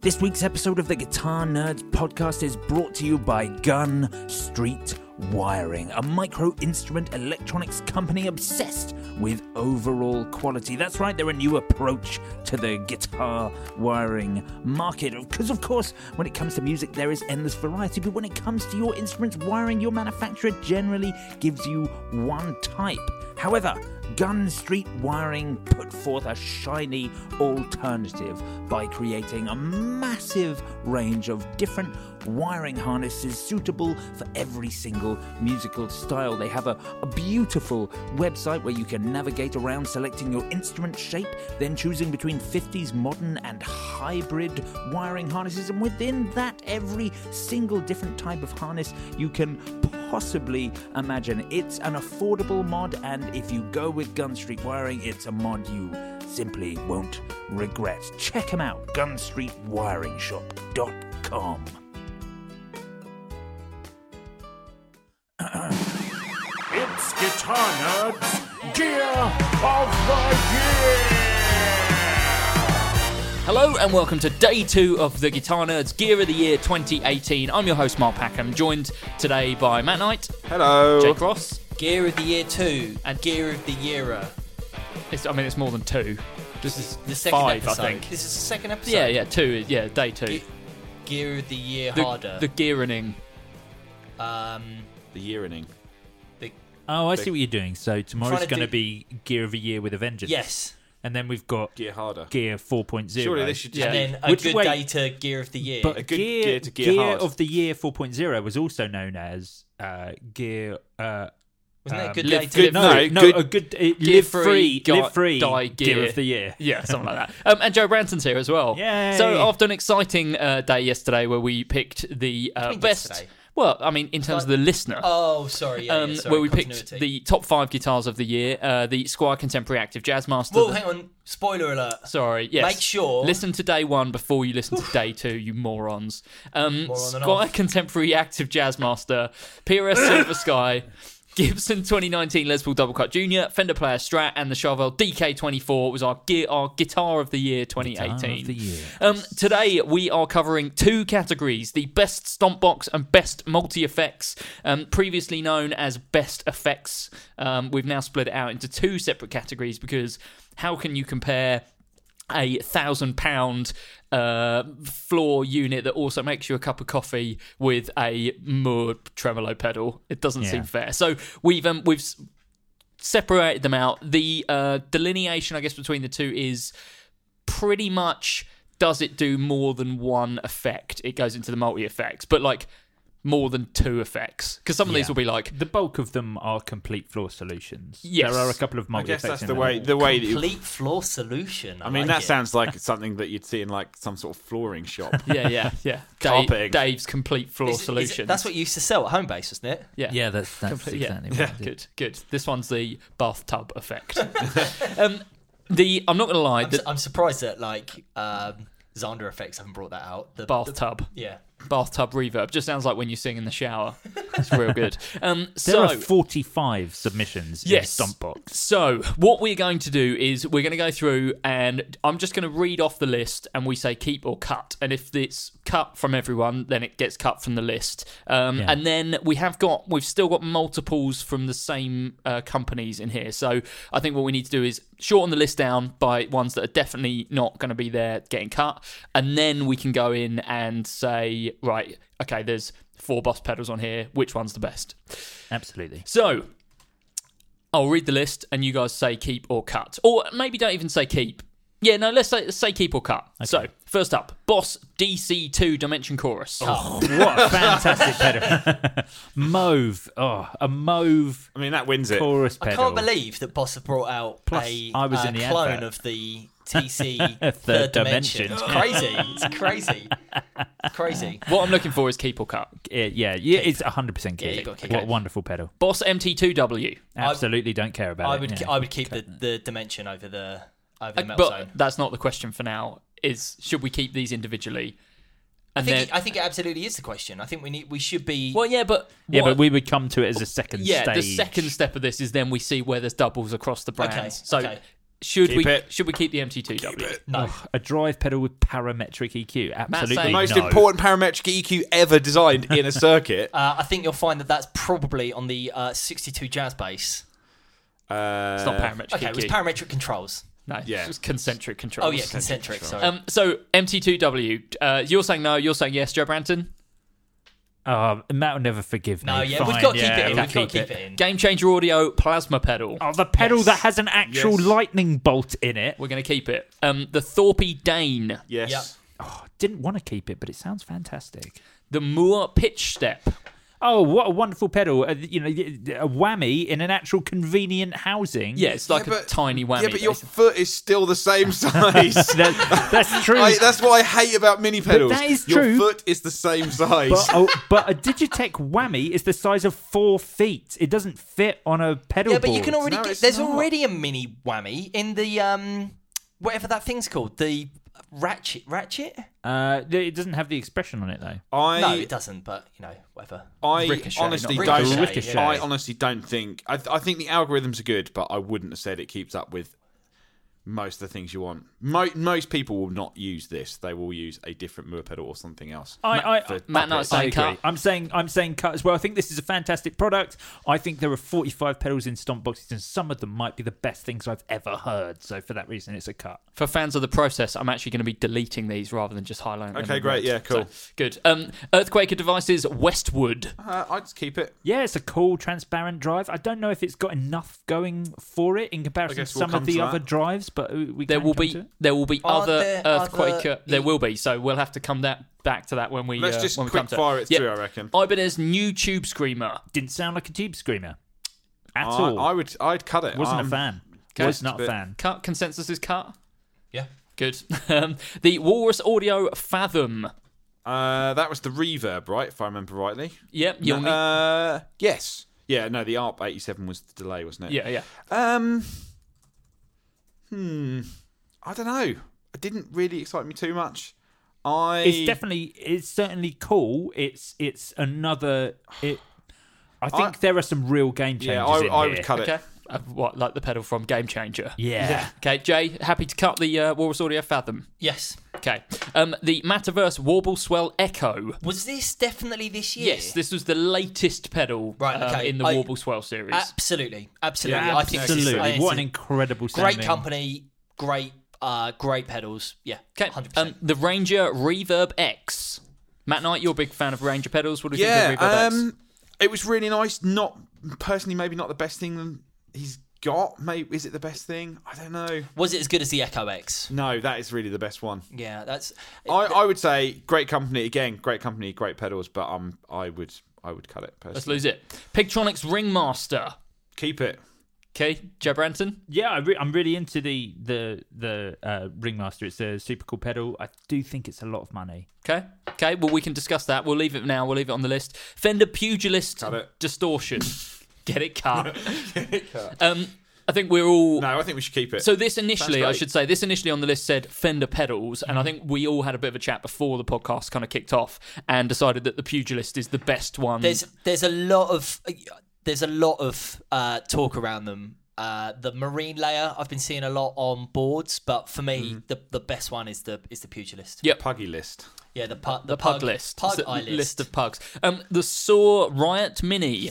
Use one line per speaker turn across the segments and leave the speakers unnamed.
This week's episode of the Guitar Nerds podcast is brought to you by Gun Street Wiring, a micro instrument electronics company obsessed with overall quality. That's right, they're a new approach to the guitar wiring market. Because, of course, when it comes to music, there is endless variety, but when it comes to your instruments wiring, your manufacturer generally gives you one type. However, Gun Street Wiring put forth a shiny alternative by creating a massive range of different wiring harnesses suitable for every single musical style. They have a, a beautiful website where you can navigate around selecting your instrument shape, then choosing between 50s modern and hybrid wiring harnesses, and within that, every single different type of harness you can possibly imagine. It's an affordable mod, and if you go with Gun Street Wiring, it's a mod you simply won't regret. Check them out, gunstreetwiringshop.com.
It's Guitar Nerds Gear of the
Hello and welcome to day two of the Guitar Nerds Gear of the Year 2018. I'm your host Mark Packham, joined today by Matt Knight. Hello. Jake Ross.
Gear of the Year 2 and Gear of the uh, Yearer.
It's, I mean, it's more than two. This is
The second
five,
episode.
I think.
This is the second episode.
yeah, yeah, two. is- Yeah, day two.
Ge- Gear of the Year
the,
harder.
The Gearing.
um,
The year inning.
the,
Oh, I see what you're doing. So tomorrow's
Trying to
going to
do-
be Gear of a Year with a Vengeance.
yes.
And then we've got
Gear harder.
Gear 4.0.
Surely this should just
Yeah.
be.
And a
Which
good
way-
day to Gear of the Year.
But
A good
gear,
gear to gear hard.
of the Year 4.0 was also known as uh, Gear. Uh,
Wasn't it a
um,
good
live
day to
good-
live
no,
no,
no, a
good-
good uh,
Gear
live free,
Guy-
live free,
die gear.
of the year.
Yeah, something like that. Um, and Joe Branson's here as well.
Yay.
So after an exciting uh, day yesterday, where we picked the
do you
uh,
mean
best.
yesterday?
Well, I mean, in terms of the listener.
Oh, sorry. Yeah,
um,
yeah, sorry.
where we picked
Continuity.
the top five guitars of the year, uh, the Squire Contemporary Active Jazz Master.
Well,
the-
hang on. Spoiler alert.
Sorry. Yes.
Make sure-
Listen to day one before you listen to day two, you morons. Um,
Moron and
Squire
off.
Contemporary Active Jazz Master, PRS Silver Sky, Gibson 2019 Les Paul Double Cut Junior, Fender Player Strat, and the Charvel DK24 was our gear, our guitar of the year 2018.
Guitar of the year.
Um, today we are covering two categories: the best stomp box and best multi effects, um, previously known as best effects. Um, we've now split it out into two separate categories because how can you compare a thousand pound uh, floor unit that also makes you a cup of coffee with a Moog tremolo pedal? It doesn't
Yeah.
seem fair. So we've um, we've s- separated them out. The uh, delineation, I guess, between the two is pretty much does it do more than one effect? It goes into the multi effects, but like more than two effects because some of these
Yeah.
will be like
The bulk of them are complete floor solutions.
Yes.
There are a couple of
I
multi
guess
effects
that's
in
the
there.
way. The way that. You,
Complete floor solution. I,
I mean,
like
that
it.
sounds like something that you'd see in like some sort of flooring shop.
yeah, yeah, yeah.
Carpeting.
Dave's complete floor
Is it- is it-
solution.
that's what you used to sell at home base, wasn't it?
Yeah.
Yeah, that's, that's
Complete- yeah.
exactly
Yeah,
what I did.
good, good. This one's the bathtub effect. um, the I'm not gonna lie,
I'm, su-
the
I'm surprised that like um, Xander effects haven't brought that out. The, the-
bathtub.
yeah.
bathtub reverb. Just sounds like when you sing in the shower. It's real good. Um,
There
so
are 45 submissions
Yes.
in Stumpbox.
So, what we're going to do is we're going to go through and I'm just going to read off the list and we say keep or cut. And if it's cut from everyone, then it gets cut from the list. Um,
Yeah.
And then we have got, we've still got multiples from the same uh, companies in here. So, I think what we need to do is shorten the list down by ones that are definitely not going to be there getting cut. And then we can go in and say, right, okay, there's four boss pedals on here. Which one's the best?
Absolutely.
So, I'll read the list, and you guys say keep or cut, or maybe don't even say keep. Yeah, no, let's say, say keep or cut. So, first up, Boss DC2 Dimension Chorus.
What a fantastic pedal. mauve. Oh, a mauve
I mean, that wins it.
chorus
I
pedal.
can't believe that Boss have brought out
Plus,
a
I was
uh,
in the
clone
advert.
of the TC
Third
third,
Dimension.
dimension. It's crazy. It's crazy. It's crazy.
What I'm looking for is keep or cut.
Yeah, yeah, yeah it's 100%
Yeah, you
kick.
gotta keep
what a
it.
wonderful pedal.
Boss MT2W.
Absolutely don't care about
I
it.
would
yeah.
ke- I would keep the, the dimension over the over the metal
Uh, But
zone.
that's not the question for now. Is should we keep these individually?
I
And
think
then,
I think it absolutely is the question. I think we need we should be
well, yeah, but
yeah,
what-
but we would come to it as a second
yeah,
stage.
the second step of this is then we see where there's doubles across the brands. so,
okay.
should we
Keep it.
should we keep the MT2W?
no.
A drive pedal with parametric EQ. Absolutely.
saying-
the most
no.
important parametric EQ ever designed in a circuit.
Uh, I think you'll find that that's probably on the uh, 62 jazz bass.
Uh,
It's not parametric.
Okay, it was
EQ.
parametric controls.
No,
Yeah.
it's just concentric controls.
Oh yeah, concentric. Sorry.
Um, so MT2W, uh, you're saying no, you're saying yes, Joe Branton.
Um, Matt will never forgive me.
no, yeah,
Fine,
we've got to keep
yeah,
it in.
we'll
We've got to keep it, in.
Game Changer Audio plasma pedal.
Oh, the pedal that has an actual
Yes.
lightning bolt in it.
We're going to keep it. Um, the Thorpe Dane,
Yes.
Yeah.
Oh, didn't want to keep it, but it sounds fantastic.
the Moore pitch step.
Oh, what a wonderful pedal! Uh, you know, a whammy in an actual convenient housing.
Yeah, it's like a tiny whammy.
Yeah, but your
basically.
foot is still the same size.
That- that's true.
I, that's what I hate about mini pedals.
that is true.
Your foot is the same size.
but, oh, but a Digitech whammy is the size of four feet. It doesn't fit on a pedal.
Yeah, but you can
board.
already.
No,
get,
it's
there's
not.
already a mini whammy in the um, whatever that thing's called. The ratchet, ratchet.
Uh, it doesn't have the expression on it though.
I,
no, it doesn't. But you know, whatever.
I
Ricochet,
honestly
not
don't.
Ricochet.
Ricochet.
I honestly don't think. I, th- I think the algorithms are good, but I wouldn't have said it keeps up with most of the things you want. Mo- most people will not use this. They will use a different Moor pedal or something else.
I, I,
For-
Matt Knight's
I
saying cut.
am saying I'm saying cut as well. I think this is a fantastic product. I think there are 45 pedals in stomp boxes, and some of them might be the best things I've ever heard. So for that reason, it's a cut.
For fans of the process, I'm actually going to be deleting these rather than just highlighting them.
Okay,
in
great,
red.
yeah, cool.
So, good. Um, Earthquaker Devices Westwood.
Uh, I'd just keep it.
Yeah, it's a cool transparent drive. I don't know if it's got enough going for it in comparison to
guess we'll
some of
come to
the
that.
other drives, but uh, we
There
can
will
come
be
to it.
there will be
Are
other
there
Earthquaker.
other-
There will be. So we'll have to come that back to that when we.
Let's
uh,
just
when we
quick
come to
fire it through, I reckon.
Ibanez New Tube Screamer.
didn't sound like a tube screamer at
I,
all.
I would. I'd cut it.
wasn't
Um,
a fan.
okay.
Was not a
But-
fan.
Cut consensus is cut.
Yeah.
Good. Um, the Walrus Audio Fathom.
Uh, that was the reverb, right? If I remember rightly.
Yep. You'll need.
Uh, yes. Yeah. No, the ARP 87 was the delay, wasn't it?
yeah, yeah.
Um. Hmm. I don't know. It didn't really excite me too much. I
It's definitely, it's certainly cool. It's it's another. It, I think there are some real game changes.
yeah. I,
in
I
here.
would cut
Okay.
it.
Uh, what like the pedal from Game Changer?
Yeah.
Okay, Jay, happy to cut the uh, Walrus Audio Fathom.
Yes.
Okay. Um, the Mataverse Warble Swell Echo.
Was this definitely this year?
Yes, this was the latest pedal
Right,
um,
okay.
in the
I-
Warble Swell series.
Absolutely, absolutely. I think this is- I
Absolutely.
think
What an
this is
incredible
great
sounding-
company, great, uh, great pedals. Yeah,
okay.
hundred
Um,
percent.
the Ranger Reverb X. Matt Knight, you're a big fan of Ranger pedals. What do you
Yeah.
think of Reverb X?
Um. It was really nice. Not personally, maybe not the best thing he's got. Maybe is it the best thing? I don't know.
Was it as good as the Echo X?
No, that is really the best one.
Yeah, that's.
I, I would say great company again. Great company, great pedals, but um, I would I would cut it personally.
Let's lose it. Pigtronics Ringmaster.
Keep it.
Okay, Jeb Ranton.
Yeah, I re- I'm really into the the the uh, Ringmaster. It's a super cool pedal. I do think it's a lot of money.
Okay. Okay. Well, we can discuss that. We'll leave it now. We'll leave it on the list. Fender Pugilist
it.
Distortion. Get it cut. Um, I think we're all.
No, I think we should keep it.
So this initially, I
great. Mm-hmm.
should say, this initially on the list said Fender pedals, and I think we all had a bit of a chat before the podcast kind of kicked off and decided that the Pugilist is the best one.
There's there's a lot of there's a lot of uh, talk around them. Uh, the marine layer I've been seeing a lot on boards, but for me the, the best one is the is the pugilist.
Yep.
puggy list.
Yeah, the pug
the pug list,
Pug
It's a
eye list.
of pugs. Um, the Saw Riot Mini.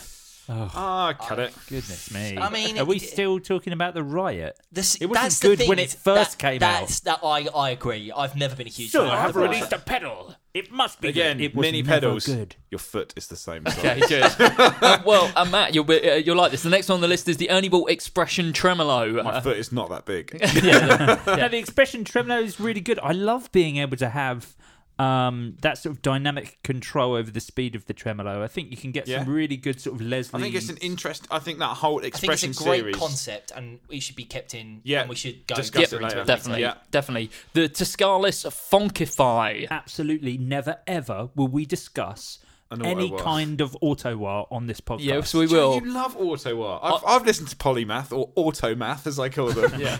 Ah, cut it.
Goodness me.
I mean,
are we
it-
still talking about the riot?
This-
It wasn't
that's the
good
thing
when
is
it first
that-
came
that's,
out.
That I I agree. I've never been a huge
So
fan.
I have
of the
released a pedal. It must be
Again,
good. It was
mini
never
pedals.
Good.
Your foot is the same.
Okay,
size.
good. Uh, well, uh, Matt, you'll be, uh, you'll like this. The next one on the list is the Ernie Ball Expression Tremolo.
My
Uh,
foot is not that big.
No, the expression tremolo is really good. I love being able to have um, that sort of dynamic control over the speed of the tremolo. I think you can get
Yeah.
some really good sort of Leslie.
I think it's an interest. I think that whole
I think it's
expression
a great
series.
concept, and we should be kept in.
Yeah,
and we should go
discuss
deeper
it later.
into
definitely,
Yeah.
definitely. The Tiscalis Funkify.
absolutely never ever will we discuss
An
any
autowar.
kind of autowar on this podcast.
Yes, we
Joe,
will.
You love auto art. I've, I've listened to polymath or automath as I call them. yeah.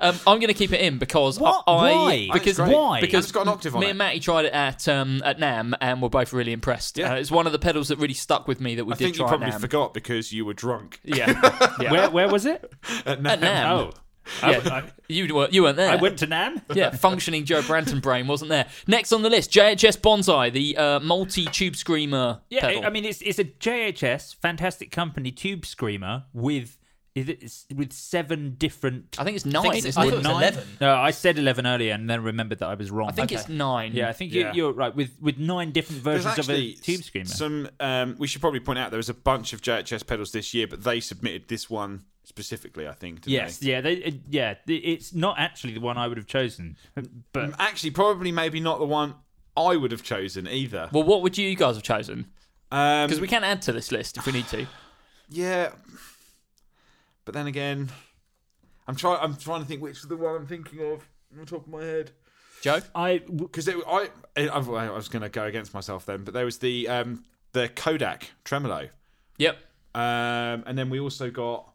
Um, I'm going to keep it in because
What?
I
Why?
because
That's great.
Why?
because
It's got an octave on
me
it.
and Matty tried it at um, at Nam and we're both really impressed.
Yeah.
Uh, it's one of the pedals that really stuck with me that we
I
did
think you
try at
probably
NAMM.
forgot because you were drunk.
Yeah, yeah.
Where, where was it?
At
at Nam.
Oh,
yeah. you were you weren't there.
I went to Nam.
yeah, functioning Joe Branton brain wasn't there. Next on the list, JHS Bonsai, the uh, multi tube screamer
Yeah,
pedal.
I mean it's it's a JHS, fantastic company tube screamer with is it it's with seven different.
I think it's nine.
I think it's-
isn't
I
it?
thought it was
Nine?
11.
No, I said eleven earlier and then remembered that I was wrong.
I think
Okay.
it's nine.
yeah, I think
Yeah.
You, you're right with with nine different
There's
versions
actually
of a tube screamer.
some. Um, we should probably point out there was a bunch of JHS pedals this year, but they submitted this one specifically. I think. Didn't
Yes,
They?
yeah, they, uh, yeah. th- It's not actually the one I would have chosen, but
Um,
Mm.
Actually, probably maybe not the one I would have chosen either.
Well, what would you guys have chosen?
Um,
Because we can add to this list if we need to.
Yeah, but then again, I'm trying. I'm trying to think which is the one I'm thinking of on the top of my head.
Joe?
I w-
Because I, I, I was going to go against myself then, but there was the um, the Kodak tremolo,
Yep.
um, and then we also got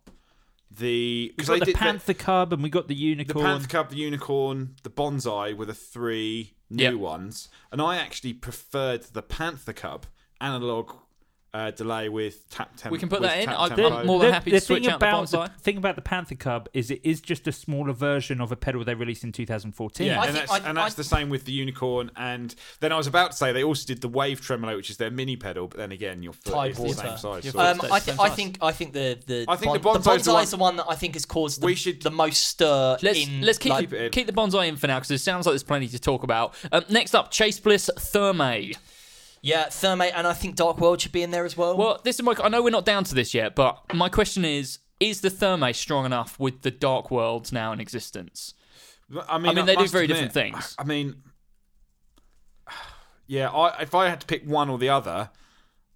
the because
got the Panther Cub and we got the
the
Unicorn.
Panther Cub, the Unicorn, the Bonsai were the three new
Yep.
ones, and I actually preferred the Panther Cub analog uh, delay with tap tempo.
We can put that in. I-
Tempo.
I'm more than happy to switch
thing
out the
about
Bonsai.
thing about the Panther Cub is it is just a smaller version of a pedal they released in 2014.
Yeah,
I
and
think-
that's,
I-
and that's
I-
the same with the unicorn. And then I was about to say they also did the wave tremolo, which is their mini pedal. But then again, your foot is the
Tidewater.
same size.
Your
so-
Um,
Sort of
I,
same
th-
size.
I think I think the the
I think the
bon-
bonsai's the
bonsai is the one that I think has caused the,
We should-
the most stir.
Let's
in,
let's keep
like,
Keep it in.
keep the bonsai in for now because it sounds like there's plenty to talk about. Um, next up, Chase Bliss Thermae.
yeah thermate, and I think Dark World should be in there as well.
Well, this is my. I know we're not down to this yet, but my question is: Is the Thermae strong enough with the Dark Worlds now in existence?
I mean,
I mean,
I
they do
must
very
admit,
different things.
I mean, yeah. I, if I had to pick one or the other,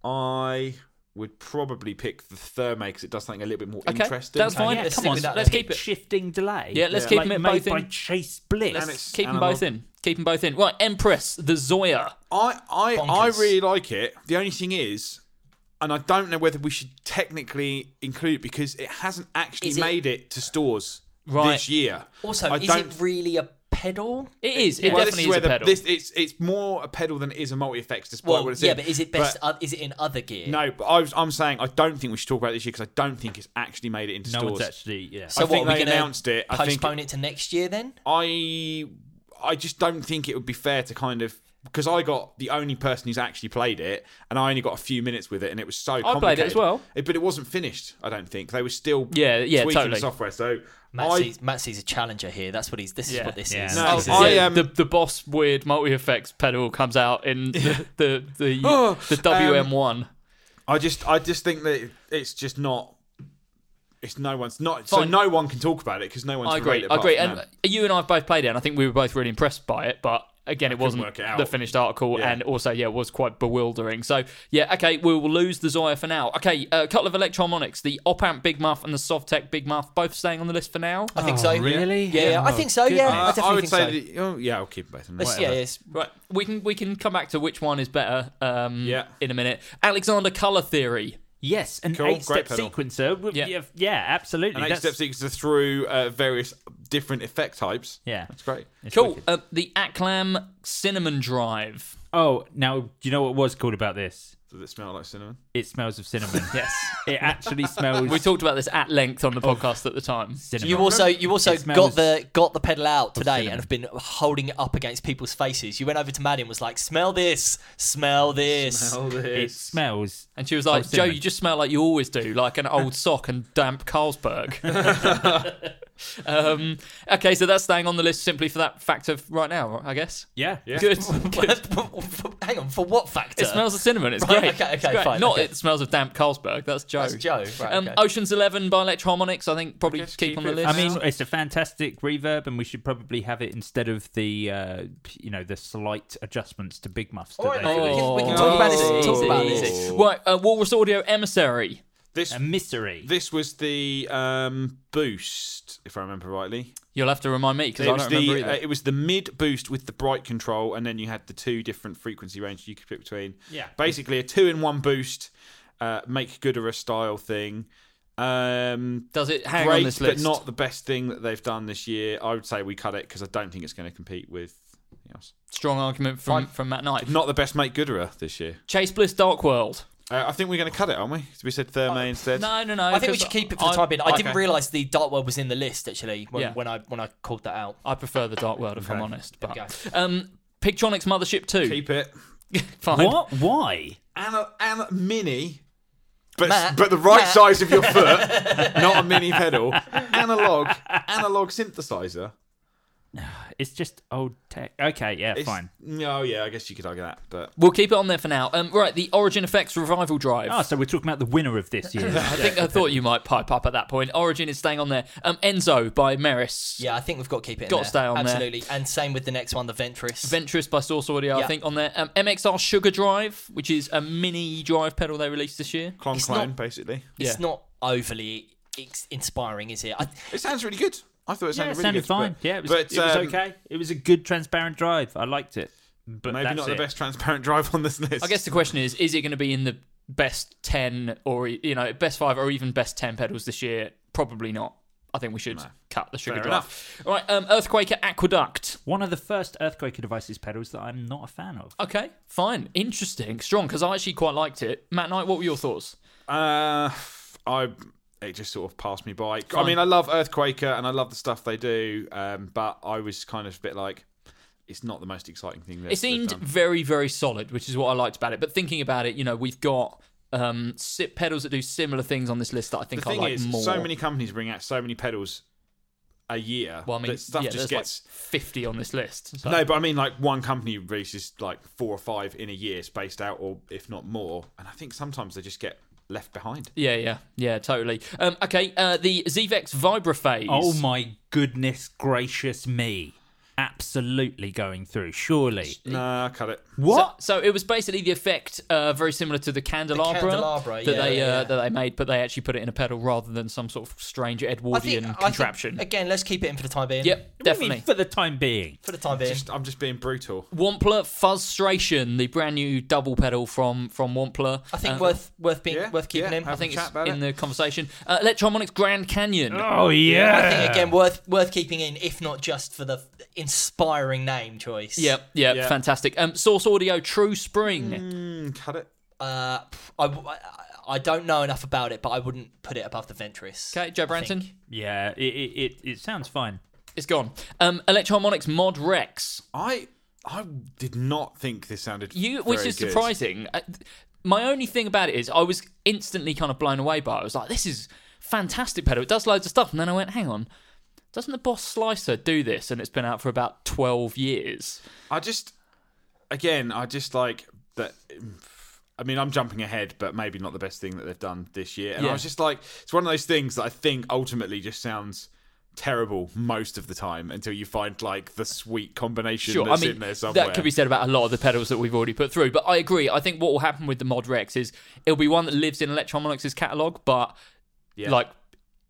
I would probably pick the Thermae because it does something a little bit more
Okay,
interesting.
that's fine.
Yeah,
let's
come
stick
on,
with that.
that
Let's
then.
keep it.
Shifting delay.
Yeah, let's keep
like
them in
made
both
by
in.
Chase Bliss.
And
Let's
it's
keep them
analog.
both in. Keep them both in. Right, Empress the Zoya.
I I, I
Bonkers.
really like it. The only thing is, and I don't know whether we should technically include it because it hasn't actually
Is it-
made it to stores
Right.
this year.
also,
I
is
don't-
it really a pedal?
It is. It
Well, this
definitely is
where
a
the-
pedal.
This, it's it's more a pedal than it is a multi effects despite
Well,
what it's
yeah,
in.
but is it best? uh, is it in other gear?
no, but I was, I'm saying I don't think we should talk about it this year because I don't think it's actually made it into
no
stores.
one's actually. Yeah.
So
I
what
think
are we
they
gonna
announced it. I think-
Postpone it to next year then.
I I just don't think it would be fair to kind of because I got the only person who's actually played it, and I only got a few minutes with it, and it was so. I
played it as well.
but it wasn't finished. I don't think they were still
Yeah, yeah,
tweaking
totally.
the software. So
Matt,
I
sees, Matt sees a challenger here. That's what he's. This
Yeah.
is what this
Yeah.
is.
No,
This is
I,
it.
um,
the, the boss weird multi effects pedal comes out in the the the,
Oh, um,
the WM one.
I just I just think that it's just not. It's no one's not so
Fine.
no one can talk about it because no one's.
I agree.
related
I
apart
agree.
from
And
them.
you and I have both played it, and I think we were both really impressed by it. But again, it wasn't
work it out.
the finished article,
Yeah.
and also yeah, it was quite bewildering. So yeah, okay, we will lose the Zoya for now. Okay, a couple of electromonics, the op amp Big Muff and the Softtech Big Muff, both staying on the list for now.
I think so.
really?
Yeah, yeah, I
Oh,
think so. Yeah, I
Uh,
definitely
I would
think
say
so.
that, oh, yeah, I'll keep both. in
Let's-
mind.
yeah, yes.
Right, we can we can come back to which one is better um,
Yeah.
in a minute. Alexander Color Theory.
Yes, an
Cool,
eight-step
great pedal.
sequencer. would-
Yeah.
Yeah, yeah, absolutely.
And eight
That's-
step sequences through uh, various different effect types.
Yeah.
That's great.
it's
Cool.
wicked.
Uh, the Aklam Cinnamon Drive.
Oh, now do you know what was cool about this?
Does it smell like cinnamon?
It smells of cinnamon.
Yes.
it actually smells.
We talked about this at length on the
Oh.
podcast at the time.
cinnamon.
You also you also
It
got
smells-
the got the pedal out today
cinnamon.
and have been holding it up against people's faces. You went over to Maddie and was like, "Smell this, smell this."
It smells.
And she was
Oh,
like, Joe,
cinnamon.
you just smell like you always do, like an old sock and damp Carlsberg. um, okay, so that's staying on the list simply for that factor right now, I guess.
Yeah. Yeah.
Good. Good.
Hang on, for what factor?
It smells of cinnamon. It's
Right,
great.
okay,
It's
okay,
great.
fine,
Not
okay.
it smells of damp Carlsberg. That's Joe.
That's Joe, right,
um,
okay.
Ocean's Eleven by Electroharmonics. I think probably
guess
keep,
keep
on the
it
list.
for
I mean, it's a fantastic reverb, and we should probably have it instead of the, uh, you know, the slight adjustments to Big Muffs.
All right,
today.
mate, we can, we can
Oh.
talk about this.
Easy,
Talk about
easy.
this.
Right, uh, Walrus Audio Emissary.
This
A misery.
this was the um, boost, if I remember rightly.
You'll have to remind me because I
was
don't remember
the
either.
uh, it was the mid boost with the bright control, and then you had the two different frequency ranges you could pick between.
Yeah.
basically a two in one boost, uh, make gooder a style thing. Um,
Does it hang
great,
on this list?
but not the best thing that they've done this year. I would say we cut it because I don't think it's going to compete with anything else.
Strong argument from, from Matt Knight.
Not the best make gooderer this year.
Chase Bliss Dark World.
Uh, I think we're going to cut it, aren't we? We said Thermae instead.
Uh, No, no, no.
I think we
'cause
should keep it for the time being. I didn't
okay.
realise the Dark World was in the list actually when,
Yeah.
when I when I called that out.
I prefer the Dark World, if I'm honest.
we
But um, Pictronics Mothership Two.
Keep it.
Fine.
What? Why?
And a, and a mini, but
Matt,
but the right
Matt.
size of your foot, not a mini pedal. Analog, analog synthesizer.
It's just old tech. Okay, yeah,
It's-
fine.
No, yeah, I guess you could argue that, but
We'll keep it on there for now. Um, right, the Origin Effects Revival Drive.
Ah,
Oh, so we're talking about the winner of this year.
I think I thought you might pipe up at that point. Origin is staying on there. Um, Enzo by Meris.
Yeah, I think we've got to keep it.
Gotta
in there.
stay on there.
Absolutely, and same with the next one, the Ventress.
Ventress by Source Audio, I
Yeah.
think, on there. Um, MXR Sugar Drive, which is a mini drive pedal they released this year.
clone
It's
clone
not-
basically.
it's
Yeah.
not overly ex- inspiring, is it? I,
It sounds really good. I thought it
yeah,
sounded
it
really
sounded
good.
fine.
But,
yeah, it was,
but,
it was
um,
okay. It was a good transparent drive. I liked it. But
Maybe
that's
not the
it.
best transparent drive on this list.
I guess the question is: Is it going to be in the best ten or you know best five or even best ten pedals this year? Probably not. I think we should cut the sugar
Fair
drive. All right, um, Earthquake at Aqueduct.
One of the first Earthquaker Devices pedals that I'm not a fan of.
Okay, fine, interesting, strong. Because I actually quite liked it. Matt Knight, what were your thoughts?
Uh, I it just sort of passed me by. I mean, I love Earthquaker and I love the stuff they do, um, but I was kind of a bit like, it's not the most exciting thing. that
It seemed very, very solid, which is what I liked about it. But thinking about it, you know, we've got um, si- pedals that do similar things on this list that I
The
think
thing
I like
is,
more.
so many companies bring out so many pedals a year.
well, I mean,
that stuff
yeah, there's
just gets.
like 50 on this list. So.
No, but I mean, like one company releases like four or five in a year, spaced out, or if not more. And I think sometimes they just get left behind.
Yeah, yeah, yeah, totally. Um, okay, uh, the Zvex Vibraphase.
Oh my goodness gracious me. Absolutely going through, surely.
Nah, cut it.
What?
So, so it was basically the effect uh, very similar to the candelabra,
candelabra,
that
yeah,
they
yeah,
uh,
yeah.
that they made, but they actually put it in a pedal rather than some sort of strange Edwardian contraption.
again, let's keep it in for the time being.
yep,
What do you mean for
definitely.
the time being.
For the time being.
Just, I'm just being brutal.
Wampler Fuzzstration, the brand new double pedal from from Wampler.
I think
Uh,
worth worth being
yeah,
worth keeping
yeah,
in.
have
I think
a chat
it's
about
in
it.
the conversation. Uh, Electromonics Grand Canyon.
Oh, yeah.
I think again worth worth keeping in, if not just for the inspiring name choice.
Yep, yep,
Yeah.
fantastic. Um, Source Audio True Spring.
Mm, cut it.
Uh, pff, I, w- I- I don't know enough about it, but I wouldn't put it above the Ventress.
Okay, Joe Branton,
Yeah, it, it, it, it sounds fine.
it's gone. Um, Electromonics Mod Rex.
I I did not think this sounded
You, which
very
is
good.
surprising. Uh, th- My only thing about it is, I was instantly kind of blown away by it. I was like, "This is fantastic pedal. It does loads of stuff." And then I went, "Hang on, doesn't the Boss Slicer do this?" And it's been out for about twelve years.
I just again, I just like that. I mean, I'm jumping ahead, but maybe not the best thing that they've done this year. And
Yeah.
I was just like, it's one of those things that I think ultimately just sounds terrible most of the time until you find like the sweet combination
Sure,
that's
I mean
in there somewhere.
that could be said about a lot of the pedals that we've already put through. But I agree. I think what will happen with the Mod Rex is it'll be one that lives in Electromonics' catalog, but
Yeah.
like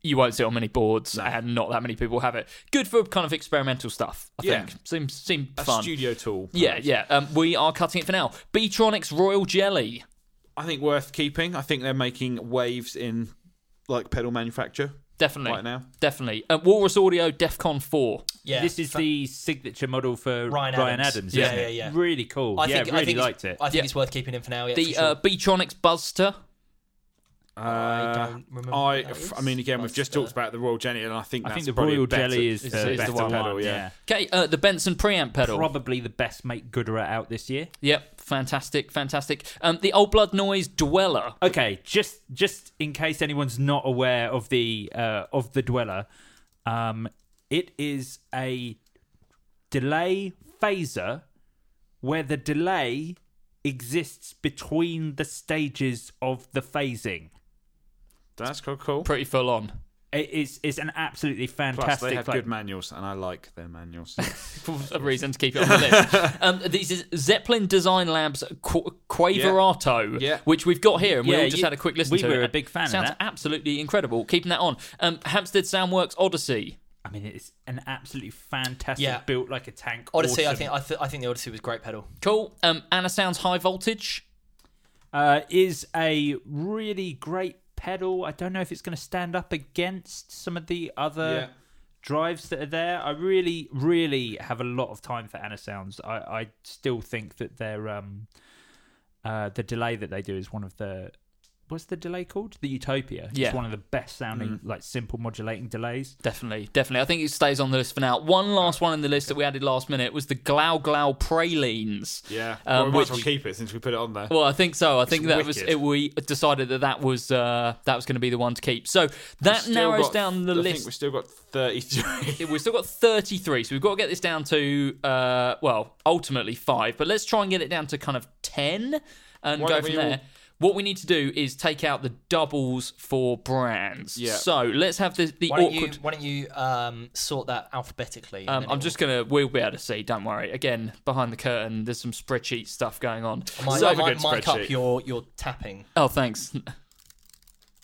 you won't see it on many boards, and not that many people have it. Good for kind of experimental stuff. I
Yeah.
think seems seemed
a
fun.
studio tool.
Yeah, yeah. Um, we are cutting it for now. Beatronics Royal Jelly.
I think worth keeping. I think they're making waves in like pedal manufacture.
Definitely.
Right now.
Definitely. Uh, Walrus Audio DEFCON 4.
Yeah,
this is
fa-
the signature model for Ryan
Ryan
Adams.
Adams.
isn't
Yeah,
it?
yeah, yeah.
Really cool. yeah, really
it's-
liked it.
I think
Yeah.
it's worth keeping in for now. Yeah,
The
for sure.
uh, Beatronics Buster.
I don't remember.
Uh, I,
what that
f-
is.
I mean, again, we've
That's
just
the-
talked about the Royal Jelly, and I think
I think
that's
the
probably a
Royal
better-
Jelly is the
it's
better
the one. Pedal,
one.
yeah.
Okay, uh, the Benson preamp pedal.
Probably the best make gooder out this year.
Yep, fantastic, fantastic. Um, the Old Blood Noise Dweller.
Okay, just just in case anyone's not aware of the uh, of the dweller, um, it is a delay phaser where the delay exists between the stages of the phasing.
That's cool. cool.
Pretty full on.
It is it's an absolutely
Plus,
fantastic.
they have
like-
good manuals, and I like their manuals.
For a reason to keep it on the list. Um, this is Zeppelin Design Labs Qu- Quaverato,
Yeah.
which we've got here, and we
Yeah,
all just
you-
had a quick listen
we
to.
were
it.
a big fan of
Sounds
that.
absolutely incredible. Keeping that on. Um, Hampstead Soundworks Odyssey.
I mean, it's an absolutely fantastic
Yeah.
built like a tank.
Odyssey, I
awesome-
think I, th- I think the Odyssey was great pedal.
Cool. Um, Anna Sounds High Voltage.
uh, is a really great pedal. I don't know if it's going to stand up against some of the other
Yeah.
drives that are there. I really, really have a lot of time for Anasounds. I, I still think that their um, uh, the delay that they do is one of the what's the delay called? The Utopia.
Yeah.
It's one of the best
Mm.
sounding like simple modulating delays.
Definitely, definitely. I think it stays on the list for now. One last one in the list that we added last minute was the Glau Glau Pralines.
yeah, well,
Um,
we might as
which-
well keep it since we put it on there.
Well, I think so. I think that was
wicked.
it, we decided that that was uh, that was going to be the one to keep. So that
Still
narrows
got-
down the
I
list.
think we've still got thirty-three.
We've still got 33, so we've got to get this down to, uh, well, ultimately five, but let's try and get it down to kind of 10 and
Why
go
don't
from
we
there.
all-
What we need to do is take out the doubles for brands.
Yeah.
So let's have the, the
Why don't
awkward.
you why don't you um, sort that alphabetically? and
Um,
then
I'm
it
just gonna. We'll be able to see. Don't worry. Again, behind the curtain, there's some spreadsheet stuff going on.
will- might,
So-
might mic up
spreadsheet.
your your tapping.
Oh, thanks.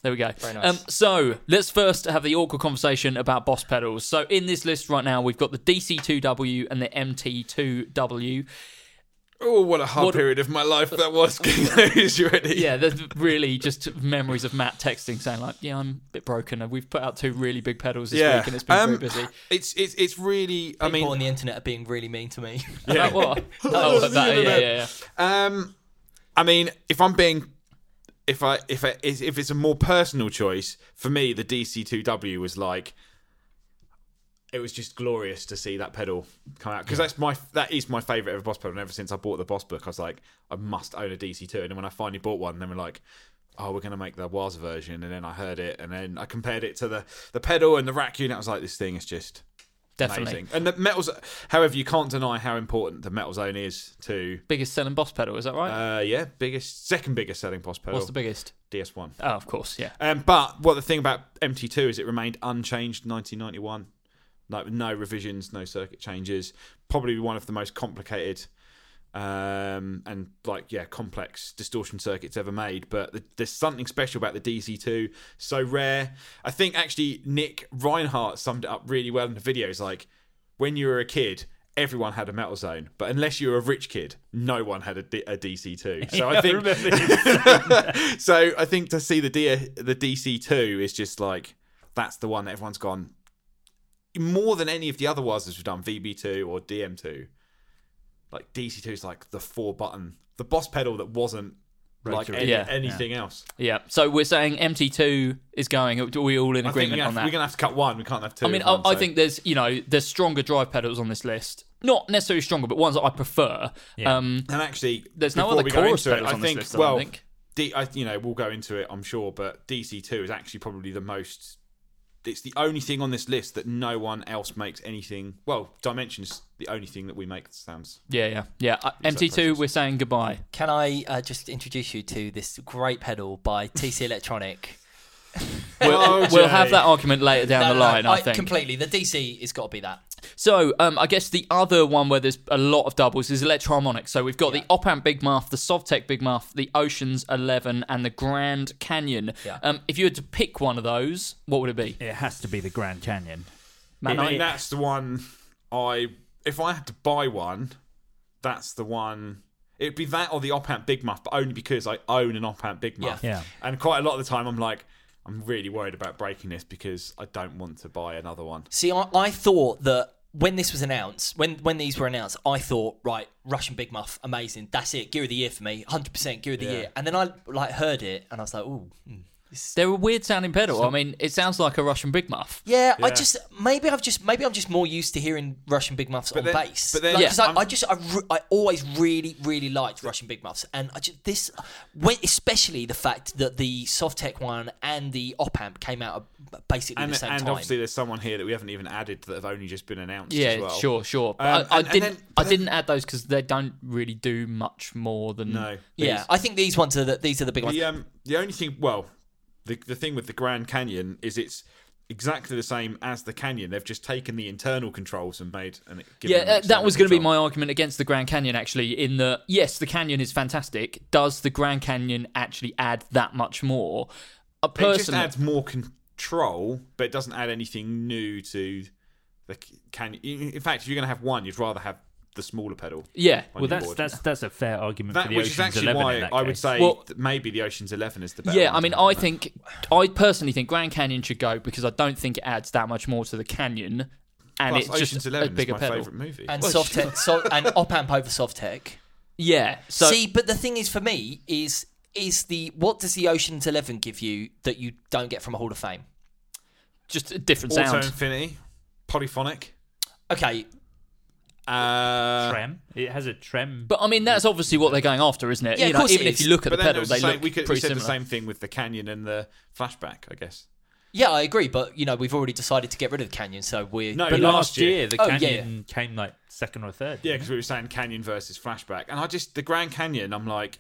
There we go.
nice.
um, so let's first have the awkward conversation about boss pedals. So in this list right now, we've got the DC2W and the MT2W.
oh, what a hard
What-
period of my life that was. King Lose already.
Yeah, there's really just memories of Matt texting saying like, "Yeah, I'm a bit broken. and We've put out two really big pedals this
yeah.
week, and it's been
Um,
very busy."
It's it's it's really. I
People
mean,
on the internet are being really mean to me.
Yeah. what? oh, that, yeah, yeah, yeah.
Um, I mean, if I'm being, if I if I, if it's a more personal choice for me, the DC2W was like, it was just glorious to see that pedal come out because that's my that is my favorite ever Boss pedal. And ever since I bought the Boss book, I was like, I must own a DC2. And then when I finally bought one, then we're like. Oh, we're gonna make the Waz version, and then I heard it, and then I compared it to the the pedal and the rack unit. I was like, this thing is just
Definitely.
amazing. And the metals, however, you can't deny how important the metal zone is to
Biggest selling boss pedal, is that right?
uh, yeah, biggest, second biggest selling POS pedal.
What's the biggest?
DS1.
Oh, of course, yeah.
Um, but what the thing about MT2 is it remained unchanged 1991. No, no revisions, no circuit changes. Probably one of the most complicated um, and like yeah, complex distortion circuits ever made. But th there's something special about the DC2. So rare. I think actually Nick Reinhardt summed it up really well in the video. He's like, when you were a kid. Everyone had a metal zone, but unless you were a rich kid, no one had a, D- a DC2. So I think so I think to see the D- the DC two is just like that's the one that everyone's gone more than any of the other ones that we've done VB two or DM two. Like DC two is like the four button, the boss pedal that wasn't like
Rotary.
any,
Yeah.
anything else.
Yeah. So we're saying MT2 is going. Are we all in
I
agreement
think we're gonna,
on
have,
that?
we're gonna have to cut one. We can't have two.
I mean,
of
I,
one,
I
so-
think there's you know there's stronger drive pedals on this list. Not necessarily stronger, but ones that I prefer. Um,
And actually,
There's no
before
other
we go
chorus
into it,
pedals
I
on this
think,
list, I don't
well,
think.
D, I, you know, we'll go into it, I'm sure, but DC2 is actually probably the most. It's the only thing on this list that no one else makes anything. Well, Dimension's the only thing that we make that sounds.
yeah, yeah, yeah. Uh, MT2, we're saying goodbye.
Can I uh, just introduce you to this great pedal by TC Electronic?
We'll,
Oh,
we'll
Jay.
have that argument later down
No,
the
no, no,
line. I think.
completely. The DC has got to be that.
So, um, I guess the other one where there's a lot of doubles is Electroharmonic. So we've got the Op Amp Big Muff, the Sovtech Big Muff, the Oceans Eleven, and the Grand Canyon.
Yeah.
Um, if you had to pick one of those, what would it be?
It has to be the Grand Canyon.
I
Man,
mean,
I-
that's the one I. If I had to buy one, that's the one. It'd be that or the op amp Big Muff, but only because I own an op amp Big Muff.
Yeah. Yeah.
And quite a lot of the time, I'm like, I'm really worried about breaking this because I don't want to buy another one.
See, I, I thought that when this was announced, when when these were announced, I thought, right, Russian Big Muff, amazing. That's it. Gear of the year for me, hundred percent gear of the year. And then I like heard it, and I was like, ooh. hmm.
They're a weird sounding pedal. I mean, it sounds like a Russian Big Muff.
Yeah, I
Yeah.
just maybe I've just maybe I'm just more used to hearing Russian Big Muffs on
then-
bass.
but then-
Like,
Yeah.
'cause I-
I'm-
I just I, re- I always really really liked Russian Big Muffs, and I just this when, especially the fact that the Softtech one and the op amp came out at basically
And,
the same
and
time.
obviously, there's someone here that we haven't even added that have only just been announced.
Yeah,
as well.
sure, sure. But
Um,
I, I
and- and
didn't.
then-
I didn't add those because they don't really do much more than.
No.
yeah, I think these ones are the, these are the big ones.
The um, the only thing, well, the the thing with the Grand Canyon is it's exactly the same as the Canyon. They've just taken the internal controls and made and it. given
Yeah,
them
uh, that
external
was going to be
control.
my argument against the Grand Canyon, actually, in that, yes, the canyon is fantastic. Does the Grand Canyon actually add that much more? Uh, A
It just
person.
adds more control, but it doesn't add anything new to the c- Canyon. In in fact, if you're going to have one, you'd rather have the smaller pedal.
yeah. Well,
on your
That's
board.
that's that's a fair argument
That-
for the
which
Ocean's
is actually
11 in
why
that
I would
case.
say
Well-
that maybe the Ocean's Eleven is the better.
Yeah,
one
I
to
mean,
have
I
on that.
think I personally think Grand Canyon should go because I don't think it adds that much more to the canyon, and
Plus,
it's
Ocean's
just
Eleven
a bigger
is my
pedal.
favorite movie.
and
Well,
soft tech, so, and op amp over soft tech.
Yeah, so
See, but the thing is for me is is the what does the Ocean's Eleven give you that you don't get from a Hall of Fame?
just a different
Auto
sound.
Infinity, polyphonic.
Okay,
Uh,
trem. It has a trem.
But I mean, that's obviously what they're going after, isn't it?
Yeah,
you
of
know,
course it
even if
is.
you look at
but
the
then
pedal,
it was
they
the same,
look
we, could, we
pretty
said
similar.
the same thing with the Canyon and the Flashback, I guess.
yeah, I agree, but you know we've already decided to get rid of Canyon, so we're
No,
But
last
last
year-
year, the
Oh, yeah.
Canyon came like second or third.
Yeah,
didn't
because we were saying Canyon versus Flashback, and I just the Grand Canyon. I'm like,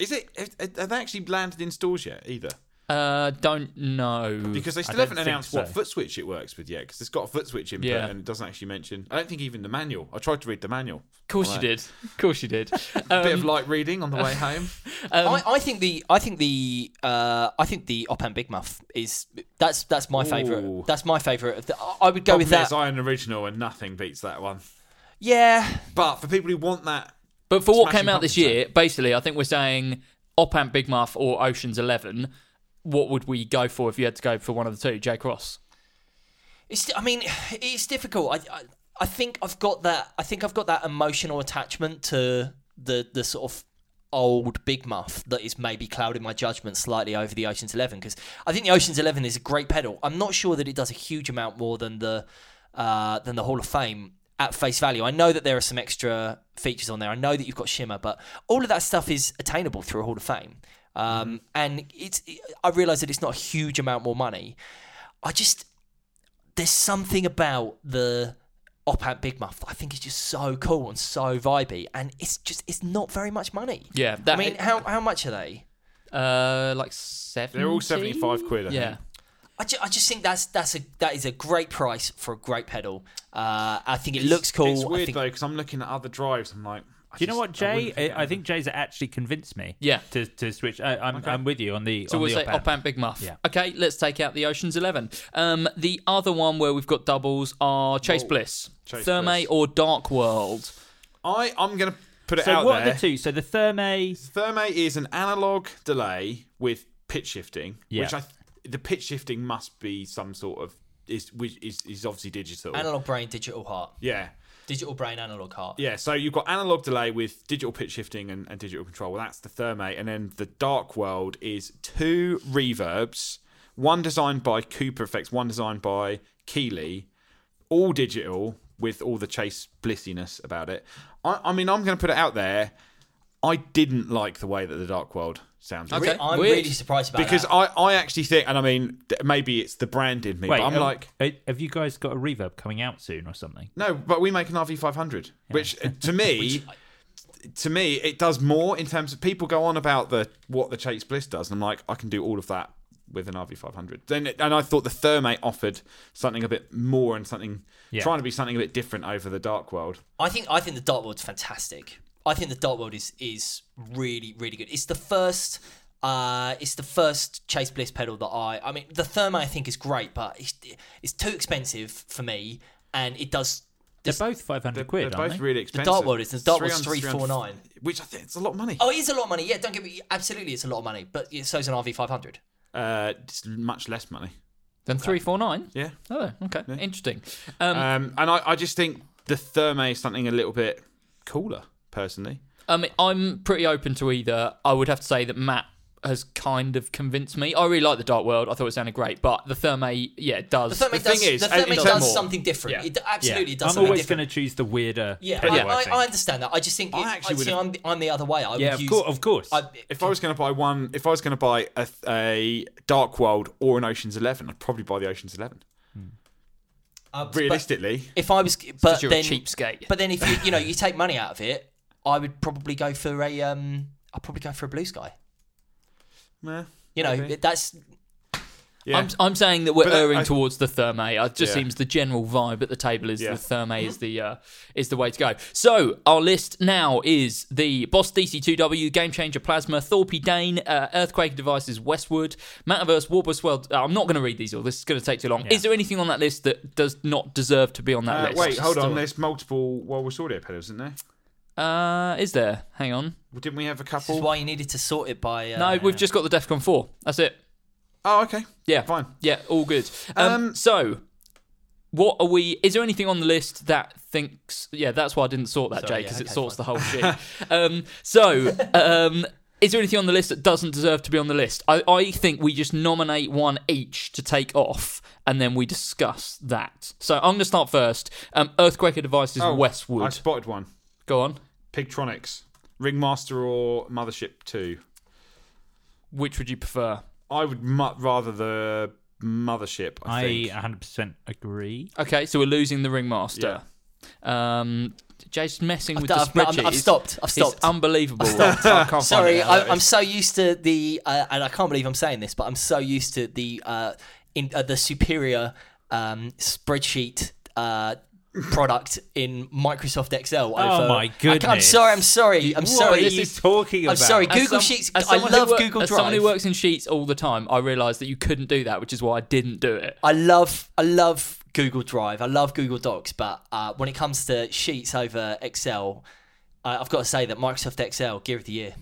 is it? Have have they actually landed in stores yet? Either
Uh, don't know.
because they still
don't
haven't
think
announced what
so.
foot switch it works with yet. Because it's got a foot switch input,
Yeah.
and it doesn't actually mention. I don't think even the manual. I tried to read the manual.
of course
Right.
you did. Of course you did. Um,
A bit of light reading on the way home.
I, I think the I think the uh, I think the op amp Big Muff is that's that's my
Ooh.
favorite. That's my favorite. Of the, I- I would go
Problem
with that.
is, I an original, and nothing beats that one.
yeah,
But for people who want that,
But for what
Smashing
came out this
Pumpkins,
year, basically, I think we're saying Op Amp Big Muff or Ocean's Eleven. What would we go for if you had to go for one of the two? J Cross.
It's. I mean, it's difficult. I, I. I think I've got that. I think I've got that emotional attachment to the the sort of old Big Muff that is maybe clouding my judgment slightly over the Ocean's Eleven because I think the Ocean's Eleven is a great pedal. I'm not sure that it does a huge amount more than the uh, than the Hall of Fame at face value. I know that there are some extra features on there. I know that you've got Shimmer, but all of that stuff is attainable through a Hall of Fame. Um, And it's. I realise that it's not a huge amount more money. I just there's something about the op amp Big Muff that I think is just so cool and so vibey, and it's just it's not very much money.
Yeah, that-
I mean, how how much are they?
Uh, like seven.
they're all 75 quid. I think.
Yeah.
I, ju- I just think that's that's a that is a great price for a great pedal. Uh, I think it looks cool.
It's
I
weird
think,
though because I'm looking at other drives. I'm like, I
Oh, Do you know
just-
what,
I
Jay?
wouldn't pick
I, I
that.
think Jay's actually convinced me.
Yeah.
To to switch. I, I'm I'm with you on the.
So
on
we'll
the
say
op-amp.
Op Amp Big Muff.
Yeah.
Okay, let's take out the Ocean's Eleven. Um, the other one where we've got doubles are Chase Bliss,
Chase
Therme
Bliss.
or Dark World.
I I'm gonna put it
So
out
what
there.
are the two? So the Therme.
Therme is an analog delay with pitch shifting,
Yeah.
which I th- the pitch shifting must be some sort of is which is, is obviously digital.
analog brain, digital heart,
yeah.
digital brain, analog heart.
Yeah, so you've got analog delay with digital pitch shifting and, and digital control. Well, that's the Therme. And then the Dark World is two reverbs, one designed by Cooper Effects, one designed by Keeley, all digital with all the chase blissiness about it. I, I mean, I'm going to put it out there. I didn't like the way that the Dark World sounded.
Re-
Okay,
I'm
weird.
really surprised about
Because
that.
I, I actually think, and I mean, th- maybe it's the brand in me, but I'm
um,
like,
uh, have you guys got a reverb coming out soon or something?
no, but we make an RV500, which uh, to me, to me, it does more in terms of people go on about the what the Chase Bliss does, and I'm like, I can do all of that with an RV500. Then, it- and I thought the Thermate offered something a bit more and something
Yeah.
trying to be something a bit different over the Dark World.
I think I think the Dark World's fantastic. I think the Dark World is is really really good. It's the first. Uh, it's the first Chase Bliss pedal that I. I mean, the Thermo I think is great, but it's, it's too expensive for me, and it does
They're both 500
They're,
quid,
they're
aren't
both
they?
really expensive.
Dark World is- the Dark World's
300,
349.
which I think it's a lot of money.
Oh, it is a lot of money. Yeah, don't get me. Absolutely, it's a lot of money. But yeah, so's an RV five hundred.
Uh, it's much less money.
Then three four nine.
Yeah.
Oh, okay, interesting. Um,
Hmm.
Um, and I, I just think the Therme is something a little bit cooler, personally.
I mean, I'm pretty open to either. I would have to say that Matt has kind of convinced me. I really like the Dark World. I thought it sounded great, but the Therme, yeah, it does.
The thermic
thing
does,
is,
the
uh, in
thermic
terms
does
of-
something different.
Yeah.
It absolutely does
I'm
something
always going
different.
to choose the weirder.
Yeah,
pillow,
I,
I
I,
think.
I understand that. I just think
I
it, I
actually
see,
would've-
I'm, the- I'm the other way. I
yeah,
would
of,
use,
course, of course.
I,
If I was going to buy one, if I was going to buy a, a Dark World or an Ocean's Eleven, I'd probably buy the Ocean's Eleven.
uh, but
Realistically,
if I was, but
you're a
then
cheapskate.
But then if you you know you take money out of it, I would probably go for a um. I'd probably go for a blue sky.
meh, Uh,
You know,
maybe.
that's
yeah.
I'm, I'm saying that we're
But, uh,
erring
I-
towards the Thermae. It just
Yeah.
seems the general vibe at the table is
Yeah.
the Thermae is the uh, is the way to go. So our list now is the Boss DC2W, Game Changer Plasma, Thorpe Dane, uh, Earthquake Devices Westwood, Metaverse, Warburg World. Uh, I'm not going to read these all. This is going to take too long. Is there anything on that list that does not deserve to be on that
Uh,
list?
wait, hold on. There's multiple Walrus audio pedals, isn't there?
Uh, is there? Hang on.
Well, didn't we have a
this is
couple?
why you needed to sort it by. Uh,
No, we've just got the Defcon 4. That's it.
Oh, okay.
Yeah.
Fine.
Yeah, all good. Um,
Um,
so, what are we? Is there anything on the list that thinks? Yeah, that's why I didn't sort that, Jay,
yeah,
because it
okay,
sorts the whole shit. um, so, um, is there anything on the list that doesn't deserve to be on the list? I, I think we just nominate one each to take off, and then we discuss that. So I'm going to start first. Um, Earthquaker Devices
Oh, I
Westwood.
spotted one.
Go on.
Pigtronics, Ringmaster, or Mothership Two.
Which would you prefer?
I would mu- rather the Mothership. I,
I uh, 100%
think.
agree.
Okay, so we're losing the ringmaster. Um, Jay's messing
I've
with
done-
the
I've- I've-
spreadsheet.
I've
It's-
stopped, I've
It's
stopped.
unbelievable.
I can't
Sorry,
find it now,
I,
though.
I'm so used to the, uh, and I can't believe I'm saying this, but I'm so used to the uh, in uh, the superior um, spreadsheet uh, product in Microsoft Excel. Over,
my
I can't- I'm
goodness.
sorry. I'm sorry. I'm
What
sorry.
are you talking
I'm
about?
sorry.
As
Google
some-
Sheets.
as
I
someone who
love
work-
Google
As
Drive.
someone who works in Sheets all the time, I realised that you couldn't do that, which is why I didn't do it.
I love. I love Google Drive. I love Google Docs. But uh, when it comes to Sheets over Excel, uh, I've got to say that Microsoft Excel Gear of the Year.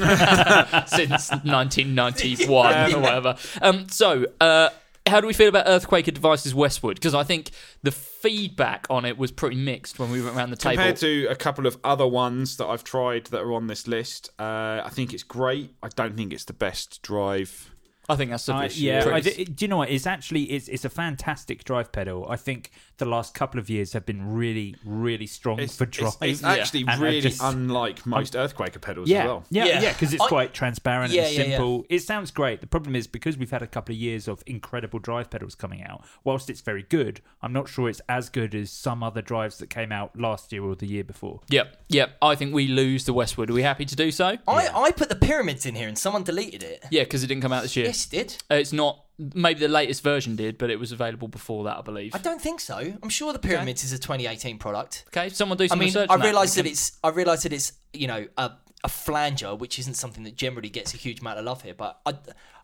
since 1991 or whatever. Um, so, uh, how do we feel about Earthquaker Devices Westwood? Because I think the feedback on it was pretty mixed when we went around the table.
Compared to a couple of other ones that I've tried that are on this list, uh, I think it's great. I don't think it's the best drive.
I think that's
I,
sufficient.
yeah, I
praise.
d- do you know what? It's actually it's it's a fantastic drive pedal. I think the last couple of years have been really really strong
It's,
for drive.
it's, it's
Yeah.
actually
And I
really
just-
unlike most Earthquaker pedals
yeah,
as well.
yeah,
Yeah.
yeah, because it's
I-
quite transparent
Yeah,
and
yeah, yeah.
simple. It sounds great. The problem is because we've had a couple of years of incredible drive pedals coming out. Whilst it's very good, I'm not sure it's as good as some other drives that came out last year or the year before.
Yep, yep. I think we lose the Westwood. Are we happy to do so?
I, I put the pyramids in here and someone deleted it.
Yeah, because it didn't come out this year.
Yes, it did.
Uh, It's not. Maybe the latest version did, but it was available before that, I believe.
I don't think so. I'm sure the pyramids is a 2018 product.
okay, someone do
I
some
mean,
research.
I
on that.
realise
We
that
can-
it's I realise that it's you know a, a flanger, which isn't something that generally gets a huge amount of love here, but I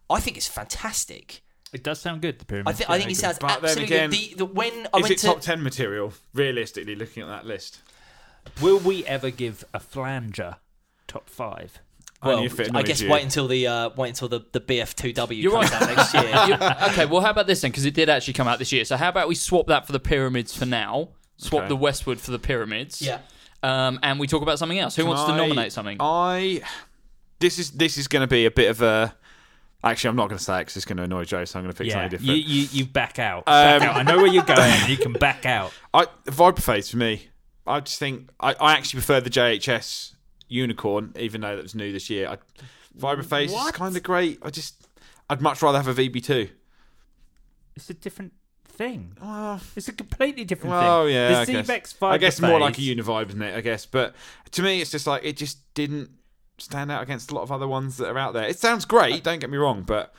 I think it's fantastic.
It does sound good. The pyramid.
I think Mm. I think it sounds
But then
absolutely.
again,
the, the, when I
Is
went
it
to
top 10 material, realistically, looking at that list?
Will we ever give a flanger top five?
well,
Only if it
I
annoys
guess
you.
wait until the uh, wait until the the BF2W
You're
comes
right.
out next year.
You- okay, well, how about this then? Because it did actually come out this year. So how about we swap that for the pyramids for now? Swap
Okay.
the Westwood for the pyramids.
Yeah.
Um, and we talk about something else. Who wants to
I-
nominate something?
I this is this is going to be a bit of a. Actually, I'm not going to say it 'cause it's going to annoy Joe, so I'm going to pick
Yeah,
something different. Um,
you, you you back out. Back out. I know where you're going. You can back out.
I Viperface for me. I just think I, I actually prefer the JHS Unicorn, even though that was new this year. I, Viperface is kind of great. I just I'd much rather have a VB2.
It's a different thing. it's a completely different
Oh
thing.
yeah,
the
I guess.
ZVEX five.
I guess more like a Univibe, isn't it? I guess, but to me, it's just like it just didn't stand out against a lot of other ones that are out there. It sounds great. Don't get me wrong, but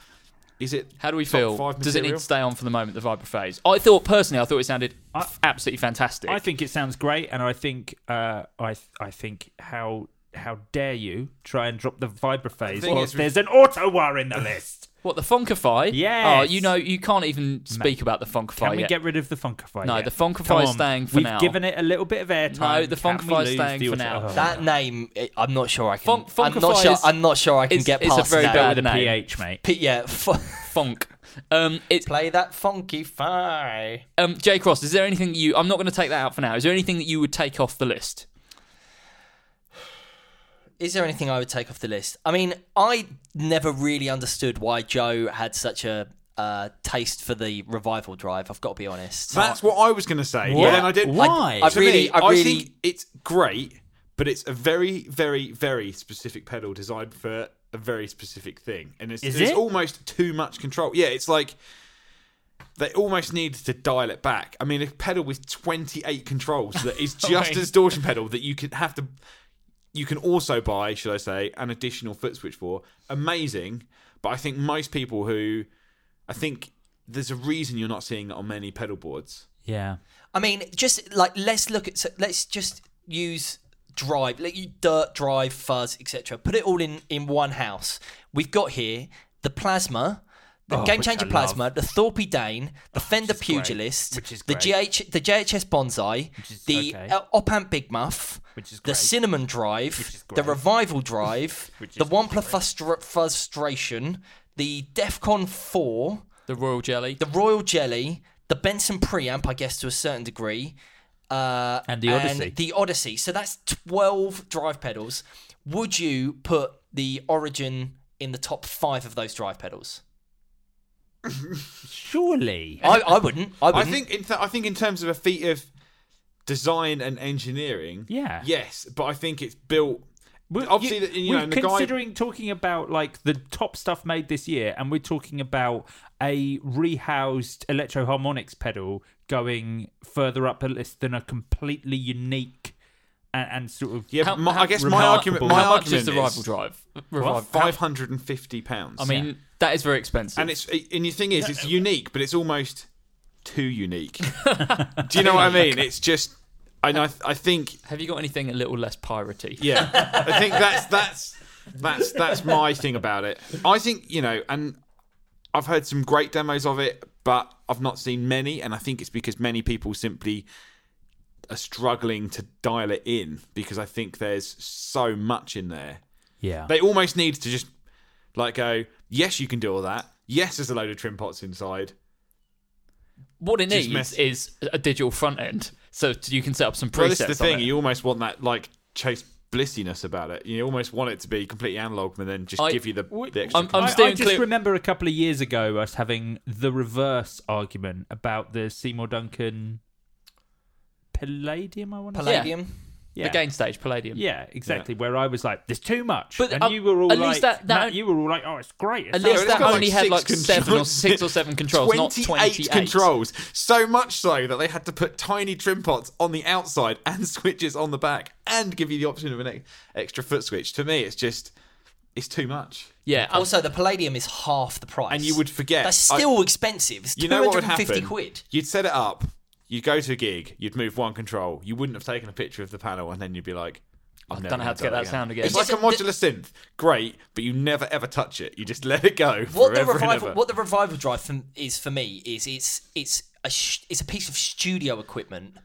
is it?
how do we
top
feel?
five
Does it need
material?
to stay on for the moment, the Viper phase? I thought, personally, I thought it sounded
I-
absolutely fantastic.
I think it sounds great, and I think uh, I th- I think how how dare you try and drop the vibrophase
thing
whilst
is-
there's an auto war in the list.
What the Funkify?
Yes.
Oh, you know, you can't even speak about the Funkify
Can we
yet.
get rid of the Funkify?
No,
yet?
the Funkify is
Come on,
staying for
We've
now.
given it a little bit of airtime.
No, the
Can
Funkify
we
is
lose
staying
the
for
auto-
now.
Oh.
That name, I- I'm not sure I can.
Funk-
I'm not
Funkify
sure.
is-
I'm not sure I can
is-
get
is a
past
very
that.
bad
with a
name.
ph, mate.
P- yeah, f-
Funk. Um, it's
play that funky fi.
um, J Cross. Is there anything you? I'm not going to take that out for now. Is there anything that you would take off the list?
Is there anything I would take off the list? I mean, I never really understood why Joe had such a uh, taste for the revival drive. I've got to be honest.
That's what I was going to say. But then I didn't.
Why?
I
to
really-
me,
Uh, I
I
really-
think it's great, but it's a very, very, very specific pedal designed for a very specific thing, and it's,
Is
it's
it?
almost too much control. Yeah, it's like they almost needed to dial it back. I mean, a pedal with twenty-eight controls that is just a distortion pedal that you could have to. You can also buy, should I say, an additional foot switch for. Amazing, but I think most people who, I think there's a reason you're not seeing it on many pedal boards.
Yeah.
I mean, just like let's look at. So let's just use drive. Let you dirt drive fuzz etc. Put it all in in one house. We've got here the plasma. The
Oh,
game
which
changer
I Oh,
plasma, the Thorpe Dane, the Fender Pugilist,
Which is
the
great.
GH, the JHS Bonsai,
is
the
okay.
uh, Op Amp Big Muff,
Which is
the
great.
Cinnamon Drive,
is
the
great.
Revival Drive,
Which
the
is
Wampler Frustra- Frustration, the Defcon Four,
The Royal Jelly.
the Royal Jelly, the Benson preamp, I guess to a certain degree, uh,
And the Odyssey.
the Odyssey. So that's twelve drive pedals. Would you put the Origin in the top five of those drive pedals?
Surely.
I, I wouldn't. I
I
wouldn't.
think in th- I think in terms of a feat of design and engineering,
Yeah.
yes, but I think it's built.
We're-
obviously, the- you know,
we're
and the guy-
considering talking about like the top stuff made this year, and we're talking about a rehoused electro harmonics pedal going further up the list than a completely unique and, and sort of
Yeah,
How-
but my,
how-
I guess my
remarkable.
argument. My
How much
argument
is the Rival Drive? Revival.
Five hundred and fifty pounds.
I mean, that is very expensive.
and it's and the thing is, it's unique, but it's almost too unique. Do you know what I mean? It's just, and I I think
have you got anything a little less piratey?
Yeah, I think that's that's that's that's my thing about it. I think you know, and I've heard some great demos of it, but I've not seen many, and I think it's because many people simply are struggling to dial it in because I think there's so much in there.
yeah.
They almost need to just like go, yes, you can do all that. Yes, there's a load of trim pots inside.
What it
Just
needs
mess-
is a digital front end, so t- you can set up some presets.
Well, this is the
on
thing.
it.
You almost want that like chase blissiness about it. You almost want it to be completely analog, and then just
I-
give you the, the extra.
I'm- I'm
I,
steering
I just
clear-
remember a couple of years ago us having the reverse argument about the Seymour Duncan Palladium. I want to say.
Palladium.
Yeah.
The game stage, Palladium.
Yeah, exactly. Where I was like, "There's too much,"
But,
and
um,
you were all
at
like,
least that- that-
Matt, "You were all like, oh, it's great." It's
At least
it's
that
got, like,
only had
six
like seven or
controls.
six or seven controls, not 28.
controls. So much so that they had to put tiny trim pots on the outside and switches on the back and give you the option of an e- extra foot switch. To me, it's just, it's too much.
Yeah. I was,
Also, the Palladium is half the price,
And you would forget.
that's
I-
still expensive. It's
You
two
know what
hundred
would
and fifty
happen?
quid.
You'd set it up, you'd go to a gig, you'd move one control, you wouldn't have taken a picture of the panel, and then you'd be like, I've
I
never
don't know how
gonna
to get
do
that sound again.
It's like a modular synth. Great, but you never ever touch it. You just let it go.
What the
forever and
revival,
ever.
what the revival drive for, is for me is it's it's a sh- it's a piece of studio equipment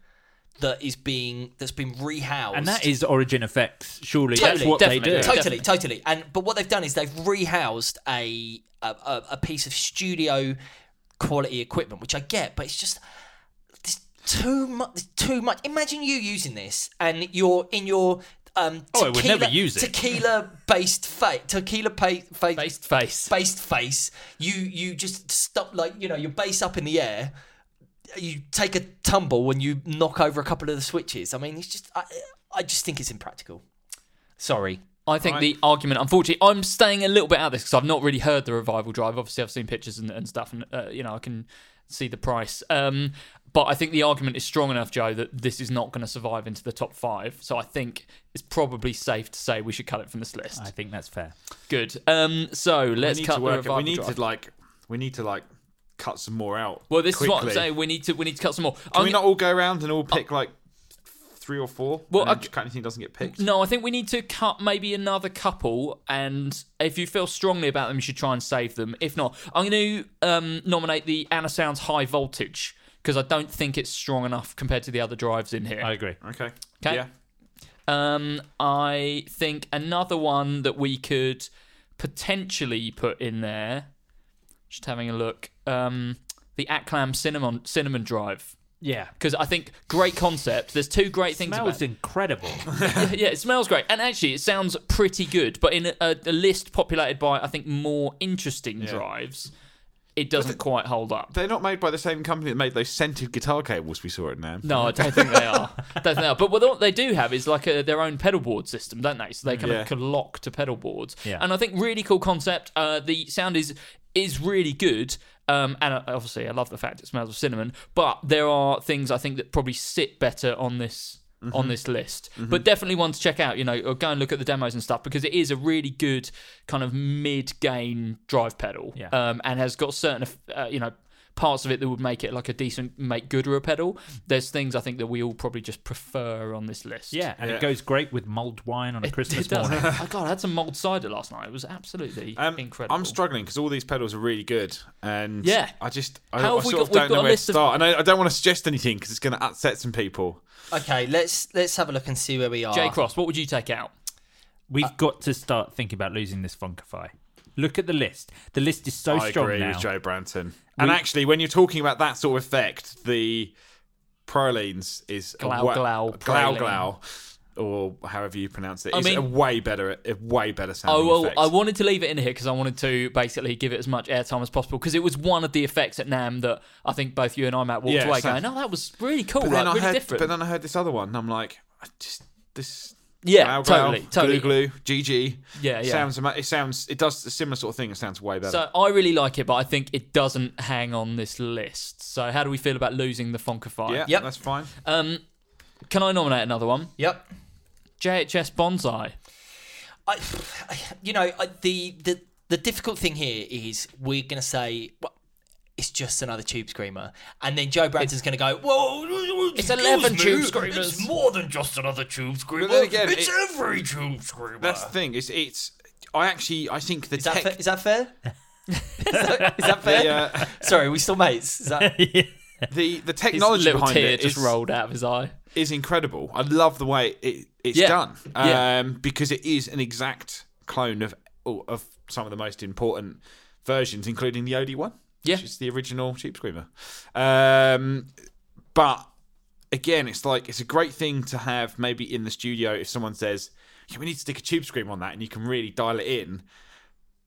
that is being that's been rehoused.
and that is Origin Effects. Surely that's
Totally,
what
definitely.
they do.
Totally.
totally, totally. And but what they've done is they've rehoused a a, a, a piece of studio quality equipment, which I get, but it's just there's too much. Too much. Imagine you using this and you're in your um,
Oh, I would never use it.
Tequila based fake, tequila pa- fake
Based face.
based face. You you just stop like you know your base up in the air. You take a tumble when you knock over a couple of the switches. I mean, it's just I, I just think it's impractical. Sorry.
I think the argument, unfortunately, I'm staying a little bit out of this because I've not really heard the revival drive. Obviously, I've seen pictures and, and stuff, and uh, you know, I can see the price. Um, but I think the argument is strong enough, Joe, that this is not going to survive into the top five. So I think it's probably safe to say we should cut it from this list.
I think that's fair.
Good. Um, so let's
we need
cut
to
the
work it-
revival
We need
drive.
to like, we need to like cut some more out.
well, this is what I'm
quickly.
saying. We need to we need to cut some more.
Can
I'm
we
gonna-
not all go around and all pick like three or four?
Well,
and then
I-
just cut anything that doesn't get picked.
No, I think we need to cut maybe another couple, and if you feel strongly about them, you should try and save them. If not, I'm going to um, nominate the Anna Sounds High Voltage because I don't think it's strong enough compared to the other drives in here.
I agree.
Okay.
'Kay.
Yeah.
Um, I think another one that we could potentially put in there. Just having a look. Um, the Atclam cinnamon cinnamon drive
Yeah.
because I think great concept. There's two great things. about
Smells incredible.
yeah, yeah, it smells great, and actually, it sounds pretty good. But in a, a, a list populated by, I think, more interesting drives, it doesn't quite hold up.
They're not made by the same company that made those scented guitar cables we saw at NAM.
No, I don't think they are. don't think they are. But what they do have is like a, their own pedal board system, don't they? So they kind
Yeah.
of can lock to pedal boards.
Yeah.
And I think really cool concept. Uh, the sound is is really good. Um, and uh, obviously, I love the fact it smells of cinnamon. But there are things I think that probably sit better on this
Mm-hmm.
on this list. But definitely one to check out. You know, or go and look at the demos and stuff because it is a really good kind of mid gain drive pedal.
Yeah.
Um, and has got certain uh, you know parts of it that would make it like a decent make gooder pedal. There's things I think that we all probably just prefer on this list.
Yeah, and
Yeah.
it goes great with mulled wine on a Christmas
It does.
morning.
oh, God, I had some mulled cider last night. It was absolutely
Um,
incredible.
I'm struggling because all these pedals are really good, and
Yeah.
I just I,
How
I
have we
sort of
got- we've
don't
got a
know where to
list of-
start, and I, I don't want to suggest anything because it's going to upset some people.
Okay, let's let's have a look and see where we are.
Jay Cross, what would you take out?
We've got to start thinking about losing this Funkify. Look at the list. The list is so
I
strong
agree
now.
with Joe Branton. And actually, when you're talking about that sort of effect, the prolines is a
Glau,
wa-
glau,
glau
proline.
glau, or however you pronounce it.
I
It's
mean-
a way better, a way better sounding
Oh well,
effect.
I wanted to leave it in here because I wanted to basically give it as much airtime as possible because it was one of the effects at Nam that I think both you and I, Matt, walked
Yeah,
away
same.
going, "Oh, that was really cool,
but
like,
then I
really
heard,
different."
but then I heard this other one, and I'm like, I just this.
Yeah,
glau,
totally,
glau,
totally.
Glue, glue, GG.
Yeah, yeah.
Sounds, ama- it sounds, it does a similar sort of thing. It sounds way better.
so I really like it, but I think it doesn't hang on this list. So how do we feel about losing the Fonkify?
yeah,
Yep.
that's fine.
Um, can I nominate another one?
Yep.
JHS Bonsai.
I, you know, I, the the the difficult thing here is we're going to say. Well, it's just another tube screamer, and then Joe Branton's going to go, "Whoa,
It's
it's
11 tube screamers."
It's more than just another tube screamer.
then again,
it's
it-
every tube screamer."
That's the thing. It's, it's. I actually, I think the
Is that,
tech.
fa- is that fair? is, that, is that fair?
the, uh,
Sorry, are we still mates. Is that,
the the
His
technology
little
behind
tear
it
just
is-
rolled out of his eye.
is incredible. I love the way it, it's
Yeah.
done um,
Yeah.
because it is an exact clone of oh, of some of the most important versions, including the OD one,
Yeah.
which is the original Cheap Screamer. Um, but again, it's like it's a great thing to have maybe in the studio if someone says, yeah, "We need to stick a Tube Scream on that," and you can really dial it in.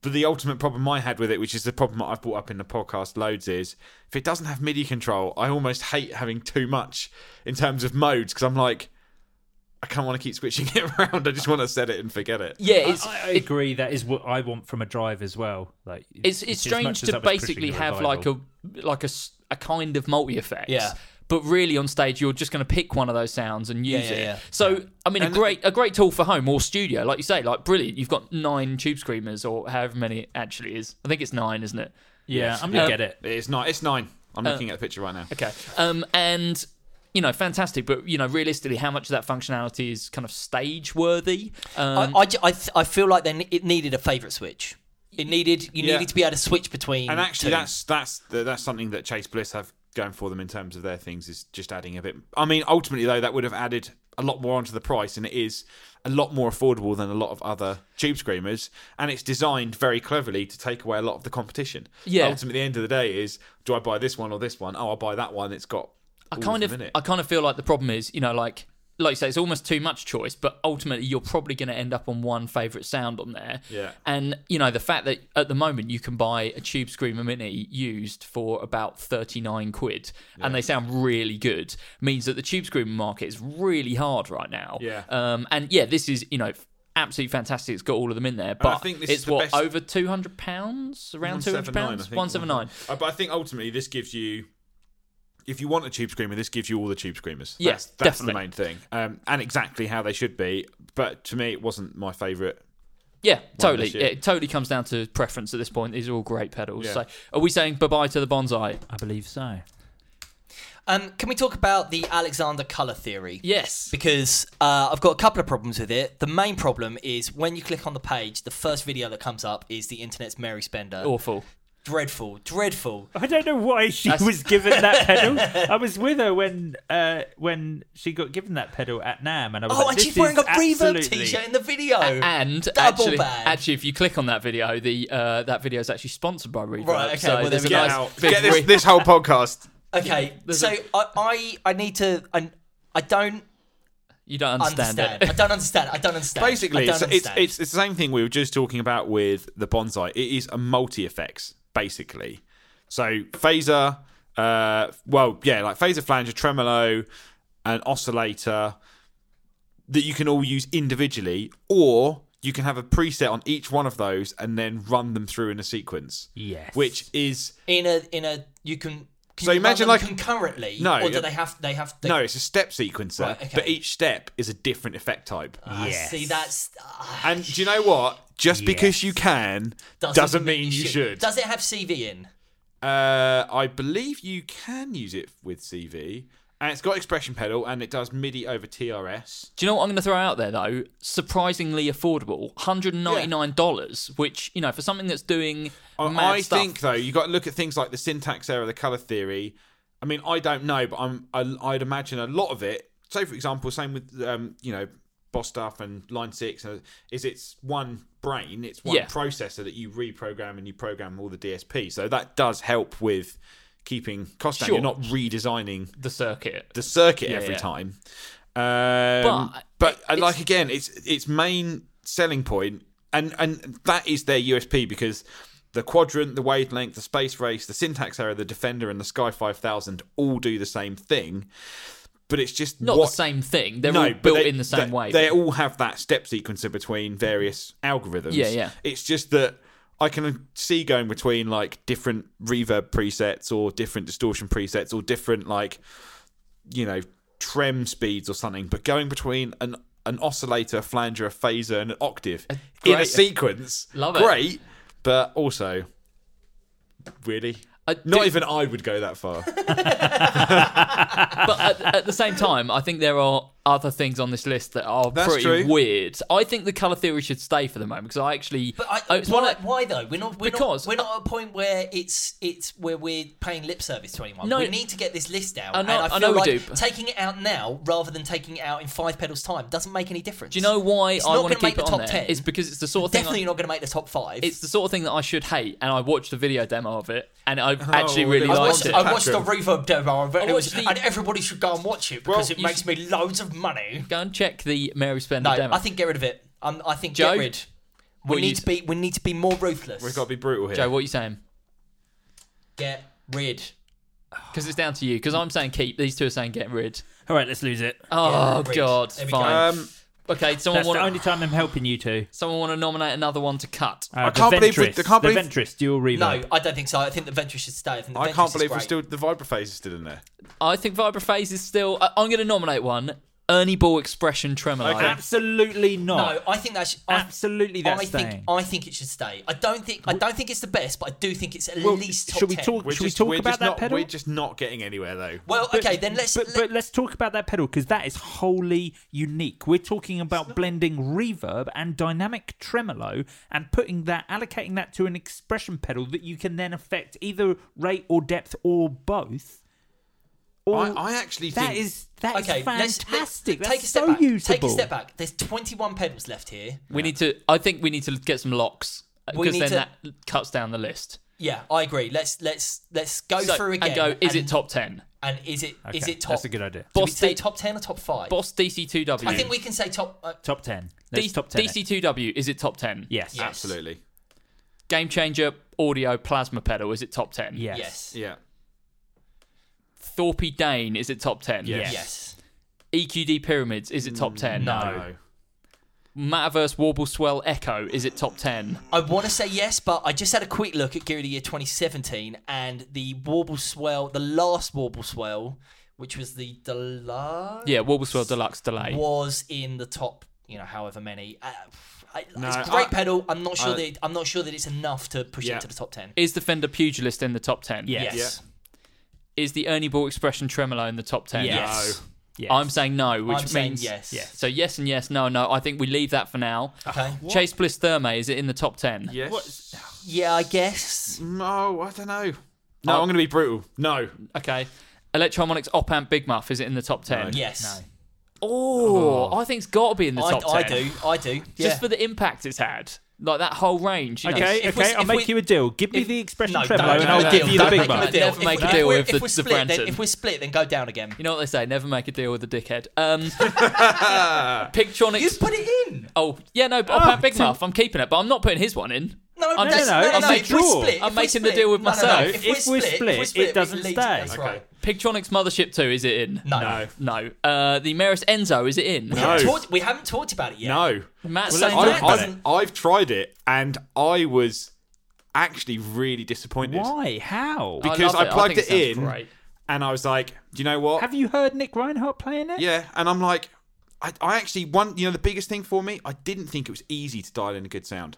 But the ultimate problem I had with it, which is the problem that I've brought up in the podcast loads, is if it doesn't have MIDI control, I almost hate having too much in terms of modes because I'm like, I kind of want to keep switching it around. I just want to set it and forget it.
Yeah, it's
I, I
it-
agree. That is what I want from a drive as well. Like
it's,
as
it's strange
much as
to
that was pushing
basically
the
have
revival.
like a like a, s- a kind of multi effect.
Yeah.
But really, on stage, you're just going to pick one of those sounds and use
yeah,
it.
yeah.
So, I mean, a great a great tool for home or studio, like you say, like brilliant. You've got nine tube screamers or however many it actually is. I think it's nine, isn't it?
yeah. I'm gonna
Uh,
get it.
It's nine. It's nine. I'm looking at the picture right now.
Okay. Um, and you know, fantastic, but you know, realistically, how much of that functionality is kind of stage worthy? Um,
I, I, ju- I, th- I feel like then it needed a favorite switch. It needed you
Yeah.
needed to be able to switch between.
And actually,
two.
that's that's the, that's something that Chase Bliss have going for them in terms of their things is just adding a bit. I mean, ultimately though, that would have added a lot more onto the price, and it is a lot more affordable than a lot of other tube screamers, and it's designed very cleverly to take away a lot of the competition.
Yeah.
Ultimately, the end of the day is, do I buy this one or this one? Oh, I'll buy that one. It's got.
I kind of,
it.
I kind of feel like the problem is, you know, like like you say, it's almost too much choice, but ultimately you're probably going to end up on one favorite sound on there.
Yeah.
And you know, the fact that at the moment you can buy a Tube Screamer Mini used for about thirty nine quid, and they sound really good, means that the Tube Screamer market is really hard right now.
Yeah.
Um, and yeah, this is you know. Absolutely fantastic! It's got all of them in there, but
I think this
it's
is the
what
best-
over two hundred pounds, around two hundred pounds, one seven nine.
Uh, But I think ultimately this gives you, if you want a tube screamer, this gives you all the tube screamers.
Yeah,
that's, that's the
definitely.
main thing, um, and exactly how they should be. But to me, it wasn't my favourite.
Yeah, totally.
this year.
Yeah, it totally comes down to preference at this point. These are all great pedals.
Yeah.
So, are we saying bye bye to the bonsai?
I believe so.
Um, can we talk about the Alexander color theory?
Yes.
Because uh, I've got a couple of problems with it. The main problem is when you click on the page, the first video that comes up is the internet's Mary Spender.
Awful.
Dreadful, dreadful.
I don't know why she
That's-
was given that pedal. I was with her when uh, when she got given that pedal at Nam, and I was
Oh,
like,
and
"This
she's wearing a
is
reverb
absolutely-
t-shirt in the video.
And
double
actually,
bad.
actually, if you click on that video, the uh, that video is actually sponsored by Reverb.
Right, okay,
so
well, there
there's
we
a
go.
nice
Out.
big
Get this,
re-
this whole podcast.
okay, so I I I need to. I, I don't
you don't
understand.
understand,
I
it.
don't understand. I don't understand. I
Basically,
don't
it's, it's,
understand.
it's, it's the same thing we were just talking about with the bonsai. It is a multi effects, basically. So phaser, uh, well, yeah, like phaser, flanger, tremolo, an oscillator that you can all use individually, or you can have a preset on each one of those and then run them through in a sequence.
Yes.
Which is
in a in a you can. can
So
you run
imagine,
them
like-
concurrently.
No,
or do
yeah.
they have they have they,
no, it's a step sequencer,
Right, okay.
but each step is a different effect type.
Ah,
Yes.
See, that's ah,
And do you know what? Just because you can doesn't, mean you should.
Does it have CV in?
Uh, I believe you can use it with CV, and it's got expression pedal, and it does MIDI over TRS.
Do you know what I'm going to throw out there though? Surprisingly affordable, $199, which you know for something that's doing
I-
mad
I
stuff.
think though you got to look at things like the syntax error, the color theory. I mean, I don't know, but I'm I, I'd imagine a lot of it. So, for example, same with um, you know boss stuff and line six uh, is it's one brain, it's one
Yeah.
processor that you reprogram and you program all the DSP. So that does help with keeping cost down.
Sure.
You're not redesigning
the circuit.
the circuit
Yeah,
every
yeah.
time. Um,
But-
but
it's-
like again, it's its main selling point, and and that is their USP because the quadrant, the wavelength, the space race, the syntax error, the defender, and the Sky Five Thousand all do the same thing. But it's just
Not
what-
the same thing. They're
no,
all
but
built
they-
in the same
they,
way.
They all have that step sequencer between various algorithms.
Yeah, yeah.
It's just that I can see going between like different reverb presets or different distortion presets or different like you know trem speeds or something, but going between an an oscillator, a flanger, a phaser, and an octave in a
great-
sequence.
Love it.
Great, but also really.
I
Not
do-
even I would go that far.
but at, at the same time, I think there are other things on this list that are
That's
pretty
true.
weird. I think the color theory should stay for the moment because I actually.
But I,
oh,
why,
it's one of-
why though? We're not we're
Because-
not, we're not at a point where it's it's where we're paying lip service to anyone.
No.
we need to get this list out.
I know-
and I,
I
feel
know we
like
do, but-
Taking it out now rather than taking it out in five pedals time doesn't make any difference.
do you know why
It's
I
not
want to
gonna make
keep it
the
on
top
there?
10.
It's because it's the sort of thing. I-
Definitely not going to make the top five.
it's the sort of thing that I should hate, and I watched the video demo of it, and I actually
well,
really
then
liked
I
Oh, I
watched,
watched
it.
I watched the reverb demo of it, and, it was,
watched the-
and everybody should go and watch it because it
you
makes
should-
me loads of money.
Go and check the Mary Spender
No,
demo.
I think get rid of it. Um, I think
Joe?
get rid. We
What you
need to be we need to be more ruthless.
We've got to be brutal here.
Joe, what are you saying?
get rid.
Because it's down to you. Because I'm saying keep. These two are saying get rid.
All right, let's lose it.
Oh
rid.
God,
There we go.
fine.
um,
okay, someone
That's
want
the
to
only time I'm helping you two.
someone want to nominate another one to cut.
Uh,
I
the
can't believe we-
Ventress,
I can't
the
believe-
Ventress dual reverb.
No, I don't think so. I think the Ventress should stay. I, think the
I
Ventress
can't
is
believe we're
great.
still the vibraphase is still in there.
I think Vibrophase is still. I- I'm going to nominate one. Ernie Ball expression tremolo.
Absolutely
No,
not.
I think that's
Absolutely,
I,
that's
I think
staying.
I think it should stay. I don't think I don't think it's the best, but I do think it's at least top
should we
10.
talk?
We're
Should
just-
we talk
we're
about
just
that
not,
pedal?
We're just not getting anywhere though.
Well,
But-
okay, then let's.
But,
let-
but let's talk about that pedal because that is wholly unique. We're talking about blending reverb and dynamic tremolo and putting that, allocating that to an expression pedal that you can then affect either rate or depth or both. Or
I, I actually
that
think
is that is
okay, let's-
fantastic.
Let's,
That's
take a step
so
back.
usable.
Take a step back. There's 21 pedals left here.
We need to. I think we need to get some locks
We
because
need
then
to-
that cuts down the list.
Yeah, I agree. Let's let's let's go
So-
through again
and go. Is it top ten?
And is it is
Okay,
it top?
That's a good idea.
Should we
Boss
say
D-
top 10 or top five?
Boss DC2W.
I think we can say top. Uh,
Top ten. Let's
D-
top ten. it.
DC2W. Is it top ten?
Yes.
Yeah.
absolutely.
Game changer audio plasma pedal. Is it top ten?
Yes.
yes. Yes.
Yeah.
Thorpey Dane. Is it top ten?
Yes.
EQD pyramids. Is it top ten?
Mm, No.
Mataverse Warble Swell Echo. Is it top ten?
I want to say yes, but I just had a quick look at Gear of the Year 2017 and the Warble Swell, the last Warble Swell, which was the Deluxe,
Yeah. Warble Swell Deluxe Delay.
was in the top, you know, however many. Uh, I,
No,
it's a great
I-
pedal. I'm not sure
I-
that I'm not sure that it's enough to push
Yeah.
it to the top ten.
Is the Fender Pugilist in the top ten?
Yes.
Yes.
is the Ernie Ball expression tremolo in the top 10?
Yes. Yes.
I'm saying no, which
I'm saying
means
yes. Yes.
So yes and yes, no, no. I think we leave that for now.
Okay.
Chase Bliss Therme, is it in the top 10?
Yes.
Yeah, I guess.
No, I don't know. No, I'm going to be brutal. No.
Oh, Okay. Electromonics Op Amp Big Muff, is it in the top 10?
Yes.
Oh, I think it's got to be in the
I,
top 10.
I do. I do. Yeah.
Just for the impact it's had. Like that whole range. You know.
Okay,
If we-
okay, I'll
if
make
we-
you a deal. Give me
if-
the expression
No,
tremolo,
don't,
and
no,
I'll
no,
give
no,
you the
don't
big
make
bucks.
a deal.
Never
If
make
we-
a deal
if we-
with the-
If we're
the
split, then
Branton.
if we're split, then go down again.
You know what they say, never make a deal with a dickhead. Um, Pictronics.
You put it in.
Oh, yeah, no, but
Ah,
Op Amp Big Muff, I'm keeping it, but I'm not putting his one in.
No,
I'm
that's-
just-
no, it's a
if we
draw.
split-
I'm
if we
making the
split-
deal with
no, no, no,
myself.
If, we're
If we're
split,
split, it
we
doesn't stay.
lead- That's
Okay.
right.
Pictronics Mothership 2, is it in?
No.
No.
No. Uh, the Maris Enzo, is it in?
We haven't talked- we haven't talked about it yet.
No.
Matt's
Well,
saying
let's
no.
talk
I,
about
I, I've tried it and I was actually really disappointed.
Why? How?
I
Because
love
I,
it. I
plugged
think
it,
it
in
sounds great.
and I was like, do you know what?
Have you heard Nick Reinhardt playing it?
Yeah, and I'm like, I, I actually one, you know, the biggest thing for me, I didn't think it was easy to dial in a good sound.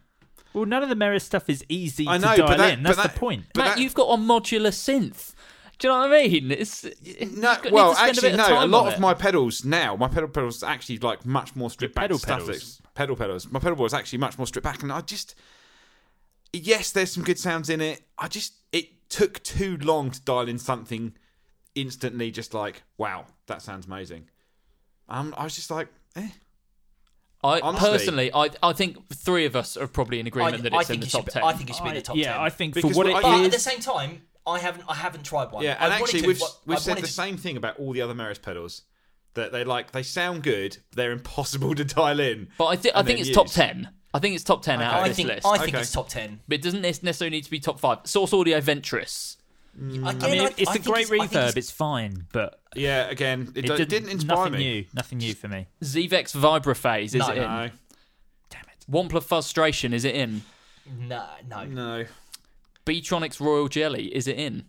Well, none of the Maris stuff is easy
I know,
to
but
dial
that-
in.
but
That's
that-
the point.
but
Matt,
that-
you've got a modular synth. Do you know what I mean? It's
No,
you've got-
well,
need to spend
actually,
a bit of
no. A
time
lot
on
of
it.
my pedals now, my pedal pedals are actually like much more stripped back
pedal
stuff.
pedals.
that's- Pedal pedals. My pedal board is actually much more stripped back, and I just, yes, there's some good sounds in it. I just, it took too long to dial in something instantly. Just like, wow, that sounds amazing. Um, I was just like, eh.
I
Honestly.
personally, I I think three of us are probably in agreement that
I
it's in
think
the
it should
top
be-
ten.
I think it should be in the top
yeah,
ten.
I think
Because
for what
what
it
I-
But at
is,
the same time, I haven't. I haven't tried one.
Yeah,
I
and
wanted
actually,
to,
we've
but
we've
I
said
wanted
the
to-
same thing about all the other Maris pedals that they like they sound good, they're impossible to dial in.
but I, thi- I
and
think
then
it's top
use.
ten. I think it's top ten out of
I
this
think.
list.
I think
Okay.
it's top ten.
But it doesn't nec- necessarily need to be top five. Source Audio Ventress.
Again,
I mean,
I-
it's
I
a
think
great
I think
reverb. It's, fine, but
Yeah, again, it,
it,
do-
didn't,
didn't inspire
nothing
me.
new. Nothing new for me.
Zvex Vibraphase, is
No,
it in?
No,
Wampler Frustration, is it in?
No, no.
no.
Beatronics Royal Jelly, is it in?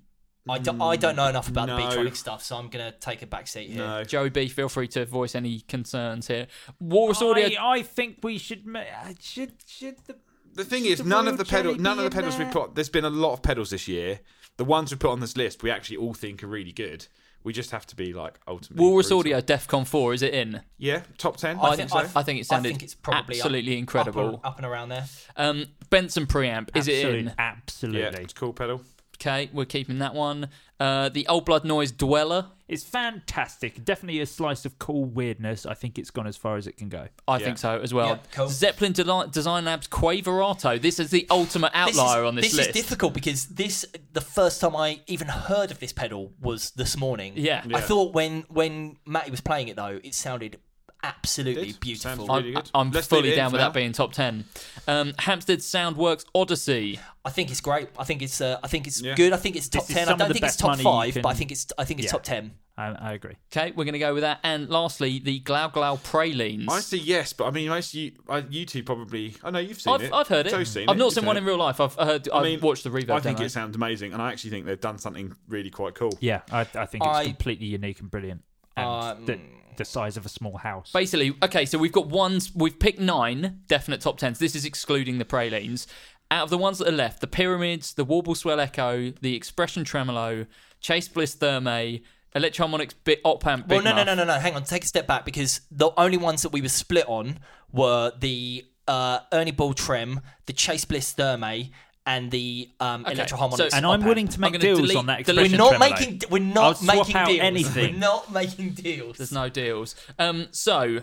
I, do, I don't know enough about
Mm, No.
the Beatronic stuff, so I'm gonna take a back seat here.
No.
Joey B, feel free to voice any concerns here. Walrus Audio.
I, I think we should. ma- uh, Should should the
The thing
should
is,
the
none
Royal
of the pedal,
Jelly
none
be
of the
in
pedals we
there?
put. There's been a lot of pedals this year. The ones we put on this list, we actually all think are really good. We just have to be like ultimately.
Walrus
brutal.
Audio DEFCON 4, is it in?
Yeah, top ten.
I
I think
think
so.
I think it sounded
I think it's probably up-
absolutely
up
incredible.
and- up and around there.
Um, Benson Preamp, is it
Absolute-
in?
yeah,
Absolutely,
it's a cool pedal.
Okay, we're keeping that one. Uh, the Old Blood Noise Dweller,
it's fantastic. Definitely a slice of cool weirdness. I think it's gone as far as it can go.
I think so as well.
Yeah, cool.
Zeppelin Deli- Design Labs Quaverato. This is the ultimate outlier
is,
on this,
this
list.
is difficult because this the first time I even heard of this pedal was this morning.
Yeah. Yeah.
I thought when when Matty was playing it though, it sounded absolutely
Did?
beautiful.
Sounds really
I'm,
good.
I'm
Let's
fully
leave it in
down
for
with
now.
that being top ten. Um, Hampstead Soundworks Odyssey.
I think it's great. I think it's uh, I think it's
Yeah.
good. I think it's top
is
ten.
some
I
of
don't
the
think it's
best
top
money you
five, but I
can-
think it's I think it's
Yeah.
top ten.
I, I agree.
Okay, we're going to go with that. And lastly, the Glau Glau Pralines.
I say yes, but I mean, most you, I, you two probably. I know you've seen
I've,
it.
I've heard it.
Joe's seen
I've
it.
not
You've
seen one
it.
in real life. I've heard. I've watched the reverb.
I think
demo.
it sounds amazing, and I actually think they've done something really quite cool.
Yeah, I, I think it's
I-
completely unique and brilliant, and the, the size of a small house.
Basically, okay, so we've got ones, we've picked nine definite top tens. This is excluding the pralines. Out of the ones that are left, the pyramids, the warble swell echo, the expression tremolo, chase bliss thermae, electromonics bit op amp.
Well,
Big
no, no,
Muff.
no, no, no. Hang on, take a step back because the only ones that we were split on were the uh, Ernie Ball Trem, the Chase Bliss Thermae, and the um, Electro Harmonics.
so-
and I'm
op-amp.
willing to
I'm
make
gonna
deals
delete-
on that.
delete-
We're
expression
not
tremolo.
making. We're
I'll
not
swap
making
out
deals.
anything.
We're not making deals.
There's no deals. Um, so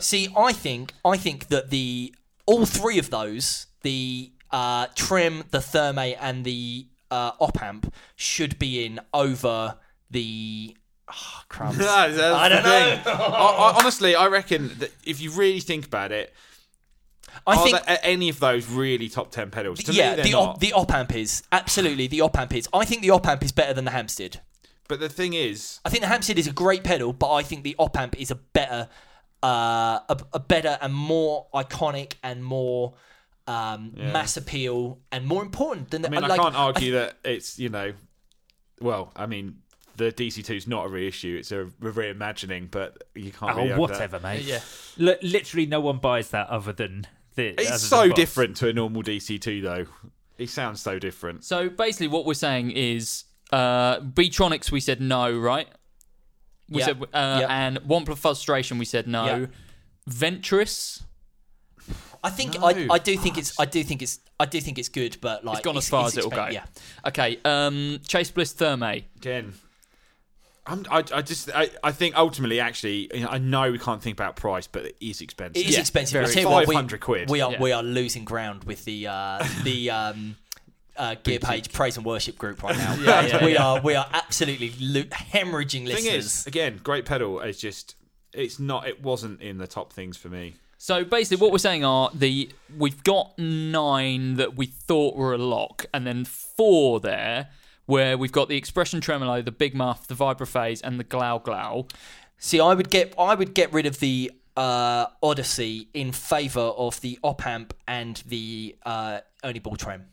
See, I think I think that the all three of those, the uh, Trim, the Thermae, and the uh, op amp, should be in over the. Oh, crumbs.
I
don't
know. I, I, honestly, I reckon that if you really think about it,
I
are
think
there any of those really top ten pedals? To
yeah,
me, they're
the
not.
op, the op amp is absolutely the op amp is. I think the op amp is better than the Hampstead.
but the thing is,
I think the Hampstead is a great pedal, but I think the op amp is a better, uh, a, a better and more iconic and more um, mass appeal and more important than the.
I mean,
like,
I can't argue that it's you know, well, I mean, the DC 2s not a reissue; it's a reimagining, but you can't. really
Oh,
argue that.
whatever, mate.
yeah,
Li- literally, no one buys that other than the. other than
It's so
Vox.
different to a normal DC2, though. It sounds so different.
so basically, what we're saying is Uh, Beatronics, we said no, right? We
Yeah.
said, uh,
Yeah.
And Wampler Frustration, we said no.
Yeah.
Ventress,
I think
No.
I, I do think it's I do think it's I do think it's good, but like
it's gone as far as
it's
it'll go.
expen- Yeah,
Okay. Um, Chase Bliss Thermae.
again. I'm, I, I just I, I think ultimately actually you know, I know we can't think about price but it is expensive.
it is expensive. I
very
tell you what, we-
500 quid.
We are
Yeah.
we are losing ground with the uh, the um, uh, Gear Page Praise and Worship group right now.
yeah,
we
yeah.
are we are absolutely lo- hemorrhaging
Thing
listeners.
is, again, great pedal is just it's not it wasn't in the top things for me.
So basically, what we're saying are the we've got nine that we thought were a lock, and then four there where we've got the expression tremolo, the big muff, the vibrophase, and the glau glau.
See, I would get I would get rid of the uh, Odyssey in favour of the op amp and the uh, only ball tram.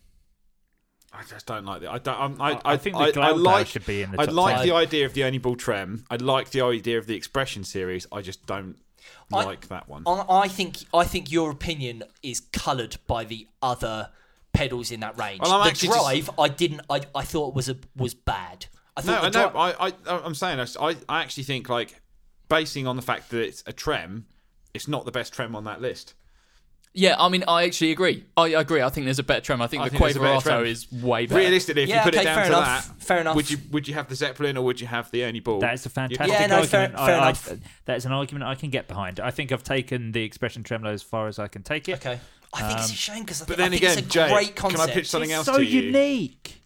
I just don't like that. I don't. I'm, I, I,
I think the
I, I
Glendale
like,
should be in the
I
top
like
ten.
the idea of the only ball trem. I like the idea of the expression series. I just don't
I-
like that one.
I, I think I think your opinion is coloured by the other pedals in that range.
Well, I'm
the
actually just-
drive, I didn't. I, I thought was a was bad. I
no,
thought
I
the
know.
dri-
I, I, I'm saying I, I actually think like basing on the fact that it's a trem, it's not the best trem on that list.
Yeah, I mean, I actually agree. I agree. I think there's a better trem. I think
I
the
think there's a better
Quaverato
trem.
is way better.
Realistically, if
Yeah,
you put
okay,
it down
fair
to
enough,
that,
fair enough.
Would you would you have the Zeppelin or would you have the only ball?
That is a fantastic
Yeah, no, fair-
argument. I-
fair
I-
enough.
that is an argument I can get behind. I think I've taken the expression tremolo as far as I can take it.
okay. I think it's a shame because I, think
But then
I think
again,
it's a
Jay,
great
can
concept.
I pitch something else
so
to you?
unique.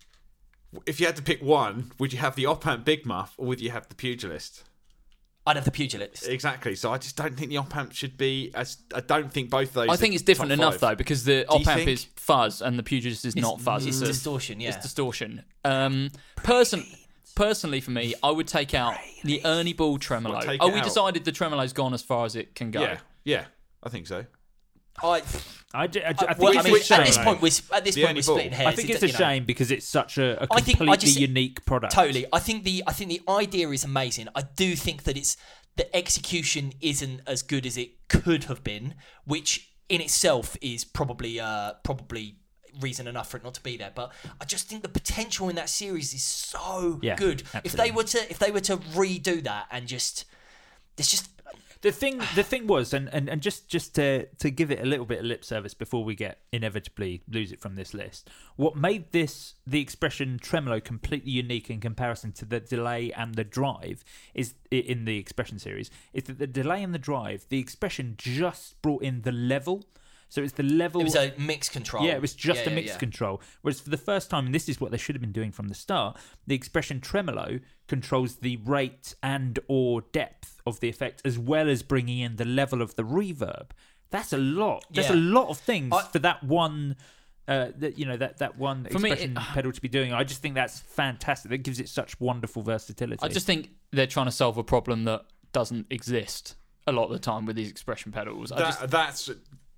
If you had to pick one, would you have the op amp Big Muff or would you have the Pugilist?
I'd have the pugilist.
Exactly. So I just don't think the op amp should be. As, I don't think both those.
I think it's different enough though because the
you
op amp
think?
is fuzz and the pugilist is not fuzz.
It's
a-
distortion. Yeah.
It's distortion. Um, person, personally, for me, I would take out the Ernie Ball tremolo.
Well, take
oh,
it
we
out.
decided the tremolo's gone as far as it can go.
Yeah, yeah, I think so.
I,
I, do, I, do- I think
well, I
it's
mean,
a shame.
at this point, we're s- at this
The
point
only
we're
ball.
splitting hairs.
I think
It
it's
do-
a
you know.
shame because it's such a, a
I think- I
completely
just-
unique product.
Totally. I think the I think the I think the idea is amazing. I do think that it's the execution isn't as good as it could have been, which in itself is probably uh probably reason enough for it not to be there. But I just think the potential in that series is so
Yeah,
good. If they
absolutely.
were to if they were to redo that and just there's just
The thing, the thing was, and, and, and just just to to give it a little bit of lip service before we get inevitably lose it from this list. What made this the expression tremolo completely unique in comparison to the delay and the drive is i- in the expression series is that the delay and the drive, the expression just brought in the level. So it's the level.
it was a mix control.
Yeah, it was just
Yeah,
a
yeah,
mix
yeah.
control. Whereas for the first time, and this is what they should have been doing from the start, the expression tremolo controls the rate and or depth of the effect, as well as bringing in the level of the reverb. That's a lot. That's a
Yeah.
lot of things
I-
for that one. Uh, that you know that that one
For me, it-
expression pedal to be doing. I just think that's fantastic. That gives it such wonderful versatility.
I just think they're trying to solve a problem that doesn't exist a lot of the time with these expression pedals. I
That,
just,
That's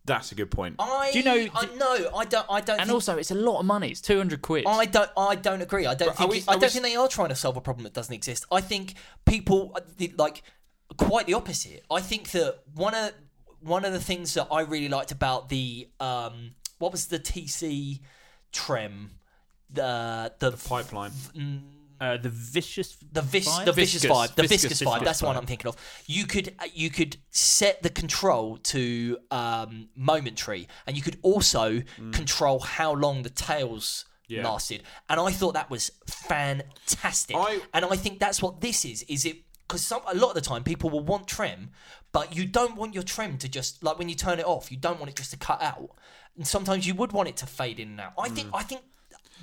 that's a good point.
I,
Do you know-
I no, I don't. I don't.
and
think-
also, it's a lot of money. It's 200 quid.
I don't. I don't agree. I don't
are
think.
we-
it- I
are
don't
we s-
think they are trying to solve a problem that doesn't exist. I think people uh, the- like quite the opposite. I think that one of one of the things that I really liked about the um, what was the TC trem the the
Pipeline.
Mm.
uh, the vicious,
the, vis-
vibe?
the vicious vibe, the viscous,
Viscous
vibe.
vibe.
That's the one I'm thinking of. You could uh, you could set the control to um, momentary, and you could also
Mm.
control how long the tails lasted. And I thought that was fantastic.
I-
and I think that's what this is. Is it? Because a lot of the time people will want trim, but you don't want your trim to just like when you turn it off, you don't want it just to cut out. And sometimes you would want it to fade in and out. I think I think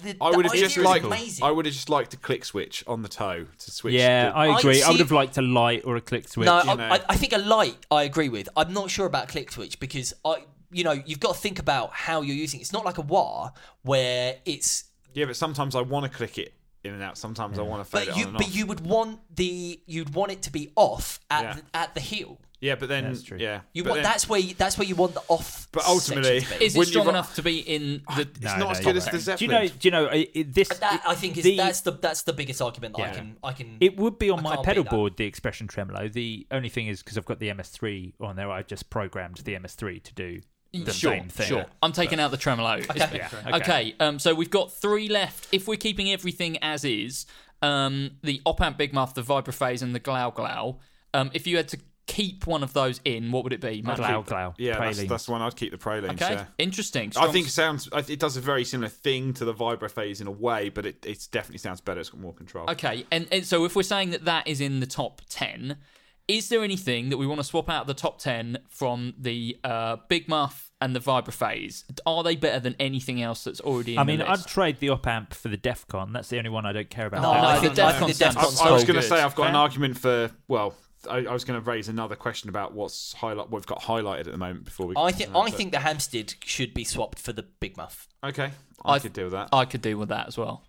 the,
Mm. I
the
would have
idea
just
is
liked.
amazing.
I would have just liked to click switch on the toe to switch.
Yeah,
the-
I
I
agree. I, would
see-
have liked a light or a click switch.
No,
you
I,
know.
I, I think a light. I agree with. I'm not sure about click switch because I, you know, you've got to think about how you're using. it. It's not like a wah where it's.
yeah, but sometimes I want to click it in and out. Sometimes I want to fade
But
it
you,
on and
but
off.
you would want the, you'd want it to be off at
Yeah.
the, at the heel.
yeah, but then
That's true.
yeah,
You
but
want
then-
that's where you, that's where you want the off.
But ultimately-
section to be.
is it
Wouldn't you
strong
ra-
enough to be in the.
It's not as
no,
good
no.
as the
Do you
Zeppelin.
know? Do you know I- I- this?
that I think is
the-
that's the that's the biggest argument that I
Yeah.
can I can.
It would be on
I
my
can't
pedal
beat that.
board, the expression tremolo. The only thing is because I've got the MS3 on there, I've just programmed the MS3 to do.
Mm,
the
Mm, sure,
same thing.
Sure. I'm taking out the tremolo. Okay.
Okay.
um, so we've got three left. If we're keeping everything as is, um, the Opamp Big Muff, the Vibraphase, and the Glau Glau, um, if you had to keep one of those in, what would it be? Matt?
Glau glau.
Yeah, that's,
praline.
that's the one I'd keep the pralines.
Okay,
Yeah.
interesting.
I
Strong-
think it sounds. I- It does a very similar thing to the vibrophase in a way, but it, it definitely sounds better. It's got more control.
Okay, and, and so if we're saying that that is in the top 10, is there anything that we want to swap out of the top 10 from the uh, Big Muff and the Vibraphase? Are they better than anything else that's already in
I mean,
the
I'd
list?
trade the op amp for the DefCon. That's the only one I don't care about.
No,
That-
I
no,
think-
the
I
Defcon
think the
sounds
Defcon's
I was
so
going to
good.
say I've got an argument for. Well, I, I was going to raise another question about what's highlight. What we've got highlighted at the moment before we.
I think
uh,
I
but-
think the Hampstead should be swapped for the Big Muff.
Okay, I,
I-
could deal with that.
I could deal with that as well.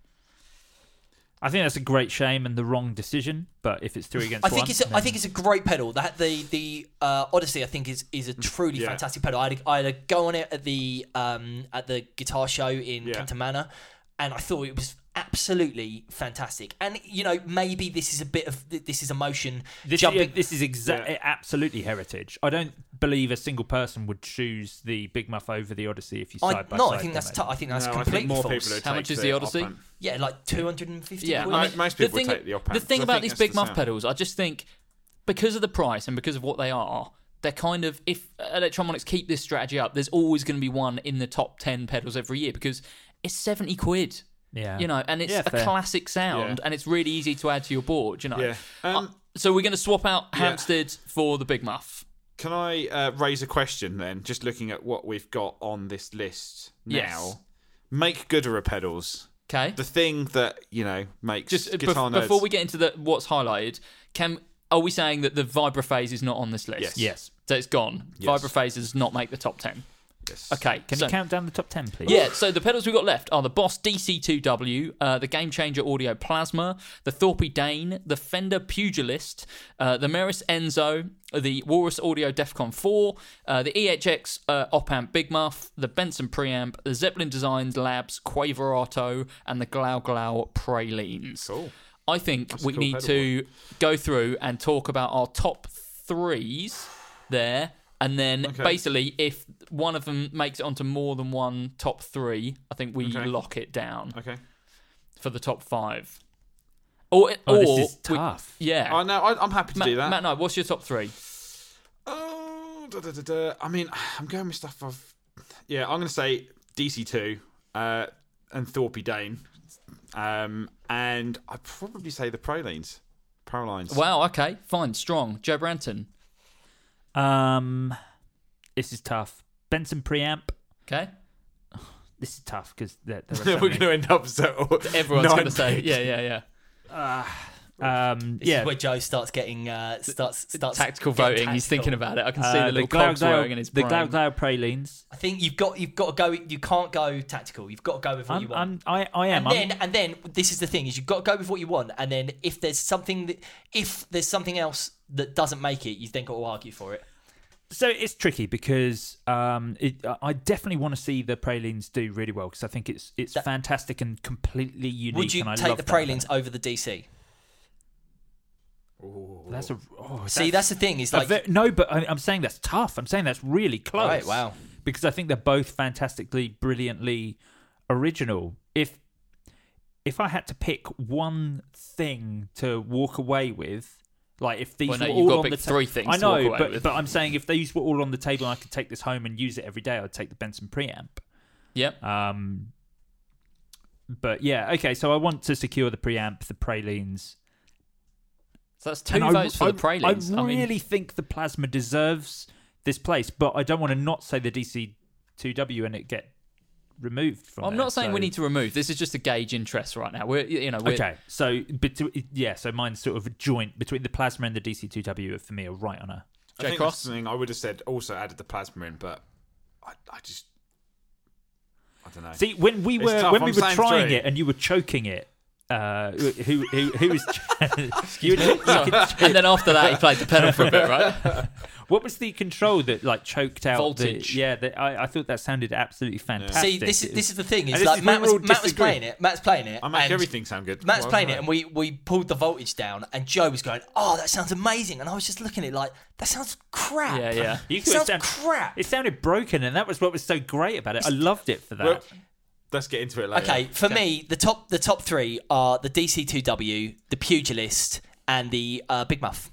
I think that's a great shame and the wrong decision. But if it's three against
I think
one,
it's a, I think it's a great pedal. That the the uh, Odyssey I think is is a truly
Yeah.
fantastic pedal. I had, a, I had a go on it at the um at the guitar show in
Yeah.
Kempton Manor, and I thought it was absolutely fantastic. And you know maybe this is a bit of this is emotion
This,
jumping.
yeah, this is exactly
Yeah.
absolutely heritage. I don't believe a single person would choose the Big Muff over the Odyssey if you
I,
side by
no,
side.
I
them,
think that's
mate.
t- I think that's
No, I
completely
think more
false.
people would
How
take
much is
the
the Odyssey?
op-amp.
Yeah, like two hundred and fifty.
Yeah,
Mo- most people
the thing,
would take the op-amp,
The thing
so I
about
think
these
that's
big
the
muff
sound.
pedals, I just think because of the price and because of what they are, they're kind of if electronics keep this strategy up, there's always going to be one in the top ten pedals every year because it's seventy quid.
Yeah.
you know, and it's
Yeah,
a
fair.
classic sound,
Yeah.
and it's really easy to add to your board. You know,
Yeah. Um,
Uh, so we're going to swap out Hampstead for the big muff.
Can I uh, raise a question then? Just looking at what we've got on this list now.
Yes.
Make Gooder pedals.
Okay,
The thing that you know makes
just uh,
guitar
bef-
nerds-
before we get into the what's highlighted, can are we saying that the vibraphase is not on this list?
Yes.
Yes.
So it's gone.
Yes.
Vibraphase does not make the top ten.
Yes.
Okay.
Can
so-
you count down the top ten, please?
Yeah, so the pedals we've got left are the Boss DC2W, uh, the Game Changer Audio Plasma, the Thorpe Dane, the Fender Pugilist, uh, the Maris Enzo, the Walrus Audio Defcon 4, uh, the EHX uh, Op Amp Big Muff, the Benson Preamp, the Zeppelin Designs Labs Quaverato, and the Glau Glau Pralines.
Cool.
I think we
cool
need
pedal
to go through and talk about our top threes there. And then basically, if one of them makes it onto more than one top three, I think we
Okay.
lock it down
Okay.
for the top five. Or,
Oh,
or
this is
we-
tough.
yeah.
Oh no, I, I'm happy to
Matt,
do that.
Matt Knight, what's your top three?
Oh, da, da, da, da. I mean, I'm going with stuff I've. Yeah, I'm going to say DC2 uh, and Thorpe Dane. Um, and I'd probably say the Prolines. Prolines.
Wow, okay, fine, strong. Joe Branton,
Um, this is tough. Benson preamp.
okay?
This is tough because there, there are so
We're going
many.
to end up so.
Everyone's
nine
going to say,
picks.
yeah, yeah, yeah.
Um,
This
yeah.
is where Joe starts getting uh, starts starts
Tactical
getting
voting, he's
tactical.
thinking about it. I can
Uh,
see the little cogs
Glau-
whirring in his
the Glau
brain.
Glau pralines.
I think you've got you've got to go. You can't go tactical. You've got to go with what you
I'm,
want.
I'm, I, I am.
and
I'm-
then and then this is the thing is you've got to go with what you want and then if there's something that if there's something else that doesn't make it you've then got to argue for it
so it's tricky because um, it, I- I definitely want to see the pralines do really well because I think it's it's
That-
fantastic and completely unique.
would you
and I
take
love
the
that about
pralines over the dc
it. That's a oh,
see that's the thing is
a
like
ve- no, but I, I'm saying that's tough. I'm saying that's really close.
Right, wow.
Because I think they're both fantastically, brilliantly original. If if I had to pick one thing to walk away with, like if these
Well, no,
were
you've
all
gotta
on
pick
the ta-
three things
I
to walk
know,
away
but
with.
but I'm saying if these were all on the table and I could take this home and use it every day, I'd take the Benson preamp.
Yep.
Um, but yeah, okay. So I want to secure the preamp, the pralines,
So that's two
and I-
votes
I,
for the pralines.
I,
I mean-
really think the plasma deserves this place, but I don't want to not say the DC2W and it get removed from.
I'm
there,
not saying
so-
we need to remove. This is just to gauge interest right now. We're you know we're,
Okay, so between yeah, so mine's sort of a joint between the plasma and the DC2W are for me are right on a.
I
Jay
think
Cross?
that's something I would have said also added the plasma in, but I, I just. I don't know.
See, when we
It's
were
tough,
when
I'm
we were
saying
trying
three.
it and you were choking it, uh, who who who is you would- you
Sorry.
could-
and then after that, he played the pedal for a bit, right?
what was the control that like choked out the-
Voltage.
yeah, the, I, I thought that sounded absolutely fantastic.
See, this is this is the thing.
And
Is
this
like
is where
Matt
we
was
all
Matt was
disagree.
playing it. Matt's playing it.
I make
and
everything sound good.
Matt's
Well,
playing
right.
it, and we we pulled the voltage down, and Joe was going, "Oh, that sounds amazing," and I was just looking at it like, "That sounds crap."
Yeah, yeah.
You
sounds
sound-
crap.
It sounded broken, and that was what was so great about it. I loved it for that.
Well, let's get into it later.
Okay, for me, the top the top three are the DC2W, the Pugilist, and the uh, Big Muff.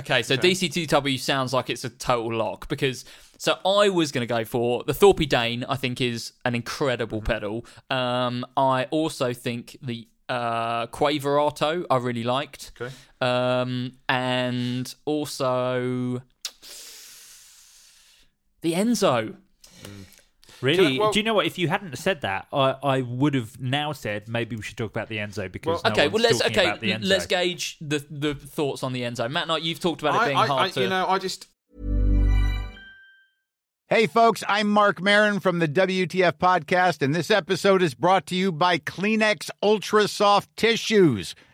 Okay, so DC2W sounds like it's a total lock because. So I was going to go for the Thorpe Dane. I think is an incredible pedal. Um, I also think the uh, Quaverato I really liked.
Okay.
Um, and also the Enzo.
Really?
Can I- well-
Do you know what? If you hadn't said that, I, I would have now said maybe we should talk about the Enzo because
Well-
no
Okay,
one's
well let's
talking
okay
about the Enzo.
let's gauge the the thoughts on the Enzo. Matt, Knight, you've talked about it
I,
being
I,
hard
I,
to.
you know, I just
Hey, folks, I'm Mark Marin from the WTF Podcast, and this episode is brought to you by Kleenex Ultra Soft Tissues,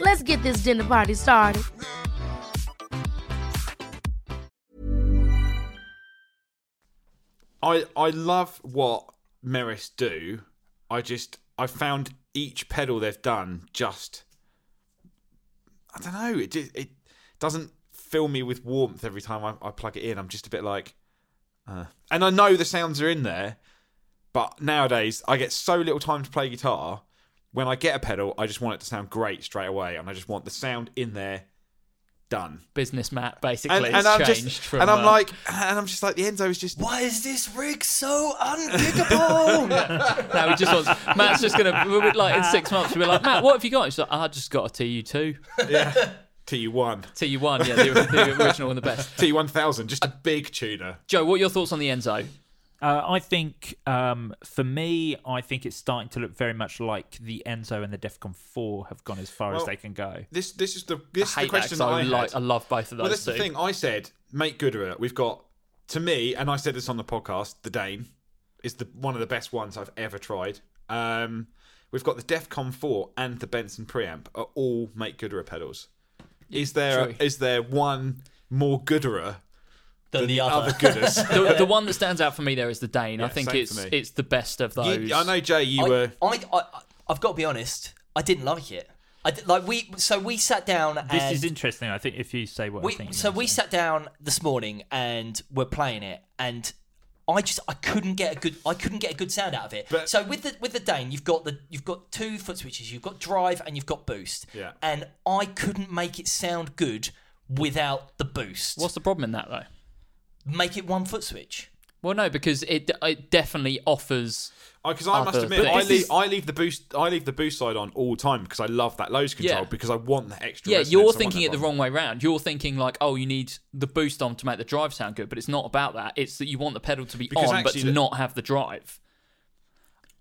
Let's get this dinner party started.
I I love what Meris do. I just I found each pedal they've done just I don't know. It just, it doesn't fill me with warmth every time I, I plug it in. I'm just a bit like, uh. and I know the sounds are in there, but nowadays I get so little time to play guitar. When I get a pedal, I just want it to sound great straight away, and I just want the sound in there done.
business Matt basically
And,
has
and I'm
changed
just,
from
and I'm
uh,
like, and I'm just like the Enzo is just
Why is this rig so unpickable?
No, he just wants. Matt's just gonna we'll be like in six months. We'll be like, Matt, what have you got? He's like, "Ah, I just got a TU two,
TU one.
TU one. Yeah, the, the original and the best.
T1000, just a big tuner.
Joe, what are your thoughts on the Enzo?
Uh, I think um, for me, I think it's starting to look very much like the Enzo and the Defcon 4 have gone as far as
Well,
they can go.
This this is the this
I hate
is the question
that, 'cause I
that I, had.
like- I love both of
Well,
those
that's
two.
the thing. I said make good of it. We've got to me, and I said this on the podcast. The Dane is the one of the best ones I've ever tried. Um, we've got the Defcon 4 and the Benson preamp are all make gooder pedals. Is there
true.
is there one more gooderer
Than the
other
other.
gooders?
The, the one that stands out for me there is the Dane. I
Yeah,
think
same for
it's
me.
it's the best of those.
You- I know Jay, you
I,
were
I, I, I've got to be honest. I didn't like it. I di- like we. So we sat down.
This
and
is interesting. I think if you say what I
we,
think.
so we sat down this morning and we're playing it and I just I couldn't get a good I couldn't get a good sound out of it.
But-
so with the with the Dane, you've got the you've got two foot switches, you've got drive and you've got boost.
Yeah.
And I couldn't make it sound good without the boost.
What's the problem in that though?
make it one foot switch.
Well, no, because it it definitely offers.
because I, must
other
admit I
things.
leave I leave the boost I leave the boost side on all the time because I love that lows control
Yeah.
because I want the extra.
Yeah,
resonance, I
you're
want
thinking
that
it the
bump.
wrong way round. You're thinking like, oh, you need the boost on to make the drive sound good, but it's not about that. It's that you want the pedal to be
Because
on, but
actually
to
the-
not have the drive.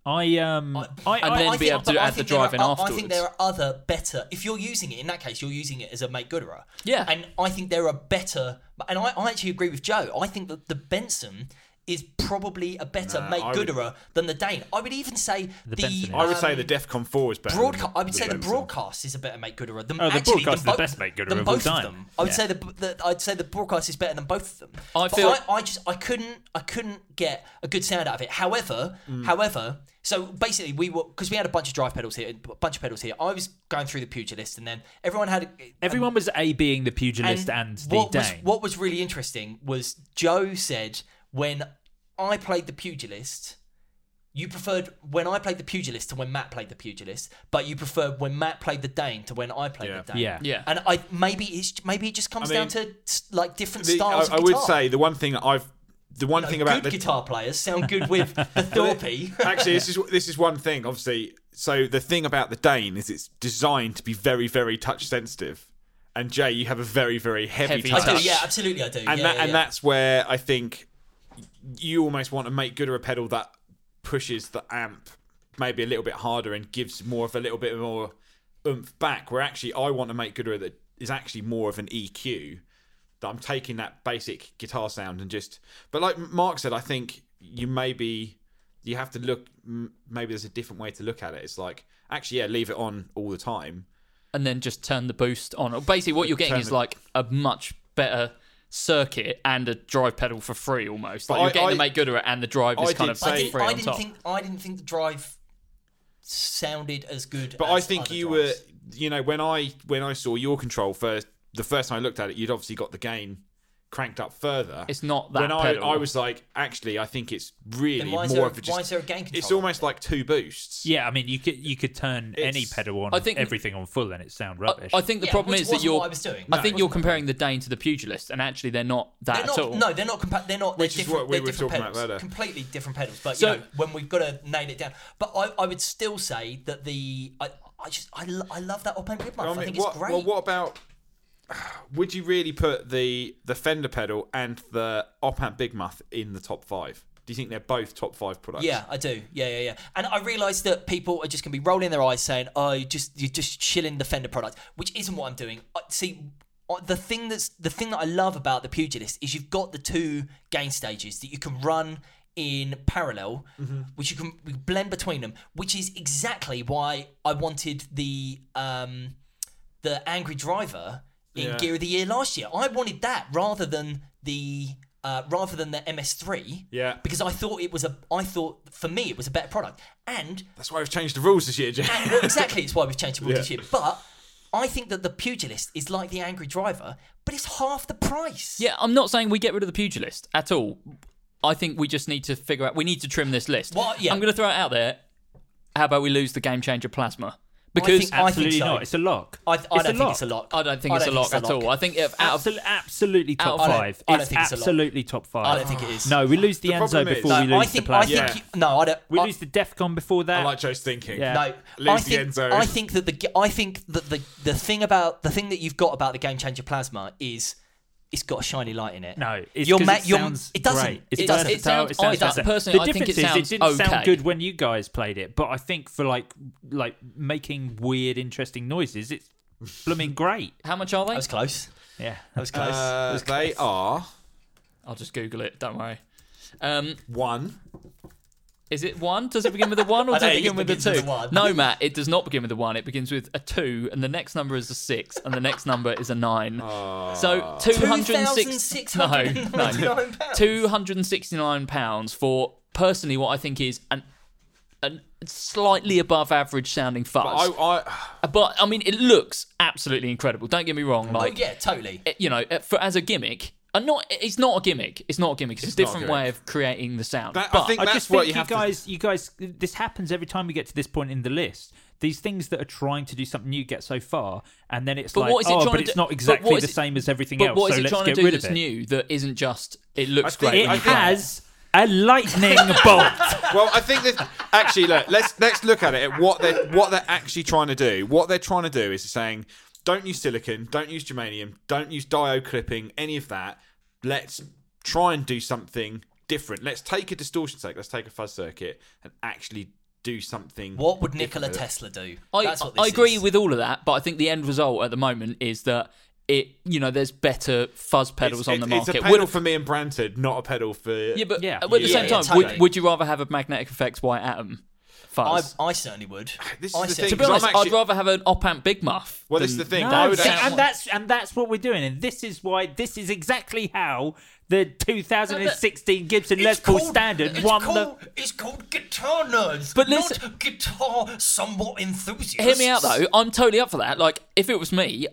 I um I, I,
and then
I
be
think-
able to
but
add the
think there
drive in
are- I think
afterwards.
there are other better. If you're using it in that case, you're using it as a make gooderer.
Yeah.
and I think there are better. And I, I actually agree with Joe. I think that the Benson is probably a better
Nah,
make
I would-
gooderer than the Dane. I would even say the,
Benson is.
I would say
um,
the DEFCON 4 is better. than
Broadca- I would say the
Benson.
broadcast is a better make gooder than
Oh, the
actually,
broadcast is the
than both-
best make-gooder
than
of all
both
time.
them. I would
Yeah.
say the, the I'd say the broadcast is better than both of them.
I
But
feel-
I, I just I couldn't I couldn't get a good sound out of it. However,
Mm.
however, so basically we were because we had a bunch of drive pedals here, a bunch of pedals here. I was going through the pugilist, and then everyone had
everyone was a being the pugilist and, the
what was,
Dane.
what was really interesting was Joe said when I played the pugilist, you preferred when I played the pugilist to when Matt played the pugilist, but you preferred when Matt played the Dane to when I played
Yeah.
the Dane.
Yeah.
Yeah.
And I maybe it's maybe it just comes
I
down
mean,
to s- like different
The-
styles.
I,
of
I would
guitar.
say the one thing that I've. The one
You know,
thing about
good
the
guitar players sound good with the thorpy.
Actually, this is this is one thing. Obviously, so the thing about the Dane is it's designed to be very, very touch sensitive. And Jay, you have a very, very heavy,
Heavy
touch.
I do, Oh, yeah, absolutely, I do.
and
yeah,
that
yeah,
and
yeah.
that's where I think you almost want to make good a pedal that pushes the amp maybe a little bit harder and gives more of a little bit more oomph back. Where actually I want to make good that is actually more of an EQ that I'm taking that basic guitar sound and just. But like Mark said, I think you maybe you have to look. m- Maybe there's a different way to look at it. It's like actually, yeah, leave it on all the time.
and then just turn the boost on. Basically, what you're getting
Turn
is
the-
like a much better circuit and a drive pedal for free almost. Like
But
you're
I-
getting the
I-
make good and the drive
I
is kind
did
of
say-
I
free
didn't, I
on
didn't
top.
think I didn't think the drive sounded as good.
But I
as
think
other
you
drives.
were, you know, when I when I saw your control first, the first time I looked at it, you'd obviously got the gain cranked up further.
It's not that
When I,
pedal.
I was like, actually, I think it's really
Then why
more
is there a-
of a just.
why is there a gain
It's
control
almost like two boosts.
yeah, I mean you could you could turn any
It's-
pedal on
I think-
everything on full and it sound
I,
rubbish.
I think the
Yeah,
problem
which
is that
wasn't
you're.
what I was doing.
I think you're comparing the Dane to the Pugilist, and actually they're not that
They're
at all.
not, no, they're not. Compa- they're not. They're
Which is
different,
what we
they're
were
different
talking about
pedals,
earlier.
Completely different pedals. But
So-
you know, when we've got to nail it down. But I, I would still say that the I, I just I, lo- I love that op amp
I
I,
mean,
think
what,
it's great.
Well, what about? Would you really put the the Fender pedal and the op amp Big Muff in the top five? Do you think they're both top five products?
yeah, I do. Yeah, yeah, yeah. And I realise that people are just going to be rolling their eyes, saying, "Oh, you just you're just chilling the Fender product," which isn't what I'm doing. I, see, I- the thing that's the thing that I love about the Pugilist is you've got the two gain stages that you can run in parallel, which you can you can blend between them, which is exactly why I wanted the um, the Angry Driver in
Yeah.
Gear of the Year last year. I wanted that rather than the uh, rather than the MS3.
Yeah.
Because I thought it was a I thought for me it was a better product. And
That's why we've changed the rules this year, Jay.
and well, exactly it's why we've changed the rules this
Yeah.
year. But I think that the pugilist is like the angry driver, but it's half the price.
Yeah, I'm not saying we get rid of the pugilist at all. I think we just need to figure out. We need to trim this list.
Well, yeah.
I'm going to throw it out there. How about we lose the game changer plasma?
I
Because
think,
I,
Absolutely
I think so.
not. It's a lock.
I, I don't
a
think
lock.
it's a lot.
don't think it's a lock at all. I think if out of
Absol- absolutely
out
top
of- I don't-
five.
I don't
it's
think it's a lock.
absolutely top five.
I don't think it is.
No, we lose the,
The
Enzo
problem is-
before
No,
we lose
I
the
think I
plasma.
think
Yeah.
you, no, I don't.
We
I-
lose the Defcon before that.
I like Joe's thinking.
Yeah.
No,
Lose
I
the
think,
Enzo.
I think that the g- I think that the the thing about the thing that you've got about the game changer plasma is it's got a shiny light in it.
No, it's
Your
'cause
ma-
it
your-
sounds
it doesn't.
great.
It
It's
doesn't.
It sounds-
versatile,
I- that's-
versatile.
personally,
the
I think it
difference is
sounds
it didn't
okay.
sound good when you guys played it, but I think for like like making weird, interesting noises, it's blooming great.
how much are
That
they?
was close.
Yeah,
That was close. That
Uh,
was
they are
I'll just Google it. Don't worry. Um,
one.
is it one? Does it begin with a one or does
I
it
know,
begin
it
with a
begins with
two?
a one.
No, Matt, it does not begin with a one. It begins with a two, and the next number is a six, and the next number is a nine.
Ah.
So two hundred and six. No, no.
£2,699.
two hundred and sixty-nine pounds for personally what I think is an an slightly above average sounding fuzz.
I,
But
I
I, mean, it looks absolutely incredible. Don't get me wrong. Like,
yeah, totally.
it- eh, you know, it- for, as a gimmick, and not eh, it's not a gimmick. It's not a gimmick. It's, a
It's not a
different
gimmick.
way of creating the sound.
That- I
but
think
I
that's
just
what
think
you
you,
have to-
guys, you guys, this happens every time we get to this point in the list. These things that are trying to do something new get so far, and then it's
But
like,
what is it
oh,
trying
but
to
it's
do-
not
but
exactly
what
the
is it-
same as everything
but
else.
what is
so
it
let's
trying to
get
do
rid
that's
of it.
new that isn't just it looks
think
great?
It
I
when you play
has a lightning bolt.
well, I think that actually look. Let's let's look at it. At what they are what they're actually trying to do. What they're trying to do is saying, don't use silicon, don't use germanium, don't use diode clipping, any of that. Let's try and do something different. Let's take a distortion circuit. Let's take a fuzz circuit and actually do something.
What would
different
Nikola
with it.
Tesla do?
I,
That's what this
I agree
is.
with all of that, but I think the end result at the moment is that it, you know, there's better fuzz pedals
It's-
on the
it's-
market.
It's a pedal
Would-
for me and Branted, not a pedal for.
yeah, but
Yeah.
but at the
Yeah,
same
yeah,
time,
totally.
would, would you rather have a magnetic effects white atom
I,
fuzz?
I certainly would.
This is
I
the
certainly
thing,
to be
I'm
honest,
actually-
I'd rather have an op amp big muff.
well, this is the thing.
No,
I would
see,
actually-
and that's and that's what we're doing, and this is why this is exactly how the 2016 Gibson Les Paul standard
it's
won
called,
the.
It's called guitar nerds,
But
but
listen-
not guitar somewhat enthusiasts.
Hear me out though. I'm totally up for that. Like, if it was me,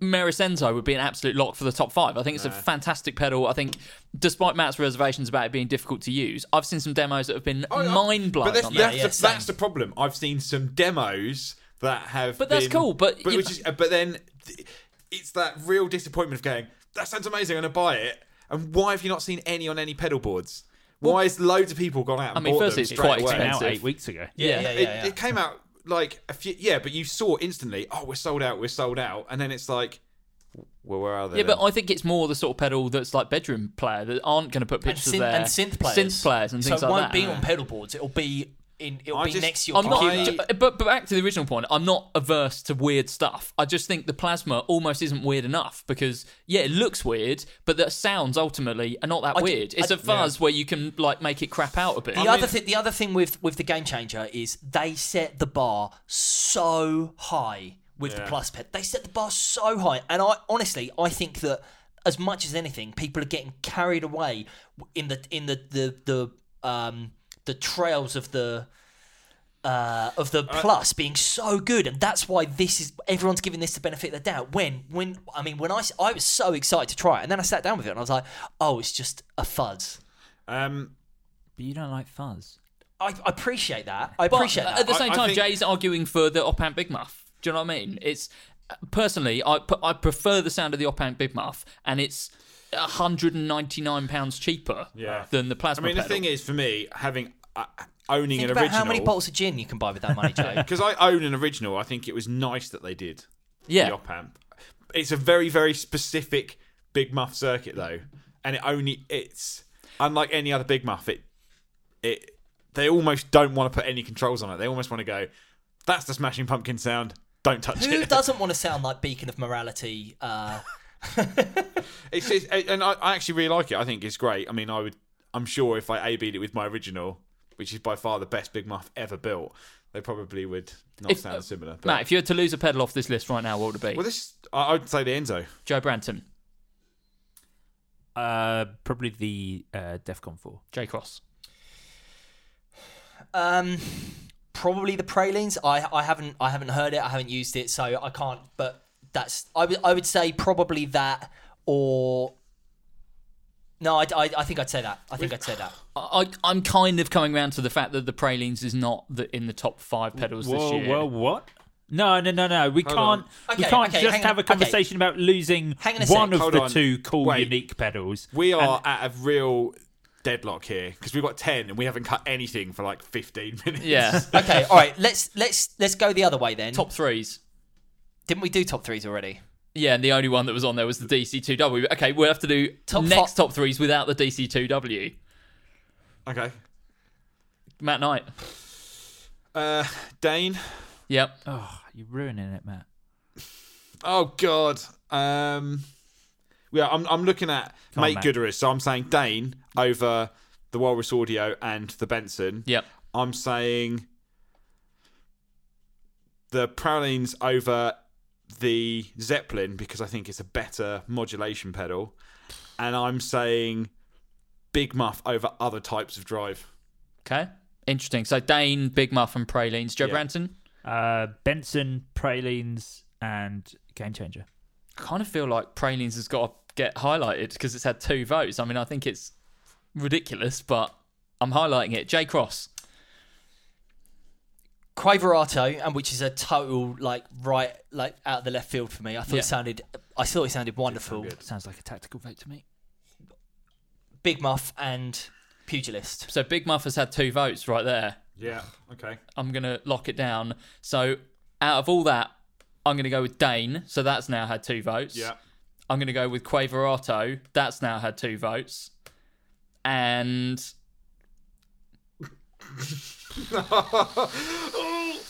Merisenzo would be an absolute lock for the top five. I think it's a fantastic pedal. I think, despite Matt's reservations about it being difficult to use, I've seen some demos that have been
Oh, yeah.
mind blowing.
But that's,
on that.
that's,
yeah,
the,
same.
that's the problem. I've seen some demos that have.
But that's
been-
cool, but
but
you
which
know-
is, uh, but then th- it's that real disappointment of going. That sounds amazing. I'm going to buy it. And why have you not seen any on any pedal boards? why has loads of people gone out? And
I mean,
bought
firstly,
them
it's
straight
quite
away?
Came out
expensive.
eight weeks ago.
Yeah, yeah, yeah.
It,
yeah.
it came out like a few. Yeah, but you saw instantly. Oh, we're sold out. We're sold out. And then it's like, well, where are they?
Yeah, but
then?
I think it's more the sort of pedal that's like bedroom player that aren't going to put
and,
pictures
synth,
there
and synth players.
synth players, and things
so it
like that.
won't be on pedal boards. It'll be in. It'll
I
be
just-
next to your
I'm not,
computer.
j- but, but back to the original point. I'm not averse to weird stuff. I just think the plasma almost isn't weird enough because yeah, it looks weird, but the sounds ultimately are not that
I d-
weird. It's
I-
a fuzz where you can like make it crap out a bit.
The other thing, the other thing with with the game changer is they set the bar so high with the plus pet. They set the bar so high, and I honestly, I think that as much as anything, people are getting carried away in the in the the the um the trails of the. Uh, of the plus being so good, and that's why this is everyone's giving this the benefit of the doubt. When, when I mean, when I, s- I was so excited to try it, and then I sat down with it, and I was like, "Oh, it's just a fuzz."
um,
But you don't like fuzz.
I I appreciate that. I
But
appreciate that.
at the
I-
same
I
time,
think-
Jay's arguing for the op amp Big Muff. Do you know what I mean? It's personally, I p- I prefer the sound of the op amp Big Muff, and it's 199 pounds cheaper
Yeah.
than the
I
plasma.
mean, the
pedal.
thing is, for me, having uh, owning
Think
an
about
original.
how many bottles of gin you can buy with that money, Joe.
Because I own an original, I think it was nice that they did
yeah,
the op amp. It's a very, very specific big muff circuit though, and it only it's unlike any other big muff. It it they almost don't want to put any controls on it. They almost want to go, that's the smashing pumpkin sound. Don't touch
Who
it.
doesn't want to sound like beacon of morality? Uh,
It's just, and I, I actually really like it. I think it's great. I mean, I would, I'm sure if I AB'd it with my original, which is by far the best big muff ever built, they probably would not
If- uh,
sound similar. But,
Matt, if you had to lose a pedal off this list right now, what would it be?
well, this I, I'd say the Enzo.
Joe Branton,
Uh, probably the uh, DefCon 4.
J Cross.
um, probably the pralines. I I haven't I haven't heard it. I haven't used it, so I can't. But that's I would I would say probably that or. No, I, I, I think I'd say that. I think I'd say that.
I, I'm kind of coming round to the fact that the Pralines is not the, in the top five pedals this
Whoa,
year.
whoa, what? No, no, no, no. We
on.
can't. we
Okay,
can't
okay,
just
hang on,
have a
okay.
conversation about losing
Hang on a sec.
one of
Hold
the
on.
two cool,
Wait.
unique pedals.
We are at a real deadlock here because we've got 10 and we haven't cut anything for like 15 minutes.
Yeah.
Okay, all right. Let's let's let's go the other way then.
top threes.
Didn't we do top threes already?
Yeah, and the only one that was on there was the DC2W. Okay, we'll have to do
Top
next
fi-
top threes without the DC2W.
Okay.
Matt Knight.
Uh, Dane.
Yep.
Oh, you're ruining it, Matt.
Oh, God. Um, yeah, I'm, I'm looking at
on,
make
Matt.
gooderers. So I'm saying Dane over the Walrus Audio and the Benson.
Yep.
I'm saying the Pralines over the Zeppelin because I think it's a better modulation pedal. And I'm saying Big Muff over other types of drive.
Okay. Interesting. So Dane, Big Muff, and Pralines. Joe Branton.
Uh, Benson, Pralines, and Game Changer.
I kind of feel like Pralines has got to get highlighted because it's had two votes. I mean, I think it's ridiculous, but I'm highlighting it. J Cross.
Quaverato, and which is a total like right like out of the left field for me. I thought
Yeah.
it sounded, I thought it sounded wonderful.
Sounds like a tactical vote to me.
Big Muff and Pugilist.
So Big Muff has had two votes right there.
Yeah. Okay.
I'm going to lock it down. So out of all that, I'm going to go with Dane. So that's now had two votes.
Yeah.
I'm going to go with Quaverato. That's now had two votes. And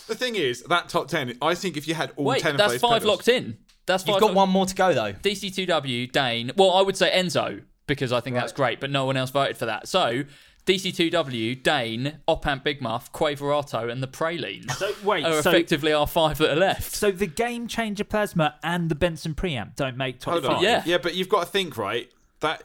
the thing is, that top ten. I think if you had all
Wait,
ten of
that's
those
five
pedals-
locked in. That's five.
You've got
locked-
one more to go though.
DC2W, Dane. Well, I would say Enzo because I think that's great, but no one else voted for that. So DC2W, Dane, Opamp Big Muff, Quaverato, and the Pralines
So, wait,
Oh,
are
so-
effectively our five that are left.
So the game changer plasma and the Benson preamp don't make top
Hold on.
five.
Yeah.
yeah, but you've got to think right. That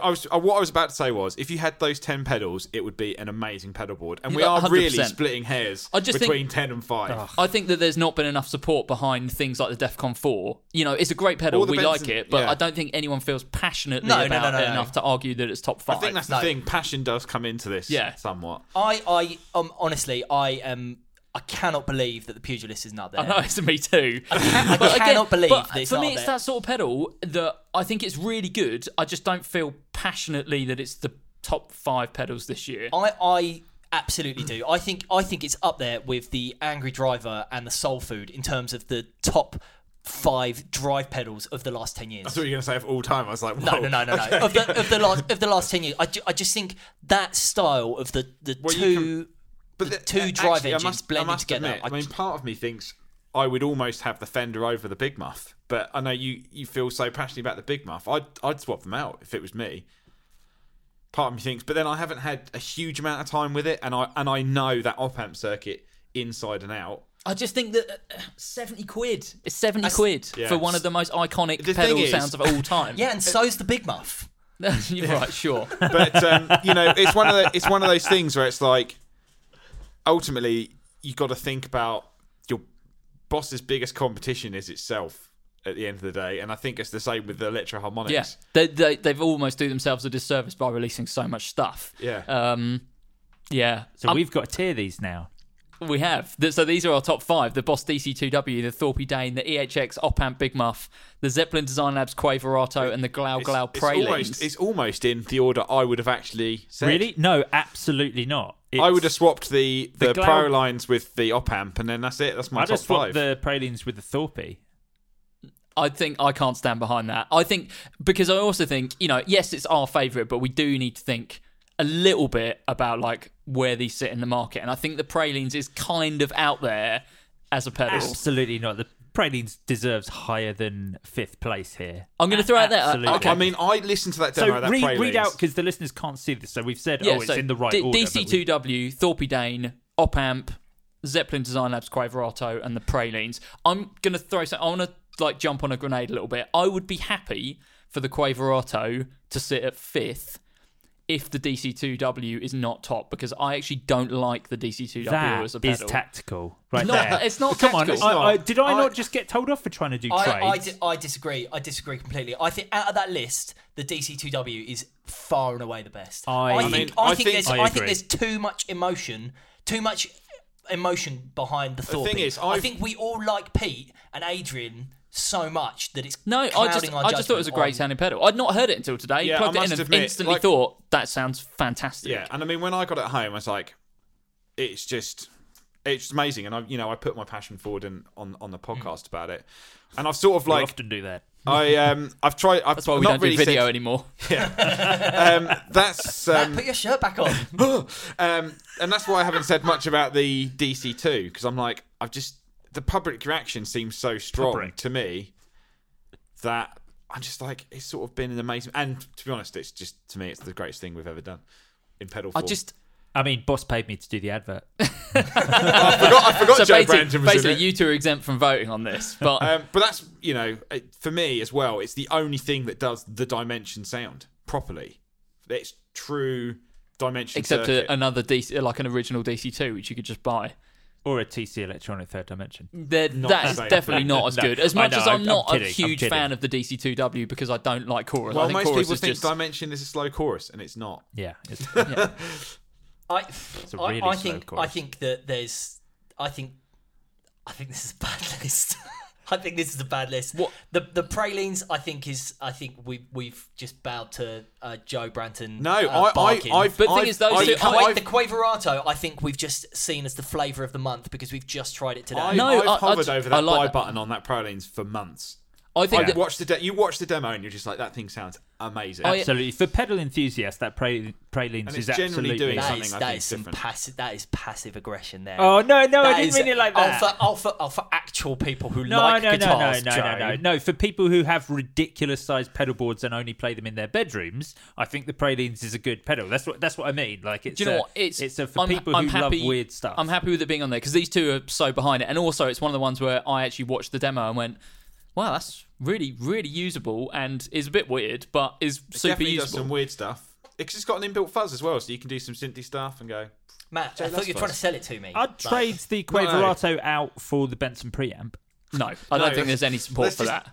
I was uh, what I was about to say was if you had those ten pedals, it would be an amazing pedal board, and we
Yeah,
are really
100%.
splitting hairs
I just think-
between ten and five.
I think that there's not been enough support behind things like the DEFCON 4. You know, it's a great pedal,
All the
we
Benson-
like it, but
yeah.
I don't think anyone feels passionately
No, no, no,
about
no,
it
no.
enough to argue that it's top
I
five.
think that's the thing. Passion does come into this,
Yeah.
somewhat.
I, I, um, honestly, I am. I cannot believe that the pugilist is not there.
I know it's me too.
I cannot believe
but
that it's
for
not
me, it's
there.
that sort of pedal that I think it's really good. I just don't feel passionately that it's the top five pedals this year.
I, I absolutely do. I think I think it's up there with the Angry Driver and the Soul Food in terms of the top five drive pedals of the last ten years.
That's what you're going to say of all time. I was like,
No,
Whoa.
no, no, no, no. Of the, of the last of the last ten years, I, ju- I just think that style of the the
Well, you
two
But
the
the-
two
actually,
drive
I
engines
must- I
blended
must
together.
admit,
I
I, mean,
just-
part of me thinks I would almost have the Fender over the Big Muff, but I know you you feel so passionately about the Big Muff. I'd I'd swap them out if it was me. Part of me thinks, but then I haven't had a huge amount of time with it, and I and I know that op amp circuit inside and out.
I just think that uh, seventy quid is seventy
That's-
quid
Yeah.
for one of the most iconic
The thing
pedal
is-
sounds of all time.
yeah, and so's the Big Muff.
you're right. Sure.
But um, you know, it's one of the, it's one of those things where it's like, ultimately, you got to think about your boss's biggest competition is itself at the end of the day, and I think it's the same with the electro harmonics.
Yeah, they, they they've almost do themselves a disservice by releasing so much stuff.
Yeah.
Um, yeah. Um,
So we've got to tier these now.
We have. Th- So these are our top five the Boss DC2W, the Thorpe Dane, the EHX Opamp Big Muff, the Zeppelin Design Labs Quaverato, and the Glau
It's-
Glau
it's
Pralines.
almost, it's almost in the order I would have actually said.
Really? No, absolutely not. It's,
I would have swapped the the,
The
pro
Glau-
lines with the op amp, and then that's it. That's my
I'd
top
have
five.
swapped the pralines with the Thorpe.
I think I can't stand behind that. I think, because I also think, you know, yes, it's our favourite, but we do need to think a little bit about like where these sit in the market. And I think the Pralines is kind of out there as a pedal.
Absolutely not. The pralines deserves higher than fifth place here.
I'm going to throw out there. uh,
Absolutely.
I mean, I listened to that demo. of
So
that
read,
Pralines.
read out because the listeners can't see this. So we've said, oh, it's in the right
D-
order. but we-
DC2W, Thorpe E Dane, Opamp, Zeppelin Design Labs, Quaverato, and the Pralines. I'm going to throw some. I want to like jump on a grenade a little bit. I would be happy for the Quaverato to sit at fifth if the DC2W is not top because I actually don't like the DC2W
That
as a
is
pedal.
tactical, right
No,
there.
it's not
Come
tactical.
on, I- I-
It's not.
did I,
I-
not just get told off for trying to do
I, I,
trades?
di- I disagree. I disagree completely. I think out of that list, the DC2W is far and away the best.
I- I
think
mean,
I,
I
think
think-
there's
I
I,
agree.
think there's too much emotion, too much emotion behind the Thorpe.
thing is,
I
I've-
think we all like Pete and Adrian so much that it's
No, I
clouding
just
our
I just thought it was a
judgment
great
on-
sounding pedal. I'd not heard it until today.
Yeah,
Plugged
I
it in
must
and
admit,
instantly
like-
thought that sounds fantastic.
Yeah, and I mean, when I got it home, I was like, it's just, it's amazing. And I, you know, I put my passion forward in, on on the
Mm.
podcast about it, and I've sort of
I
like,
often do that.
I um, I've tried. I've
That's why we
not
don't
really
do video
said-
anymore.
Um, that's um,
Put your shirt back on.
um, and that's why I haven't said much about the DC two because I'm like I've just the public reaction seems so strong
Public.
to me that I'm just like it's sort of been an amazing and to be honest it's just to me it's the greatest thing we've ever done in pedal
I
form.
just
I mean, boss paid me to do the advert.
I forgot, I forgot
so
Joe
basically,
Brandon was in
basically
it.
you two are exempt from voting on this, but
Um, but that's you know it- for me as well. It's the only thing that does the dimension sound properly. It's true dimension.
except
circuit.
a, another DC, like an original DC two, which you could just buy.
Or a TC Electronic Third Dimension.
They're-
Not
That
the
is
same
definitely
thing.
not as
No,
good. As
I
much
know,
as I'm,
I'm-
not
I'm
a
kidding, I'm
huge
kidding.
fan of the DC two W because I don't like chorus. I
well,
think
most
chorus
people
is
think
just Mm,
dimension is a slow chorus, and it's not.
Yeah. It's,
I,
a
I-
really
I
slow
think I
chorus.
think that there's I think I think this is a bad list. I think this is a bad list.
What-
the the pralines? I think is I think we we've just bowed to uh, Joe Branton.
No,
uh,
I,
barking.
I, I've.
But the thing
I've-
is, those
I've-
two-
the,
I've-
qua-
I've-
the Quaverato, I think we've just seen as the flavour of the month because we've just tried it today.
I,
No,
I've
I- I
hovered
just-
over
I
that
like
buy
that.
button on that Prolines for months.
I think
I
that-
watched the de- you watch the demo and you're just like that thing sounds amazing.
I-
Absolutely. For pedal enthusiasts, that pra- pralines
And
is
it's generally
absolutely.
doing
That
something
is,
I
that
think
is
is
some
different.
passive. That is passive aggression there.
Oh, no, no, I
That
didn't
is-
mean it like that.
Oh, for, oh, for, oh, for actual people who
no,
like
no, no, no,
guitars,
no,
Joe.
no, no, no. For people who have ridiculous sized pedal boards and only play them in their bedrooms, I think the pralines is a good pedal. That's what that's what I mean. Like it's
Do you know
a-
what? It's,
it's a, for
I'm-
people
I'm
who
happy-
love weird stuff.
I'm happy with it being on there because these two are so behind it, and also it's one of the ones where I actually watched the demo and went, "Wow, that's really, really usable and is a bit weird, but is
It
super
definitely does
usable."
some weird stuff. It's just got an inbuilt fuzz as well, so you can do some synthy stuff and go.
Matt, I
Jay,
thought you were trying
that's fine.
to sell it to me.
I'd
Like,
trade the Quaverato out for the Benson preamp
No, I don't
No,
think there's any support
let's
for
just-
that.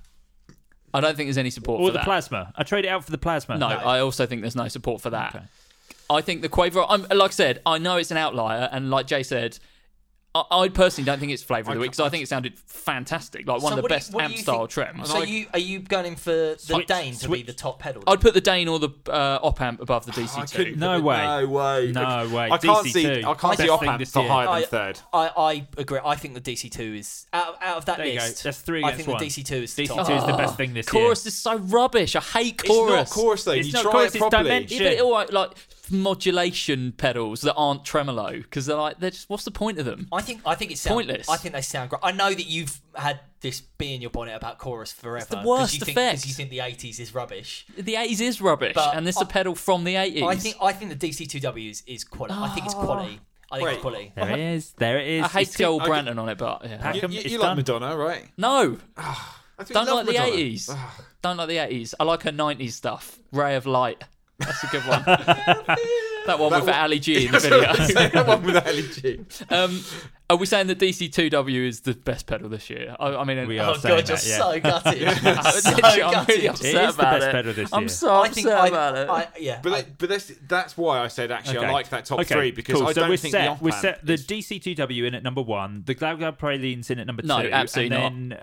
I don't think there's any support
or
for
the
that.
plasma. I trade it out for the plasma.
No, I also think there's no support for that. I think the Quaver. I'm like I said, I know it's an outlier, and like Jay said, I, I personally don't think it's flavour of the week because I think it sounded fantastic, like one of
so
the
what do you-
best
what do
amp
you
style
think-
trims.
So you are you going for the
Switch-
Dane to be
switch.
the top pedal?
I'd put the Dane or the uh, op amp above the DC2.
I couldn't.
No
put it-
way.
No way.
No way.
I can't
DC2.
see. I can't
Best
see op
thing
amp
this
for
year.
higher
I,
than third.
I, I agree. I think the DC two is out, of- out of that
There you go.
list.
That's three
I
against
think
one.
the DC two is the
DC2
top.
is the best thing this
chorus
year.
is so rubbish. I hate
It's
chorus.
not chorus though.
It's
you
not
try
chorus,
it
it's
properly.
dimension.
Yeah, but all right, like modulation pedals that aren't tremolo because they're like they're just what's the point of them?
I think I think it's sound,
Pointless.
I think they sound great. I know that you've had this bee in your bonnet about chorus forever.
the
'cause
worst
you think,
effect.
Because you think the eighties is rubbish.
The 80s is rubbish,
But
and this is
I-
a pedal from the 80s.
I think I think the DC two W is, is quality. I think it's
Ah.
quality. I think it's
Wait.
quality.
There it is. There it is.
I hate
It's-
Joel
I
Branton on it, but yeah.
Pack
You,
'em,
you-
it's
you like
done.
Madonna, right?
no,
I think you
don't like
love
the
Madonna.
80s. Don't like the 80s. I like her 90s stuff. Ray of Light. That's a good one. that one with Ali G in the video.
That one with LG.
um, are we saying that DC2W is the best pedal this year? I, I mean,
We
I-
are
Oh
saying
god, you're
that, yeah.
so gutted.
I'm,
so
literally- I'm
gutted.
really
It
upset
is the
about
best
it.
pedal this
I'm
year.
so
I
upset
think I,
about it.
I, yeah.
But
I-
that, but that's that's why I said actually I
Okay.
like that top
Okay,
three because
cool.
I
So
don't
we're
think
set,
the op
we're
amp
set the
is-
DC2W in at number one, the Glau Glau Pralines in at number
No,
two,
absolutely
and then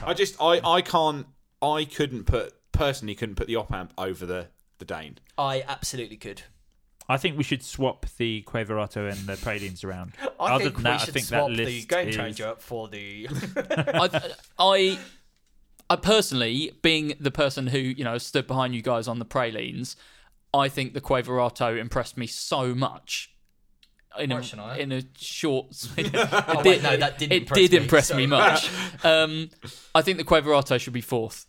I just I I can't I couldn't put personally couldn't put the op amp over the the Dane.
I absolutely could.
I think we should swap the Quaverato and the Pralines around.
I
Other
think
than
we
that, I
should
think
swap
that
the
list
game
is-
changer for the.
I, I, I personally, being the person who you know stood behind you guys on the pralines, I think the Quaverato impressed me so much. In
Right, Shania.
a, in a short, it
wait, no, that didn't
It
impress
did
me,
impress
so-
me much. um, I think the Quaverato should be fourth.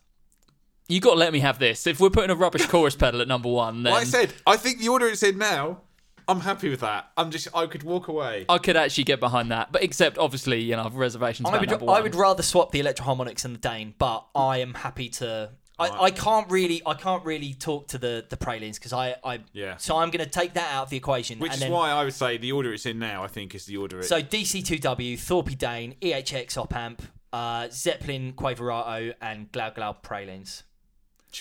You got to let me have this. If we're putting a rubbish chorus pedal at number one, then
Like I said, I think the order it's in now. I'm happy with that. I'm just I could walk away.
I could actually get behind that. But except obviously, you know, I've reservations
I
about
would,
number
I
one.
would rather swap the electro harmonics and the Dane, but I am happy to. I, I can't really I can't really talk to the the pralines because I, I
Yeah.
so I'm going to take that out of the equation
Which
and
is
then
why I would say the order it's in now. I think is the order. It,
so DC2W Thorpe Dane EHX op amp uh, Zeppelin Quaverato and Glau Glau pralines.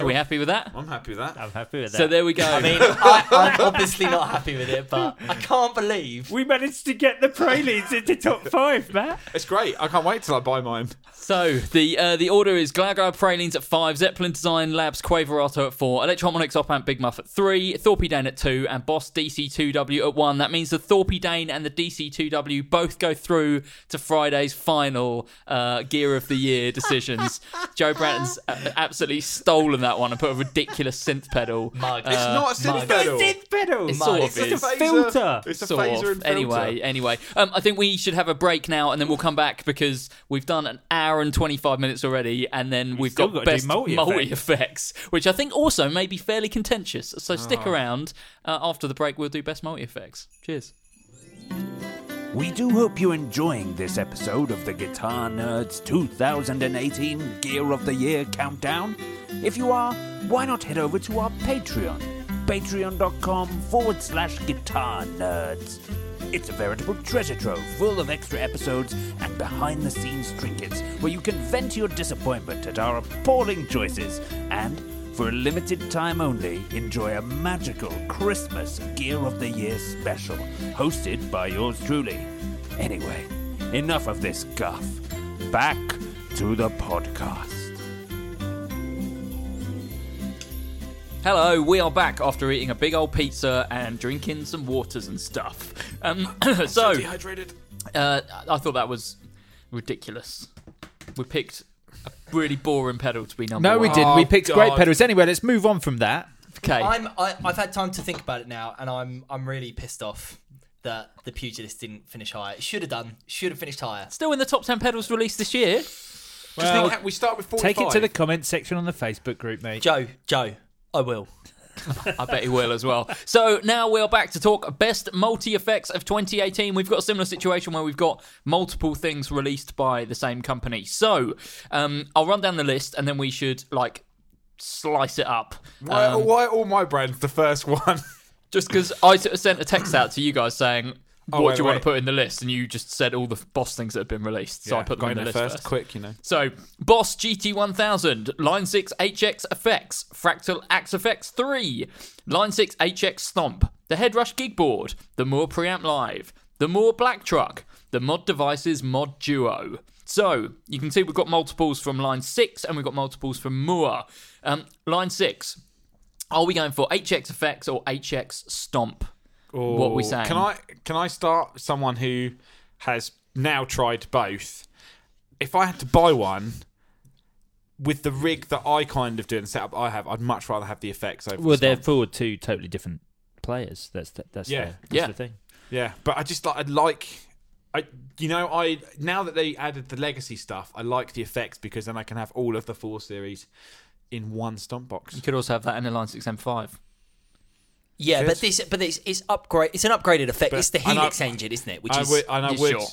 Are we happy with that?
I'm happy with that.
I'm happy with that.
So there we go.
I mean I, I'm obviously not happy with it, but I can't believe
we managed to get the Pralines into top five, Matt.
It's great. I can't wait till I buy mine.
So the uh, the order is Glagau Pralines at five, Zeppelin Design Labs Quaverato at four, Electromonics Op Amp Big Muff at three, Thorpe Dane at two, and Boss DC2W at one. That means the Thorpe Dane and the DC2W both go through to Friday's final uh, Gear of the Year decisions. Joe Branton's uh, absolutely stolen that one and put a ridiculous synth pedal.
Mug.
It's not a synth pedal.
pedal.
It's sort of
It's
is.
a phaser.
filter.
It's a
Sort
phaser
of.
and filter.
Anyway, anyway, um, I think we should have a break now, and then we'll come back because we've done an hour and twenty-five minutes already, and then we've,
still gotta
got,
do
best
multi-effects.
multi-effects, which I think also may be fairly contentious. So stick around uh, after the break; we'll do best multi-effects. Cheers.
We do hope you're enjoying this episode of the Guitar Nerds 2018 Gear of the Year Countdown. If you are, why not head over to our Patreon, patreon.com forward slash guitar nerds. It's a veritable treasure trove full of extra episodes and behind the scenes trinkets where you can vent your disappointment at our appalling choices and, for a limited time only, enjoy a magical Christmas Gear of the Year special hosted by yours truly. Anyway, enough of this guff. Back to the podcast.
Hello, we are back after eating a big old pizza and drinking some waters and stuff. Um, so,
Dehydrated.
uh, I thought that was ridiculous. We picked a really boring pedal to be number
No,
one.
we didn't. We
Oh,
picked great
God.
pedals. Anyway, let's move on from that.
Okay.
I'm, I, I've had time to think about it now, and I'm I'm really pissed off that the pugilist didn't finish higher. It should have done. Should have finished higher.
Still in the top 10 pedals released this year.
Well, we start with 45.
Take it to the comment section on the Facebook group, mate.
Joe, Joe, I will.
I bet he will as well. So now we're back to talk best multi effects of 2018. We've got a similar situation where we've got multiple things released by the same company. So um, I'll run down the list and then we should like slice it up.
Why,
Um,
why are all my brands the first one?
Just because I s- sent a text out to you guys saying, "What
wait,
do you want
wait.
to put in the list?" and you just said all the f- boss things that have been released. So I put them
Got
in the list
first,
first.
quick, you know.
So, Boss GT1000, Line 6 HX Effects, Fractal Axe Effects 3, Line 6 HX Stomp, the Headrush Gig Board, the Moore Preamp Live, the Moore Black Truck, the Mod Devices Mod Duo. So, you can see we've got multiples from Line 6 and we've got multiples from Moore. Um, line 6, are we going for HX Effects or HX Stomp? what we
Ooh.
saying?
Can I can I start someone who has now tried both? If I had to buy one with the rig that I kind of do and the setup I have, I'd much rather have the effects over.
Well,
the
they're
stomp.
forward two totally different players. That's the, that's
Yeah.
the, that's
Yeah.
the thing.
yeah, but I just like I like. I, you know, I now that they added the legacy stuff, I like the effects because then I can have all of the four series in one stomp box.
You could also have that in a Line 6 M5.
Yeah, but this, but it's, it's upgrade. It's an upgraded effect.
But-
it's the
and I-
Helix engine, isn't it? Which
I
is
would, and I
yeah,
would,
sure.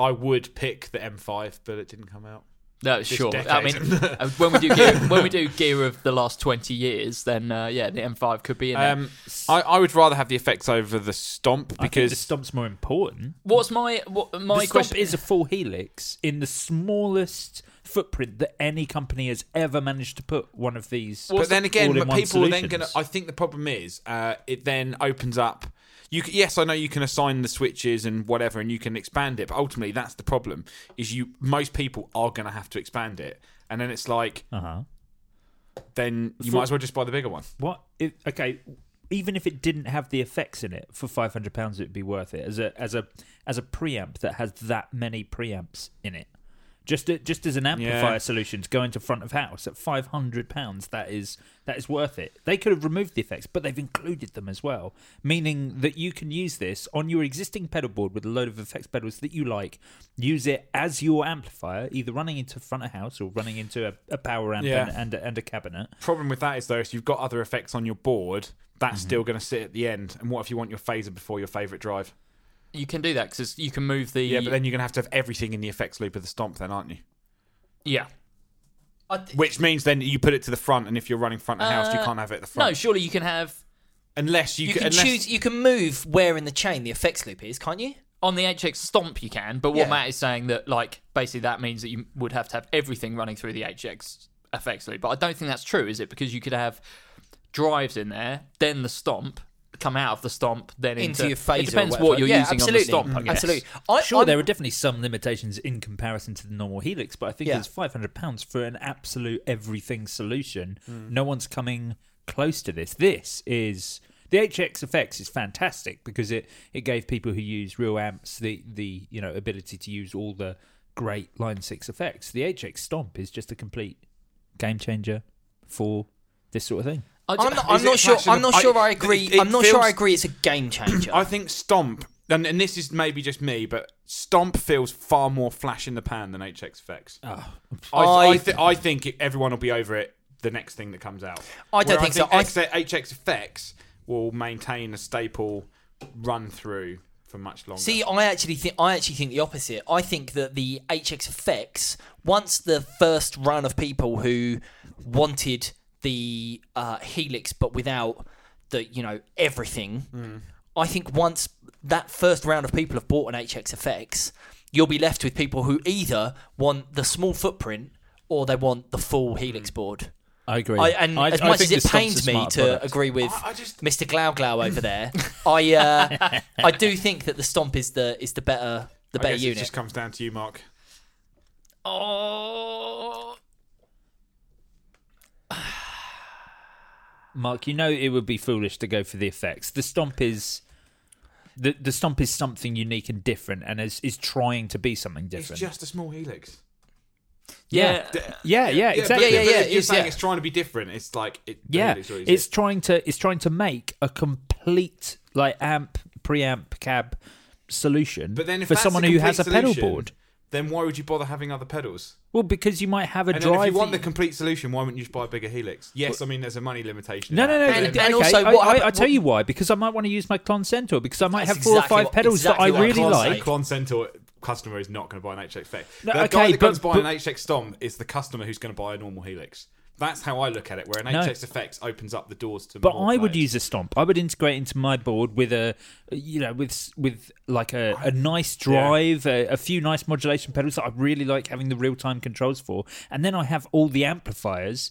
I would pick the M5, but it didn't come out.
No, sure. I mean,
decade.
uh, when we do gear, when we do gear of the last twenty years, then uh, yeah, the M5 could be in there.
Um, I, I would rather have the effects over the stomp
I think
because
the stomp's more important.
What's my what, my
the stomp
question?
is a full helix in the smallest footprint that any company has ever managed to put one of these.
but then again,
all-in-one
but people are then going to.
solutions.
I think the problem is, uh, it then opens up. You c yes, I know you can assign the switches and whatever, and you can expand it. But ultimately, that's the problem: is you most people are going to have to expand it, and then it's like,
Uh-huh.
then you
For-
might as well just buy the bigger one.
What? If, okay, even if it didn't have the effects in it, for five hundred pounds, it'd be worth it as a as a as a preamp that has that many preamps in it. Just a, just as an amplifier solution to go into front of house at five hundred pounds, that is that is worth it. They could have removed the effects, but they've included them as well, meaning that you can use this on your existing pedal board with a load of effects pedals that you like. Use it as your amplifier, either running into front of house or running into a, a power amp
Yeah.
and, and, a, and a cabinet.
Problem with that is though, if you've got other effects on your board, that's still going to sit at the end. And what if you want your phaser before your favorite drive?
you can do that because you can move the
Yeah, but then you're going to have to have everything in the effects loop of the stomp, then, aren't you?
yeah.
I th-
Which means then you put it to the front, and if you're running front of house, you can't have it at the front.
No, surely you can have
unless you,
you
c-
can
unless,
choose. You can move where in the chain the effects loop is, can't you?
on the HX stomp. You can, but what
Yeah.
Matt is saying that like basically that means that you would have to have everything running through the HX effects loop. But I don't think that's true, is it? Because you could have drives in there, then the stomp. Come out of the stomp, then into,
Into your phaser or
It depends
whatever.
what you're
Yeah,
using
absolutely.
on the stomp. I
Mm,
guess.
absolutely. I-
Sure,
I'm-
there are definitely some limitations in comparison to the normal Helix, but I think
Yeah.
it's five hundred pounds for an absolute everything solution.
Mm.
No one's coming close to this. This is the HX effects is fantastic because it it gave people who use real amps the the you know ability to use all the great Line Six effects. The HX Stomp is just a complete game changer for this sort of thing.
I
I'm
ju-
not, I'm
Is
not
it
sure.
flashing
I'm not
the-
sure. I
I-
agree.
it- it
I'm not sure. I
feels-
agree. It's a game changer.
I think stomp, and, and this is maybe just me, but stomp feels far more flash in the pan than HX effects. I, I,
Uh, Ah. I-
thi- I think everyone will be over it. The next thing that comes out,
I don't
Where
think so. I-
X- HX effects will maintain a staple run through for much longer.
See, I actually think I actually think the opposite. I think that the HX effects, once the first run of people who wanted the uh, Helix but without the you know everything, I think once that first round of people have bought an HX effects, you'll be left with people who either want the small footprint or they want the full Helix board.
I agree.
I, and as much as it pains me to agree with
I- I just-
Mr. Glau Glau over there, I uh, I do think that the stomp is the is the better the
I
better
guess it
unit.
just comes down to you, Mark.
Oh,
Mark, you know it would be foolish to go for the effects. The stomp is the the stomp is something unique and different, and is is trying to be something
It's
different.
just a small helix.
Yeah.
yeah, yeah,
but-
exactly.
but
Uh, Yeah, yeah, yeah,
if You're
it's-
saying
yeah.
it's trying to be different. It's like it,
yeah.
it is what it is.
It's trying to it's trying to make a complete like amp preamp cab solution.
But then if
for
that's
someone
the
who
complete
has a pedal
solution,
board,
then why would you bother having other pedals?
well, because you might have a
And then
drive.
if you want
that
the complete solution, why wouldn't you just buy a bigger helix? Yes, I mean there's a money limitation. in
No, no,
that,
no.
but
And-
it-
then-
and
okay,
also
I,
what
I-
happened-
I tell you why. Because I might want to use my Concentor because I might
That's
have four
exactly
or five
what-
pedals
exactly
that I
what
really
Clon said.
like.
Clon Centaur customer is not going to buy an HX Flex.
No,
E the
okay,
guy that goes
but-
buying
but-
an HX Stom is the customer who's going to buy a normal Helix. That's how I look at it. Where an
No.
HX Effects E opens up the doors to.
But
more
I would use
players.
a stomp. I would integrate into my board with a, you know, with s- with like a, a nice drive, a, a few nice modulation pedals that I really like having the real time controls for, and then I have all the amplifiers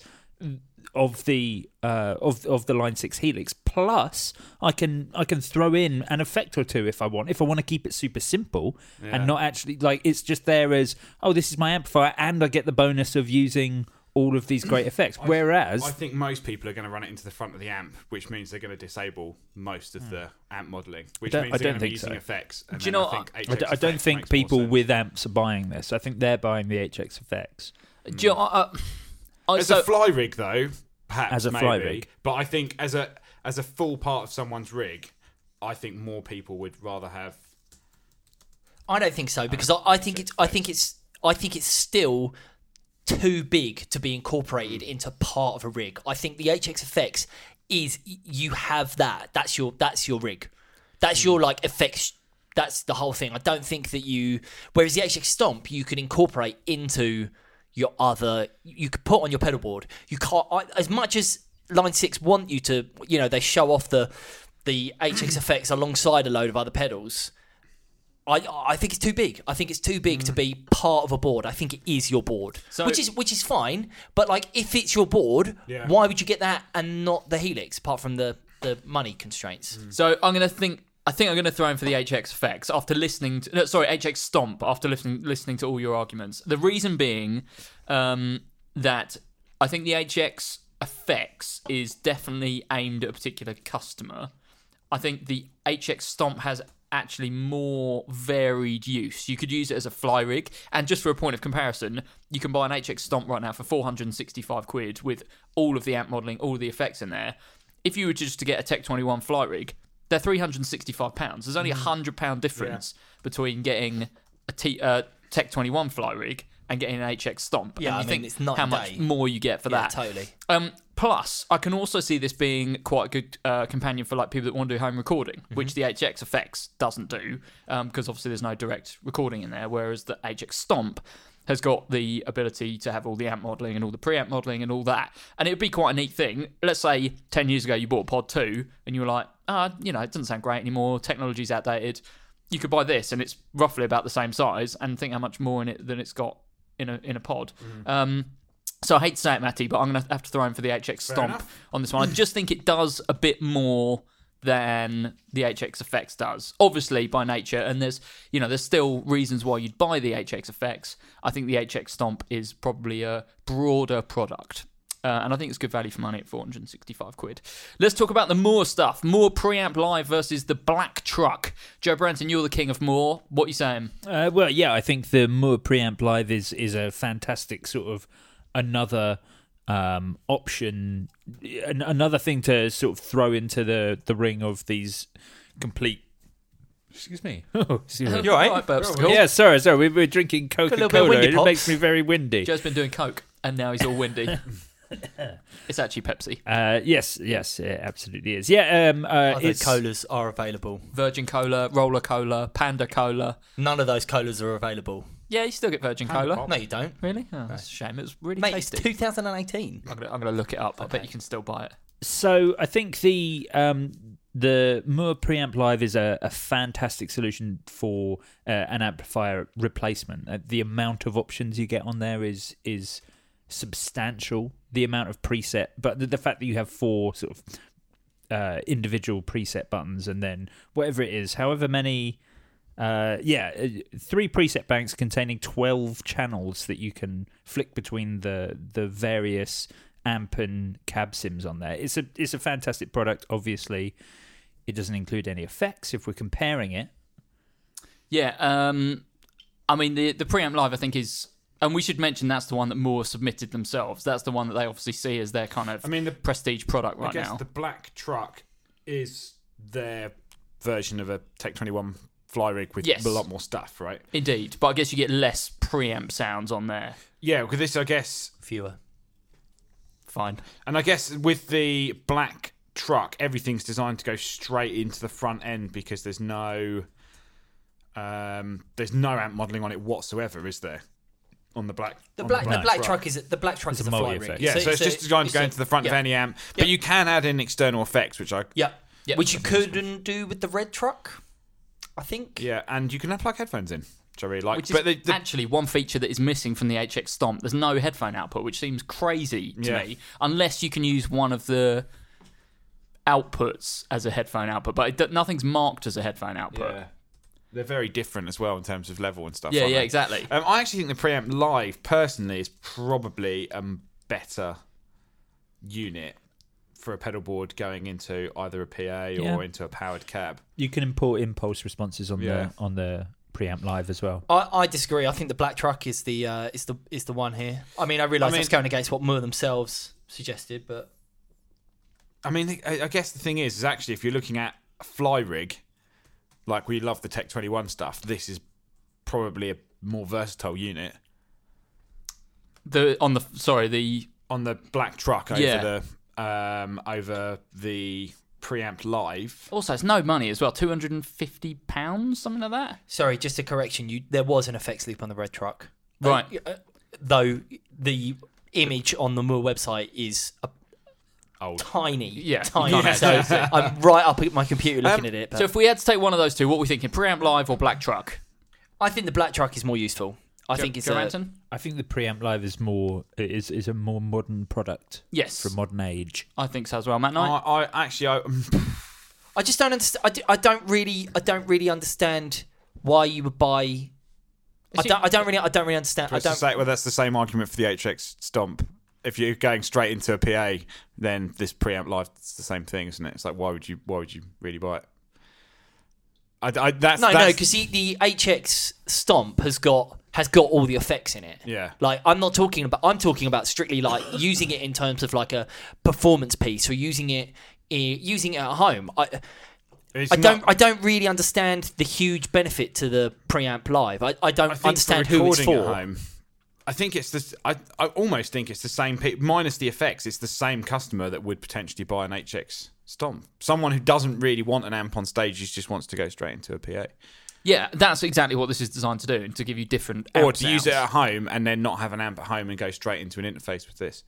of the uh, of of the Line Six Helix. Plus, I can I can throw in an effect or two if I want. If I want to keep it super simple and not actually like it's just there as oh this is my amplifier and I get the bonus of using all of these great effects. Whereas
I think most people are going to run it into the front of the amp, which means they're going to disable most of the amp modeling, which
don't-
means
Hmm. I
they're
don't
going to be
think so.
using effects. And
Do you
then
know
I, think
I,
HX
d- I don't
effects
think
E makes more
people
sense.
with amps are buying this. I think they're buying the HX effects.
Do you know, uh, I,
as
so,
a fly rig though, perhaps
As a
maybe,
fly rig.
But I think as a as a full part of someone's rig, I think more people would rather have.
I don't think so because I, I think it's I think it's I think it's still too big to be incorporated into part of a rig. I think the HX effects is y- you have that. That's your that's your rig. That's your like effects. That's the whole thing. I don't think that you. Whereas the HX stomp you could incorporate into your other. You could put on your pedal board. You can't I, as much as Line Six want you to. You know they show off the the HX effects alongside a load of other pedals. I, I think it's too big. I think it's too big
Mm.
to be part of a board. I think it is your board, which is which is fine. But like, if it's your board,
Yeah.
why would you get that and not the Helix? Apart from the the money constraints.
Mm.
Mm. so I'm going to think. I think I'm going to throw in for the HX effects after listening. To, no, sorry, HX stomp after listening listening to all your arguments. The reason being um, that I think the HX effects is definitely aimed at a particular customer. I think the HX Stomp has actually more varied use. You could use it as a fly rig, and just for a point of comparison, you can buy an HX Stomp right now for 465 quid with all of the amp modelling, all of the effects in there. If you were just to get a Tech 21 fly rig, they're 365 pounds. There's
Mm.
only a 100 pound difference between getting a T, uh, Tech 21 fly rig and getting an HX Stomp.
Yeah,
and
I
you
mean,
think
it's night
how
and
much
day.
more you get for
Yeah,
that.
totally.
Um, plus, I can also see this being quite a good uh, companion for like people that want to do home recording,
Mm-hmm.
which the HX Effects doesn't do, because obviously there's no direct recording in there. Whereas the HX Stomp has got the ability to have all the amp modeling and all the preamp modeling and all that, and it would be quite a neat thing. Let's say ten years ago you bought a Pod Two and you were like, ah, you know, it doesn't sound great anymore. Technology's outdated. You could buy this, and it's roughly about the same size, and think how much more in it than it's got in a in a pod.
Mm.
Um, so I hate to say it, Matty, but I'm going to have to throw in for the HX stomp on this one. I just think it does a bit more than the HX effects does, obviously by nature. And there's you know there's still reasons why you'd buy the HX effects. I think the HX stomp is probably a broader product. Uh, and I think it's good value for money at 465 quid. Let's talk about the Moore stuff. Moore Preamp Live versus the Black Truck. Joe Branson, you're the king of Moore. What you saying?
Uh, well, yeah, I think the Moore preamp live is is a fantastic sort of another um, option, an, another thing to sort of throw into the the ring of these complete. Excuse me. Oh, excuse me.
You're right.
All right, burps, cool.
Yeah, sorry, sorry. We were drinking Coca
little bit of
Cola.
Windy
It
Pops.
makes me very windy.
Joe's been doing coke, and now he's all windy. it's actually Pepsi,
Uh, yes, yes, it absolutely is. Yeah, um, uh,
Other
it's
colas are available.
Virgin Cola, Roller Cola, Panda Cola.
None of those colas are available.
Yeah, you still get Virgin Cola.
No, you don't,
Really? Oh, that's a shame. It was really
mate.
tasty.
It's 2018.
I'm gonna, I'm gonna look it up. I bet you can still buy it.
so I think the um, the Moore preamp live is a, a fantastic solution for uh, an amplifier replacement. Uh, the amount of options you get on there is is substantial. The amount of preset, but the, the fact that you have four sort of uh, individual preset buttons and then whatever it is, however many. Uh, yeah, uh, three preset banks containing twelve channels that you can flick between the the various amp and cab sims on there. It's a it's a fantastic product. Obviously, it doesn't include any effects if we're comparing it.
Yeah. Um, I mean the the preamp live I think is And we should mention that's the one that Moore submitted themselves. That's the one that they obviously see as their kind of
I mean, the-
prestige product right
I guess
now.
the black truck is their version of a Tech 21 fly rig with
Yes.
a lot more stuff, right?
Indeed, but I guess you get less preamp sounds on there.
Yeah, because this, I guess,
Fewer.
Fine.
and I guess with the black truck, everything's designed to go straight into the front end because there's no, um, there's no amp modelling on it whatsoever, is there? On the black,
The
on
black, the
black
black truck is the black truck
It's
is
a
a fly
multi-effect.
rig.
Yeah, so, it's,
a-
just designed to
it's
go
a-
into the front
yeah.
of any amp, but you can add in external effects, which I
Yeah.
Yeah.
Which you couldn't do with the red truck, I think.
yeah, and you can plug headphones in, which I really like.
Which is
but the, the,
actually one feature that is missing from the HX Stomp. There's no headphone output, which seems crazy to
Yeah.
me, unless you can use one of the outputs as a headphone output. But it, do- nothing's marked as a headphone output.
Yeah. They're very different as well in terms of level and stuff.
Yeah,
aren't
yeah,
they?
exactly.
Um, I actually think the preamp live, personally, is probably a m- better unit for a pedal board going into either a PA
Yeah.
or into a powered cab.
You can import impulse responses on
Yeah.
the on the preamp live as well.
I, I disagree. I think the black truck is the uh, is the is the one here. I mean, I realise
I mean-
that's going against what Moore themselves suggested, but
I mean, I, I guess the thing is, is actually if you're looking at a fly rig, like we love the Tech 21 stuff, this is probably a more versatile unit
The on the sorry the
on the black truck over
Yeah.
the um, over the preamp live.
also it's no money as well. Two hundred and fifty pounds, something like that.
sorry, just a correction. You there was an effects loop on the red truck,
Right.
Uh, though the image on the Moore website is a
Old.
tiny,
Yeah,
tiny.
you can't
so I'm right up at my computer looking
Um,
at it. But
So if we had to take one of those two, what were we thinking? Preamp Live or Black Truck?
I think the black truck is more useful. I think it's
Joe
a,
Anton?
I think the preamp live is more is is a more modern product
Yes,
for modern age.
I think so as well. Matt Knight.
I, I actually, I,
I just don't understand. I, do, I don't really. I don't really understand why you would buy. I
it-
don't. I don't really. I don't really understand. I
It's the
don't.
same, well, that's the same argument for the HX Stomp. If you're going straight into a PA, then this preamp live it's the same thing, isn't it? It's like why would you why would you really buy it? I, I- that's
No, no,
that's-
because the, the HX Stomp has got has got all the effects in it.
Yeah.
Like I'm not talking about. I'm talking about strictly like using it in terms of like a performance piece or using it i- using it at home. I
it's
I don't
not-
I don't really understand the huge benefit to the preamp live. I, I don't
I think for
understand who it's
recording at
for.
home, I think it's this. I I almost think it's the same pe- minus the effects. It's the same customer that would potentially buy an HX Stomp. Someone who doesn't really want an amp on stage, who just wants to go straight into a PA
Yeah, that's exactly what this is designed to do, to give you different.
or
amp
to use it
sounds.
at home and then not have an amp at home and go straight into an interface with this.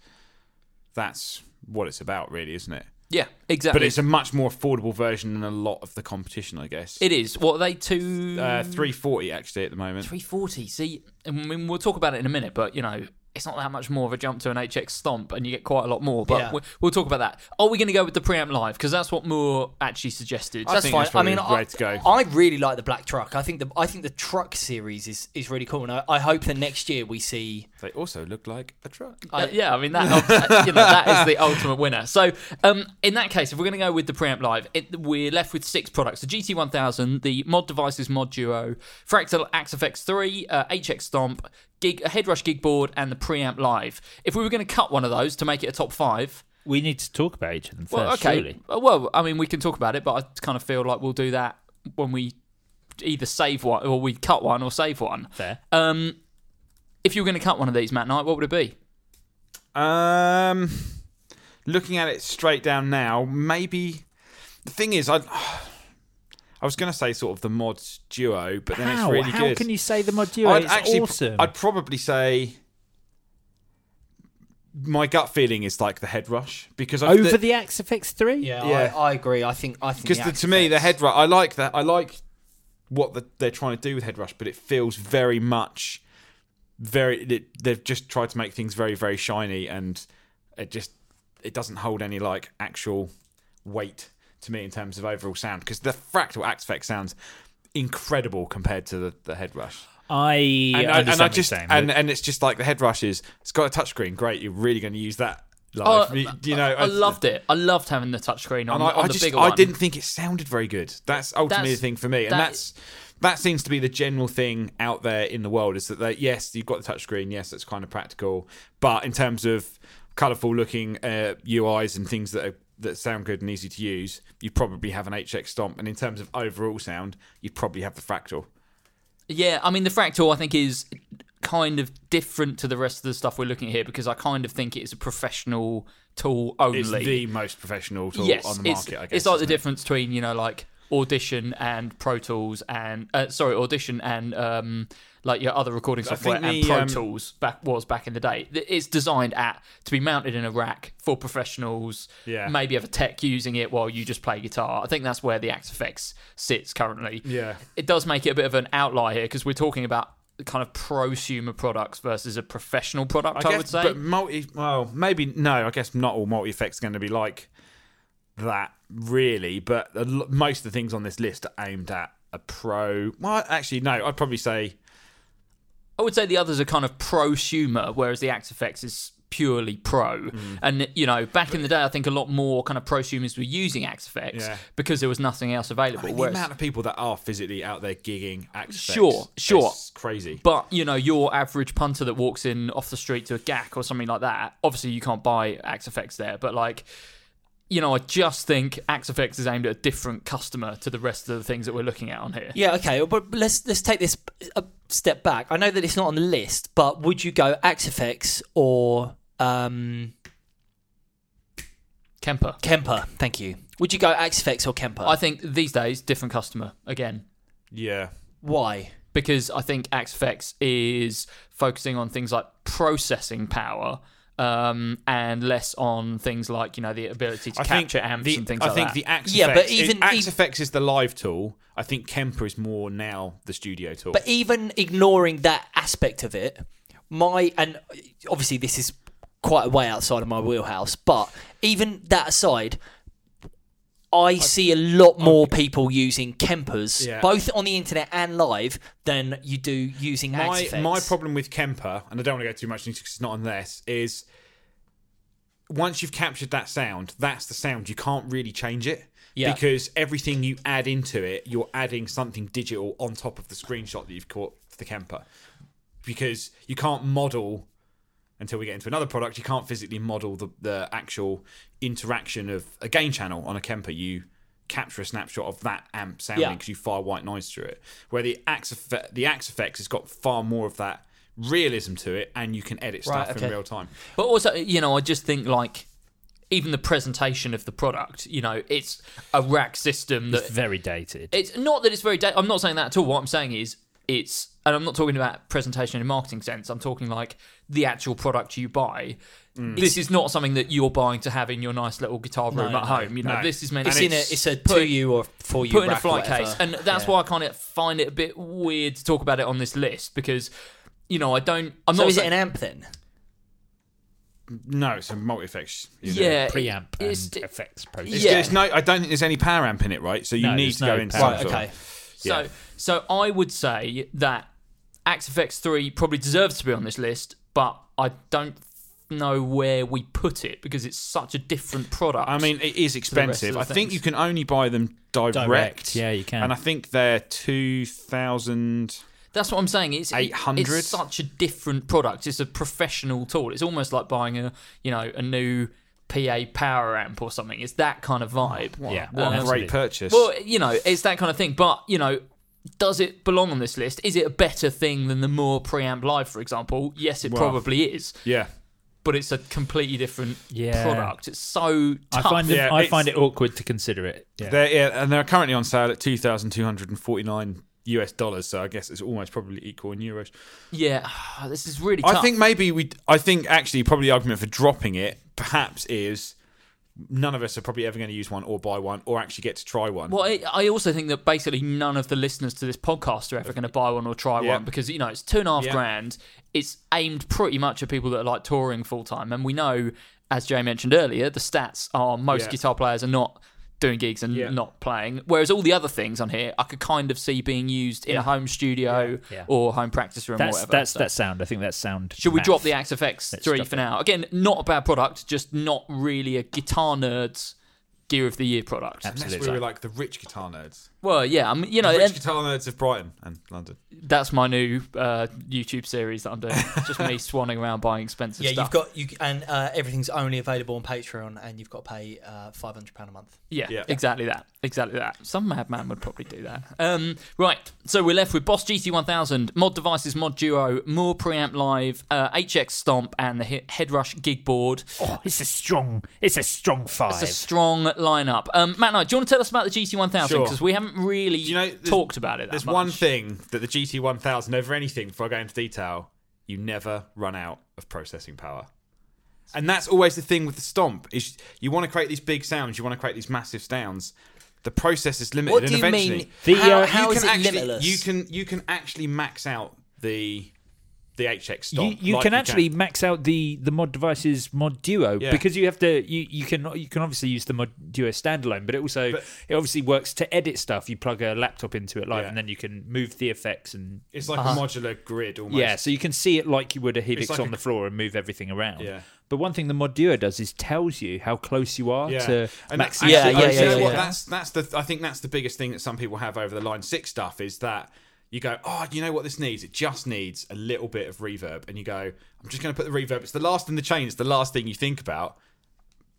That's what it's about, really, isn't it?
Yeah, exactly.
But it's a much more affordable version than a lot of the competition, I guess.
It is. What are they? Two
uh, three forty actually at the moment.
three forty. See, I mean, we'll talk about it in a minute, but you know, it's not that much more of a jump to an HX stomp, and you get quite a lot more. But
Yeah.
we- we'll talk about that. Are we going to go with the preamp live? Because that's what Moore actually suggested.
I
That's
think
fine.
that's probably
I mean,
the way
I,
to go.
I really like the black truck. I think the I think the truck series is, is really cool, and I, I hope that next year we see.
They also look like a truck.
Uh, yeah, I mean that uh, you know, that is the ultimate winner. So um, in that case, if we're going to go with the preamp live, it, we're left with six products: the GT1000, the Mod Devices Mod Duo, Fractal Axe FX3, uh, HX Stomp, Gig, a Headrush Gig Board, and the preamp live. If we were going to cut one of those to make it a top five,
We need to talk about each of them first.
well, okay,
surely.
Uh, well, I mean we can talk about it, but I kind of feel like we'll do that when we either save one or we cut one or save one.
Fair.
Um, if you were going to cut one of these, Matt Knight, what would it be?
Um, looking at it straight down now, maybe the thing is, I I was going to say sort of the mod duo, but then
How?
it's really
How
good.
can you say the module?
I'd
It's
actually,
awesome.
I'd probably say. My gut feeling is like the head rush because I've-
Over the, Axe FX3?
Yeah,
Yeah.
I, I agree. I think I think
because
the
to me the
Axe
head rush i like that i like what the, they're trying to do with head rush but it feels very much very it, they've just tried to make things very very shiny and it just it doesn't hold any like actual weight to me in terms of overall sound because the fractal axe effect sounds incredible compared to the, the head rush
I
and,
understand
and i
what you're
just
saying.
and,
but-
and it's just like the head rush is it's got a touchscreen great you're really going to use that live
Oh,
You- you know
I, I loved it. I loved having the touchscreen on,
and Mm, I,
on
I
the
just
bigger
I
one.
didn't think it sounded very good. That's ultimately
That's-
the thing for me, and
that-
that's that seems to be the general thing out there in the world is that they, yes, you've got the touchscreen, yes, that's kind of practical, but in terms of colourful looking uh, UIs and things that are that sound good and easy to use, you probably have an HX stomp, and in terms of overall sound, you probably have the fractal.
Yeah, I mean the fractal I think is kind of different to the rest of the stuff we're looking at here because I kind of think it's a professional tool only.
It's the most professional tool
yes,
on the
it's-
market, I guess.
It's like the
isn't it?
difference between, you know, like Audition and Pro Tools and uh, sorry, Audition and um like your other recording
I
software
think
and
the,
Pro
um,
Tools back was back in the day. Th- It's designed at to be mounted in a rack for professionals.
Yeah.
Maybe have a tech using it while you just play guitar. I think that's where the Axe Effects sits currently.
Yeah.
It does make it a bit of an outlier here because we're talking about kind of prosumer products versus a professional
I,
product. I,
guess,
would say.
But multi, well, maybe no. I guess not all multi effects are going to be like that, really. But a lo- most of the things on this list are aimed at a pro. Well, actually, no. I'd probably say
I would say the others are kind of prosumer, whereas the Axe Effects is purely pro.
Mm.
And you know, back in the day, I think a lot more kind of prosumers were using Axe Effects
Yeah.
because there was nothing else
I
available.
mean, the
whereas-
amount of people that are physically out there gigging. Axe
Sure,
effects
sure.
is crazy.
but you know, your average punter that walks in off the street to a GAC or something like that, obviously you can't buy Axe Effects there. But like, you know, I just think Axe Effects is aimed at a different customer to the rest of the things that we're looking at on here.
Yeah, okay, but let's let's take this a step back. I know that it's not on the list, but would you go Axe Effects or um,
Kemper.
Kemper? Thank you. Would you go Axe Effects or Kemper?
I think these days, different customer again.
yeah,
Why?
because I think Axe Effects is focusing on things like processing power um, and less on things like you know the ability to
I think
capture amps
the,
and things
I
like
think
that.
the Axe
Yeah, but
effects,
even-
Axe
even-
effects is the live tool. I think Kemper is more now the studio tool.
But even ignoring that aspect of it, my and obviously this is quite a way outside of my wheelhouse, but even that aside, I, see a lot more people using Kempers,
Yeah.
both on the internet and live, than you do using Axe
my
Effects.
my problem with Kemper, and I don't want to go too much into because it's not on this, is once you've captured that sound, that's the sound. You can't really change it.
Yeah.
Because everything you add into it, you're adding something digital on top of the screenshot that you've caught for the Kemper. Because you can't model until we get into another product, you can't physically model the, the actual interaction of a gain channel on a Kemper. You capture a snapshot of that amp sounding
Yeah.
because you fire white noise through it. Where the Axe, Effe- the Axe Effects has got far more of that realism to it, and you can edit stuff
Right, okay.
in real time.
But also, you know, I just think like even the presentation of the product, you know, it's a rack system that
It's very dated.
it's not that it's very. Da- I'm not saying that at all. What I'm saying is it's, and I'm not talking about presentation in a marketing sense. I'm talking like the actual product you buy.
Mm.
This is not something that you're buying to have in your nice little guitar room at home. You know,
no.
this is meant.
it's
and
in a it's a two U or four U.
put in a flight case, and that's why I kind of find it a bit weird to talk about it on this list because, you know, I don't. I'm
So
not
is it
saying-
an amp then?
No, it's a multi effects.
yeah
Preamp and
it's-
effects process.
It's,
Yeah.
there's no, I don't think there's any power amp in it, right? So you
No,
need
there's
to go
no
into
power
some
amp.
sort of-
Okay.
So, so I would say that Axe Effects 3 probably deserves to be on this list, but I don't know where we put it because it's such a different product.
I mean, it is
the rest of
expensive.
the
I think
things.
you can only buy them direct.
Direct, yeah, you can.
And I think they're two thousand.
that's what I'm saying. It's it-
800?
It's such a different product. It's a professional tool. It's almost like buying a you know a new PA power amp or something. It's that kind of vibe. Um,
Yeah,
What a
absolutely.
great purchase.
Well, you know, it's that kind of thing. But you know, does it belong on this list? Is it a better thing than the Moore preamp live, for example? Yes, it
Well,
probably is.
yeah.
but it's a completely different
Yeah.
product. It's so
I
tough.
find it,
Yeah,
I
it's-
find it awkward to consider it.
They're, yeah, and they're currently on sale at two thousand two hundred and forty nine US dollars. So I guess it's almost probably equal in euros.
yeah, this is really tough.
I think maybe we. I think actually probably the argument for dropping it perhaps is none of us are probably ever going to use one or buy one or actually get to try one.
Well, I, I also think that basically none of the listeners to this podcast are ever going to buy one or try
Yeah.
one because you know it's two and a half
Yeah.
grand. It's aimed pretty much at people that are like touring full time, and we know, as Jay mentioned earlier, the stats are most
Yeah.
guitar players are not doing gigs and
Yeah.
not playing. Whereas all the other things on here, I could kind of see being used in a home studio
Yeah.
or home practice room. or
That's
whatever.
that's
So-
that sound. I think that sound.
Should we
math.
drop the Axe FX
Let's
three
drop
for
it.
now? Again, not a bad product, just not really a guitar nerd's gear of the year product.
Unless we were like the rich guitar nerds.
Well, Uh, yeah, I'm, you know,
Rich
and
guitar nerds of Brighton and London.
that's my new uh, YouTube series that I'm doing. It's just me swanning around buying expensive
Yeah,
stuff.
you've got you and uh, everything's only available on Patreon, and you've got to pay uh, five hundred pound a month.
Yeah,
Yeah.
exactly that. Exactly that. Some madman would probably do that. Um, right, so we're left with Boss GT1000, Mod Devices, Mod Duo, More Preamp Live, uh, HX Stomp, and the He- Head Rush Gig Board.
Oh, it's a strong, it's a strong five.
It's a strong lineup. Um, Matt Knight, do you want to tell us about the GT1000?
Sure.
Because we haven't really
Do you know, there's-
talked about it that
There's
much.
one thing that the GT1000 over anything. Before I go into detail, you never run out of processing power, and that's always the thing with the stomp. Is you want to create these big sounds, you want to create these massive sounds. The process is limited,
What
and
do you
eventually
mean?
The,
how
uh,
how
you
is
can
it
actually
limitless?
you can you can actually max out the the HX
You,
stomp.
you
like
can actually max out the, the mod devices mod duo
Yeah.
because you have to you, you can you can obviously use the mod duo standalone, but it also
But-
it obviously works to edit stuff. You plug a laptop into it live,
Yeah.
and then you can move the effects and
It's like a modular grid almost.
yeah, so you can see it like you would a Helix
like
on
a-
the floor and move everything around.
Yeah.
But one thing the mod duo does is tells you how close you are
yeah.
to
And that-
maxing.
actually,
Yeah, yeah,
you know
yeah,
what,
yeah.
That's that's the I think that's the biggest thing that some people have over the line six stuff is that you go, oh, you know what this needs? It just needs a little bit of reverb, and you go, I'm just going to put the reverb. It's the last in the chain. It's the last thing you think about.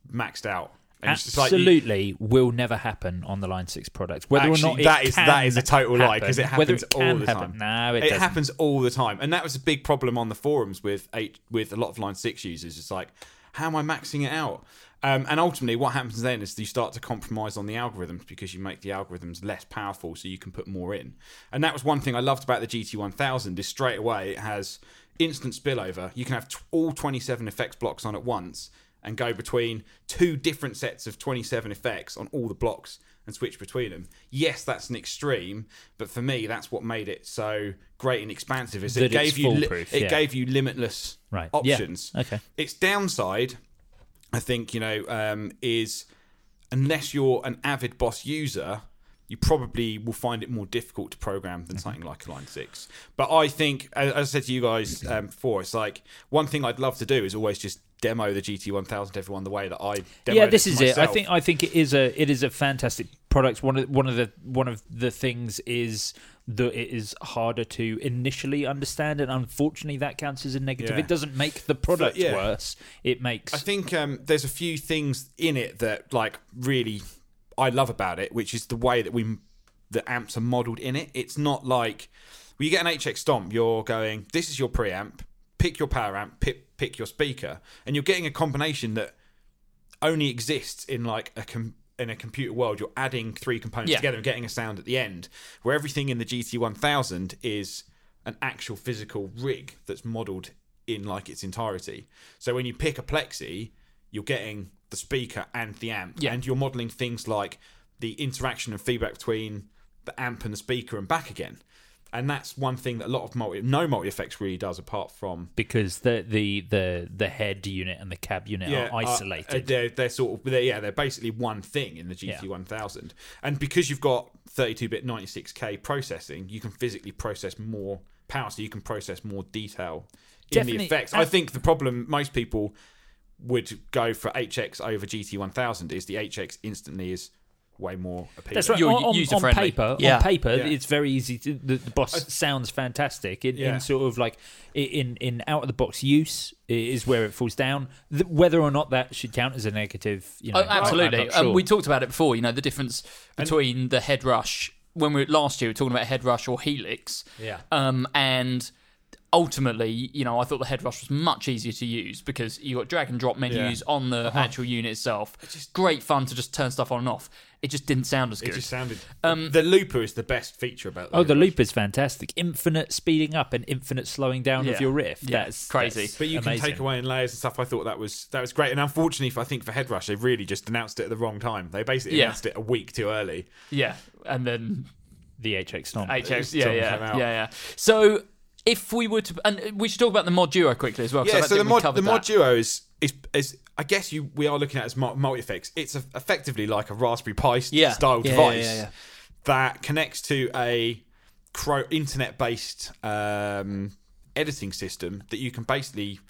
Maxed out. And it's just like you-
Absolutely will never happen on the Line Six product. Whether
Actually,
or not it
that is
can
that is a total lie because it
happen, whether
happens all
can
the
happen.
time.
No, it, doesn't.
happens all the time, and that was a big problem on the forums with eight with a lot of Line Six users. It's like, how am I maxing it out? Um, and ultimately, what happens then is you start to compromise on the algorithms because you make the algorithms less powerful, so you can put more in. And that was one thing I loved about the GT1000 is straight away it has instant spillover. You can have t- all 27 effects blocks on at once and go between two different sets of 27 effects on all the blocks and switch between them. Yes, that's an extreme, but for me, that's what made it so great and expansive. Is it
That it's
gave you
foolproof,
it
yeah.
gave you limitless
Right, yeah,
options.
okay.
Its downside, I think, you know, um, is unless you're an avid boss user, you probably will find it more difficult to program
Mm-hmm.
than something like a Line 6. But I think, as as I said to you guys um, before, it's like one thing I'd love to do is always just demo the GT1000 to everyone the way that I demoed
yeah, this
it
is
to
it.
myself.
I think I think it is a it is a fantastic product. One of one of the one of the things is that it is harder to initially understand, and unfortunately, that counts as a negative.
Yeah.
It doesn't make the product
yeah.
worse. It makes
I think um, there's a few things in it that like really I love about it, which is the way that we the amps are modelled in it. It's not like when you get an HX stomp, you're going, this is your preamp, pick your power amp, pick pick your speaker, and you're getting a combination that only exists in like a com- in a computer world. You're adding three components
Yeah.
together and getting a sound at the end. Where everything in the GT1000 is an actual physical rig that's modeled in like its entirety. So when you pick a plexi, you're getting the speaker and the amp,
Yeah.
and you're modeling things like the interaction and feedback between the amp and the speaker and back again. And that's one thing that a lot of multi, no multi effects really does, apart from
because the the the the head unit and the cab unit are
uh, uh,
isolated.
they're, they're sort of they're, yeah, they're basically one thing in the
Yeah.
GT1000. And because you've got 32-bit 96K processing, you can physically process more power, so you can process more detail in the
Definitely.
effects. I think the problem most people would go for HX over GT1000 is the HX instantly is way more appealing.
That's right.
You're
on, on-
user
on
friendly.
paper,
Yeah.
on paper,
Yeah. Uh,
it's very easy. To, the, the boss sounds fantastic. In,
Yeah.
in sort of like i- in in out of the box use i- is where it falls down. Th- Whether or not that should count as a negative, you know,
Oh, absolutely.
I- I'm not
um,
sure.
we talked about it before. You know the difference between the head rush when we were last year we were talking about head rush or helix.
Yeah.
Um, and ultimately, you know, I thought the head rush was much easier to use because you got drag and drop menus
Yeah. Uh-huh.
on the actual unit itself. Great fun to just turn stuff on and off. It just didn't sound as
it
good.
just sounded
Um,
the looper is the best feature about
Oh, the
Hero.
loop is fantastic. Infinite speeding up and infinite slowing down
Yeah.
of your riff.
Yeah,
That's
crazy.
that's
But you
amazing.
can take away in layers and stuff. I thought that was that was great. And unfortunately, for, I think for Head Rush, they really just announced it at the wrong time. They basically
Yeah.
announced it a week too early.
yeah. And then
the HX stomp.
HX.
Tom
Yeah,
came
yeah, yeah,
out.
yeah. So if we were to, and we should talk about the mod duo quickly as well. 'cause I
Yeah.
don't
So the
think we
mod
covered
the mod
that.
duo is is is I guess you we are looking at it as multi effects. It's a, effectively like a Raspberry Pi st-
Yeah.
style
Yeah, yeah,
device
yeah, yeah.
that connects to a cro- internet based um, editing system that you can basically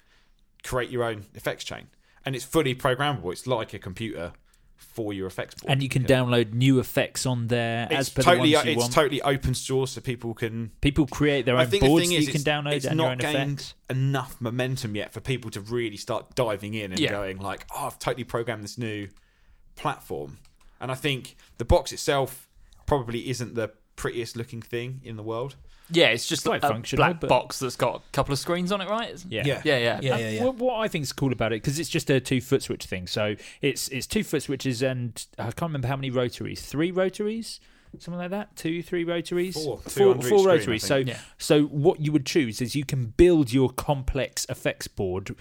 create your own effects chain, and it's fully programmable. It's like a computer for your effects board.
and you can
Yeah.
download new effects on there
It's
as per
totally
the ones you
it's
want.
totally open source, so people can.
People create their
I
own
think the
boards
thing
that
is,
you can
it's,
download
it's
and your
not
own
gained
effects.
enough momentum yet for people to really start diving in and
Yeah.
going like, "Oh, I've totally programmed this new platform." And I think the box itself probably isn't the prettiest looking thing in the world.
Yeah, it's just
Quite
a
functional,
black
but-
box that's got a couple of screens on it, right? Isn't-
Yeah.
Yeah.
yeah, yeah.
Yeah, yeah, yeah.
Uh, What, what I think is cool about it because it's just a two foot switch thing. So it's it's two foot switches and I can't remember how many rotaries. Three rotaries, something like that. Two, three rotaries.
Four. Two
four,
under each
four
screen, I
rotaries. So
think.
Yeah.
so what you would choose is you can build your complex effects board.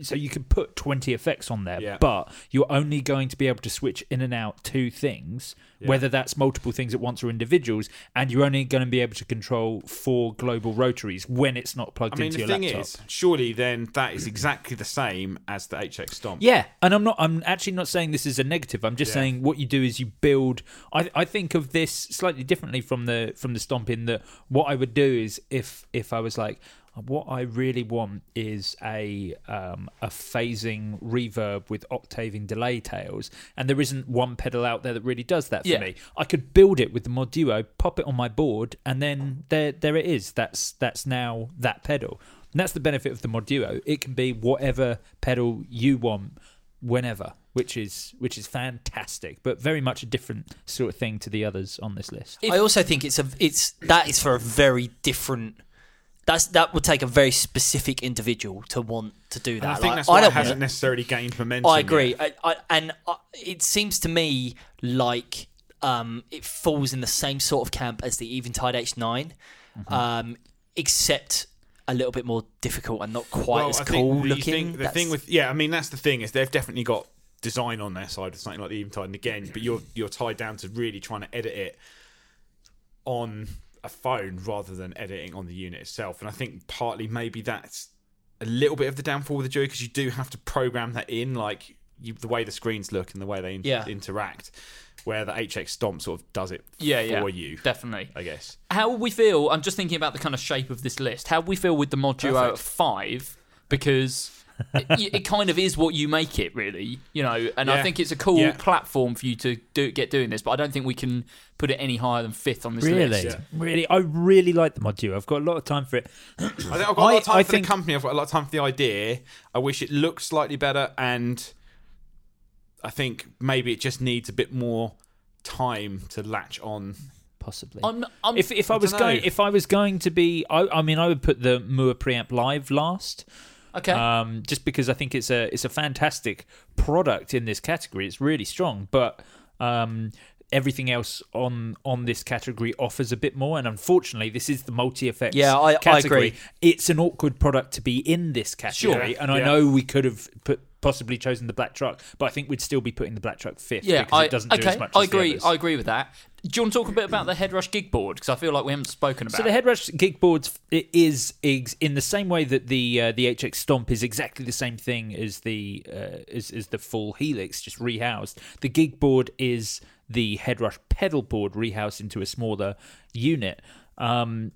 So you can put twenty effects on there,
Yeah.
but you're only going to be able to switch in and out two things, whether that's multiple things at once or individuals, and you're only going to be able to control four global rotaries when it's not plugged
I mean,
into
the
your
thing
laptop.
is, surely then that is exactly the same as the HX Stomp.
Yeah, and I'm not. I'm actually not saying this is a negative. I'm just saying what you do is you build. I, I think of this slightly differently from the from the stomp in that what I would do is if if I was like what I really want is a um, a phasing reverb with octaving delay tails, and there isn't one pedal out there that really does that for
Yeah.
me. I could build it with the Mod Duo, pop it on my board, and then there there it is. That's that's now that pedal. And that's the benefit of the Mod Duo. It can be whatever pedal you want, whenever, which is which is fantastic, but very much a different sort of thing to the others on this list.
I also think it's a it's that is for a very different. That's that would take a very specific individual to want to do
And
that.
I think
Like,
that's why
don't
it hasn't
wanna-
necessarily gained momentum.
I agree,
yet.
I, I, and I, it seems to me like um, it falls in the same sort of camp as the Eventide H9,
Mm-hmm.
um, except a little bit more difficult and not quite
Well,
as
I think
cool
the
looking.
thing- the
That's-
thing with yeah, I mean that's the thing is they've definitely got design on their side of something like the Eventide, and again, but you're you're tied down to really trying to edit it on a phone rather than editing on the unit itself. And I think partly maybe that's a little bit of the downfall with the jury because you do have to program that in, like you, the way the screens look and the way they in-
Yeah.
interact. Where the HX Stomp sort of does it
Yeah, yeah.
for you,
Definitely.
I guess.
How would we feel? I'm just thinking about the kind of shape of this list. How would we feel with the Mod Duo at five? Because it, it kind of is what you make it, really. You know, and I
Yeah.
think it's a cool
Yeah.
platform for you to do get doing this. But I don't think we can put it any higher than fifth on this list.
Really, really, I really like the Mod Duo. I've got a lot of time for it.
I think I've got a lot of time
I- I
for
think-
the company. I've got a lot of time for the idea. I wish it looked slightly better, and I think maybe it just needs a bit more time to latch on.
Possibly.
I'm, I'm,
if if I, was
dunno.
going if I was going to be, I, I mean, I would put the Mua preamp live last.
okay.
um, just because I think it's a it's a fantastic product in this category. It's really strong, but um, everything else on on this category offers a bit more. And unfortunately, this is the multi effects.
Yeah, I- I
category.
agree.
It's an awkward product to be in this category,
Sure.
and I
Yeah.
know we could have put. Possibly chosen the black truck, but I think we'd still be putting the black truck fifth
yeah,
because
I,
it doesn't
okay,
do as much.
I
as the
agree.
others.
I agree with that. Do you want to talk a bit about the Headrush gig board? Because I feel like we haven't spoken about.
So the
it.
headrush gig boards it is, is in the same way that the uh, the HX Stomp is exactly the same thing as the uh, as, as the full Helix, just rehoused. The gig board is the headrush pedal board rehoused into a smaller unit. Um,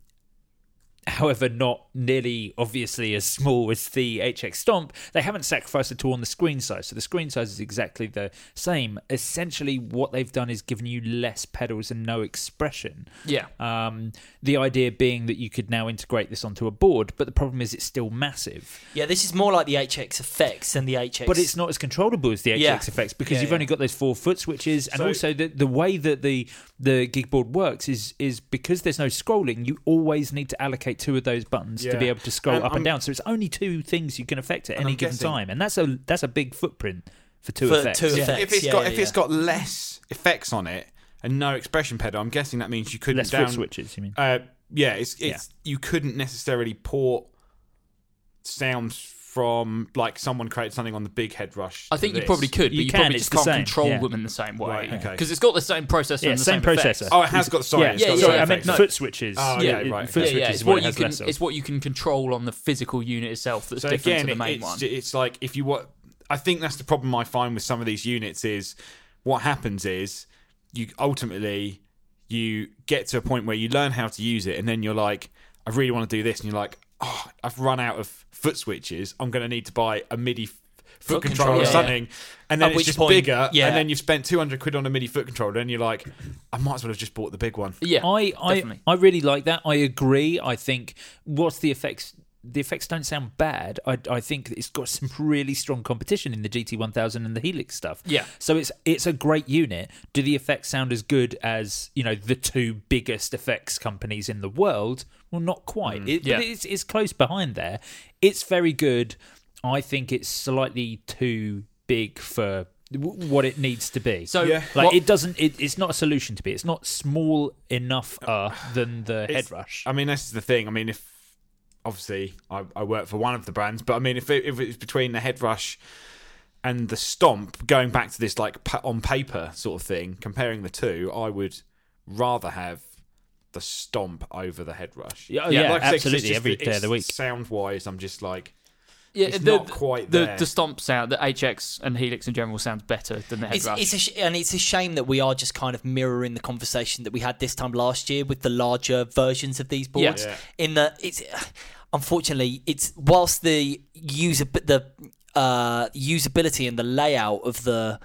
however, not nearly obviously as small as the HX Stomp. They haven't sacrificed at all on the screen size, so the screen size is exactly the same. Essentially, what they've done is given you less pedals and no expression.
Yeah.
Um, the idea being that you could now integrate this onto a board, but the problem is it's still massive.
yeah, this is more like the HX effects than the HX.
But it's not as controllable as the HX
Yeah.
effects because
Yeah,
you've
yeah.
only got those four foot switches, and
So-
also the the way that the the gig board works is is because there's no scrolling. You always need to allocate two of those buttons to
Yeah.
be able to scroll
And
up and
I'm-
down. So it's only two things you can affect at any
I'm
given
guessing-
time, and that's a that's a big footprint for two
for
effects.
two
If-
effects.
If it's
yeah,
got
yeah,
if it's
yeah.
got less effects on it and no expression pedal, I'm guessing that means you couldn't
Less
down
foot switches, you mean?
Uh, yeah, it's it's you couldn't necessarily port sounds from like someone created something on the big head rush.
I
to
think you
this.
probably could, but
You
you,
can,
probably
it's
just
the
can't
same,
control
yeah.
them in the same way.
Right, okay.
Because it's got the same processor
Yeah,
and the
same
same, effects.
processor.
Oh, it has got sorry.
yeah,
it's
yeah,
got
yeah,
sorry
sorry, I meant
effects.
no.
foot switches.
Oh, yeah, right.
Foot
Yeah,
switches
yeah,
is
it's
what
what
it
you
has
can
less of.
it's what you can control on the physical unit itself that's
so
different
again,
to the main
it's,
one.
it's like if you what I think that's the problem I find with some of these units is what happens is you ultimately you get to a point where you learn how to use it, and then you're like, I really want to do this, and you're like, oh, I've run out of foot switches. I'm going to need to buy a MIDI f- foot,
Foot controller,
controller, or
yeah.
something, and then
At
it's
which
just
point,
bigger,
yeah.
and then you've spent two hundred quid on a mini foot controller, and you're like, I might as well have just bought the big one.
Yeah,
I, I
definitely.
I really like that. I agree. I think what's the effects? The effects don't sound bad. I, I think it's got some really strong competition in the GT1000 and the Helix stuff.
Yeah.
So it's it's a great unit. Do the effects sound as good as you know the two biggest effects companies in the world? Well, not quite. it,
Mm, yeah.
But it's it's close behind there. It's very good. I think it's slightly too big for w- what it needs to be.
So
Yeah.
Like
what-
it doesn't. It, it's not a solution to be. It's not small enough uh, than the head
It's-
rush.
I mean, this is the thing. I mean, if obviously I, I work for one of the brands, but I mean, if it, if it's between the head rush and the stomp, going back to this like pa- on paper sort of thing, comparing the two, I would rather have the stomp over the head rush.
Yeah, oh,
Like
yeah,
I said, it's
absolutely,
just
every
the-
day of
it's
the week.
Sound wise, I'm just like
yeah,
it's
the,
not quite
the,
there.
the stomp sound, the HX and Helix in general sounds better than the head
It's,
rush.
it's a sh- and it's a shame that we are just kind of mirroring the conversation that we had this time last year with the larger versions of these boards.
Yeah.
In that it's unfortunately it's whilst the user the uh, usability and the layout of the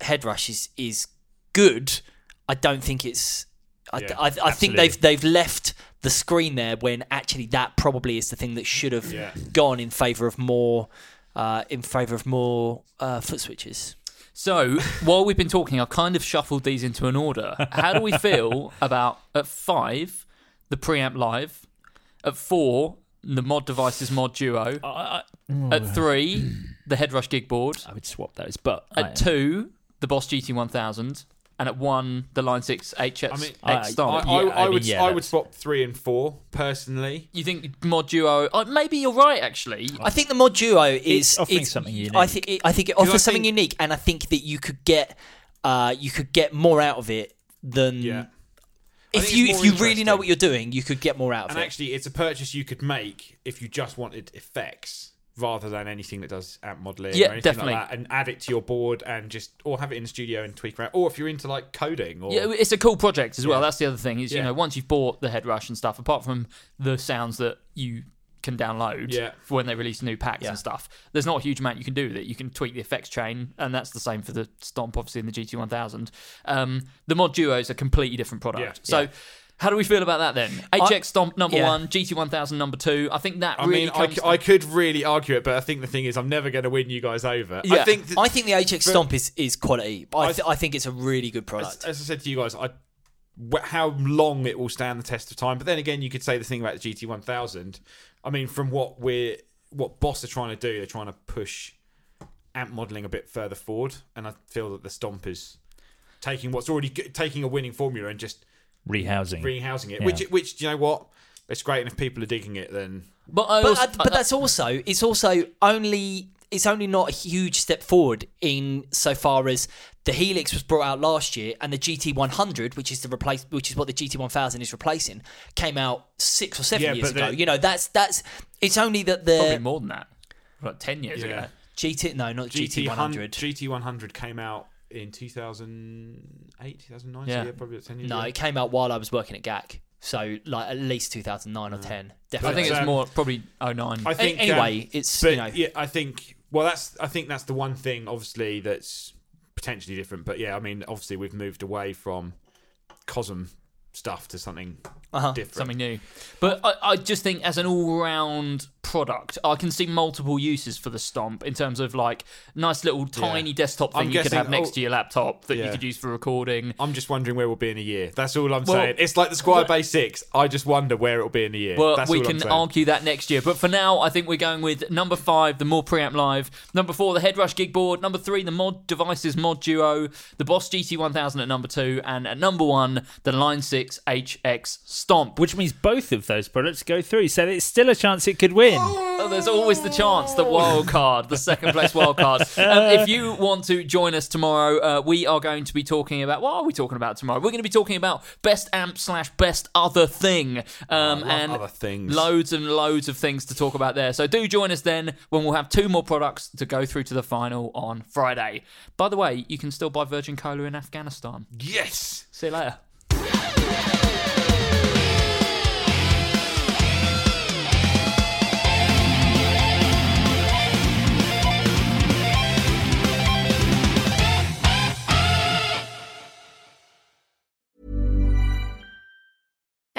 headrush is is good, I don't think it's. I,
Yeah,
I, I think they've they've left the screen there when actually that probably is the thing that should have
Yeah.
gone in favour of more uh, in favour of more uh, foot switches.
So while we've been talking, I've kind of shuffled these into an order. How do we feel about at five the preamp live, at four the mod devices mod duo, at three the headrush gig board,
I would swap those, but I-
at two the Boss GT one thousand, and at one the Line Six HX
I mean,
X
I,
Stomp.
I,
yeah, I
I
mean,
would
yeah,
I would
that's-
swap three and four personally.
you think mod duo? Oh, maybe you're right, actually.
I think the mod duo is
offering
it's-
something
I
unique.
think it, I think it
'Cause I
offers something
think-
unique, and I think that you could get uh, you could get more out of it
Mm.
than
Yeah. I
if
think
you if
it's more
you really know
interesting.
what you're doing, you could get more out of
And
it.
actually, it's a purchase you could make if you just wanted effects rather than anything that does amp modeling
Yeah,
or anything
definitely.
like that, and add it to your board and just or have it in the studio and tweak around. Or if you're into like coding or
Yeah, it's a cool project as well.
Yeah.
That's the other thing is you
Yeah.
know once you've bought the head rush and stuff, apart from the sounds that you can download
Yeah.
for when they release new packs and stuff, there's not a huge amount you can do with it. You can tweak the effects chain, and that's the same for the stomp, obviously in the GT1000. Um, the mod duo is a completely different product.
Yeah.
So. How do we feel about that then? HX Stomp number
yeah.
one, GT1000 number two. I think that
I
really
mean, I,
comes
c- I could really argue it, but I think the thing is, I'm never going to win you guys over.
Yeah.
I think that,
I think the HX Stomp is, is quality. I, th- I think it's a really good
as,
product.
as I said to you guys, I wh- how long it will stand the test of time. But then again, you could say the thing about the GT1000. I mean, from what we're what Boss are trying to do, they're trying to push amp modeling a bit further forward, and I feel that the Stomp is taking what's already g- taking a winning formula and just
rehousing.
rehousing it. Which, which do you know what? It's great, and if people are digging it, then
but, I
but,
also-
I- but that's also it's also only it's only not a huge step forward in so far as the Helix was brought out last year and the GT100, which is the replace, which is what the GT1000 is replacing, came out six or seven
Yeah,
years
but
ago.
the-
You know, that's that's it's only that
probably
the
more than that, like ten years
Yeah.
ago.
GT no not
GT
GT100.
GT100 came out in 2008, 2009.
Yeah.
Yeah, probably about 10 years.
no,
ago.
it came out while I was working at GAC, so like at least 2009 or 10.
I
Definitely.
think it's
um,
more probably 09.
I think
anyway,
um,
it's,
but
you know-
yeah, I think well, that's I think that's the one thing obviously that's potentially different. But yeah, I mean, obviously we've moved away from Cosm stuff to something
Uh-huh.
different.
something new. But I, I just think as an all-round product, I can see multiple uses for the Stomp in terms of like nice little tiny desktop thing
I'm
you could
guessing-
have next
oh,
to your laptop that you
yeah.
could use for recording.
I'm just wondering where we'll be in a year. That's all I'm
Well,
saying. It's like the Squire Bay Six. I just wonder where it'll be in a year.
Well,
That's
we
all I'm
can
saying.
argue that next year. But for now, I think we're going with number five, the More Preamp Live. Number four, the Headrush Gig Board. Number three, the Mod Devices Mod Duo. The Boss GT1000 at number two. And at number one, the Line 6 HX Stomp.
Which means both of those products go through, so it's still a chance it could win.
Oh, there's always the chance, the wild card, the second place wild card. Um, if you want to join us tomorrow, uh, we are going to be talking about what are we talking about tomorrow? We're going to be talking about best amp slash best other thing, um, and
Oh, other things.
loads and loads of things to talk about there. So do join us then when we'll have two more products to go through to the final on Friday. By the way, you can still buy Virgin Cola in Afghanistan.
Yes.
See you later.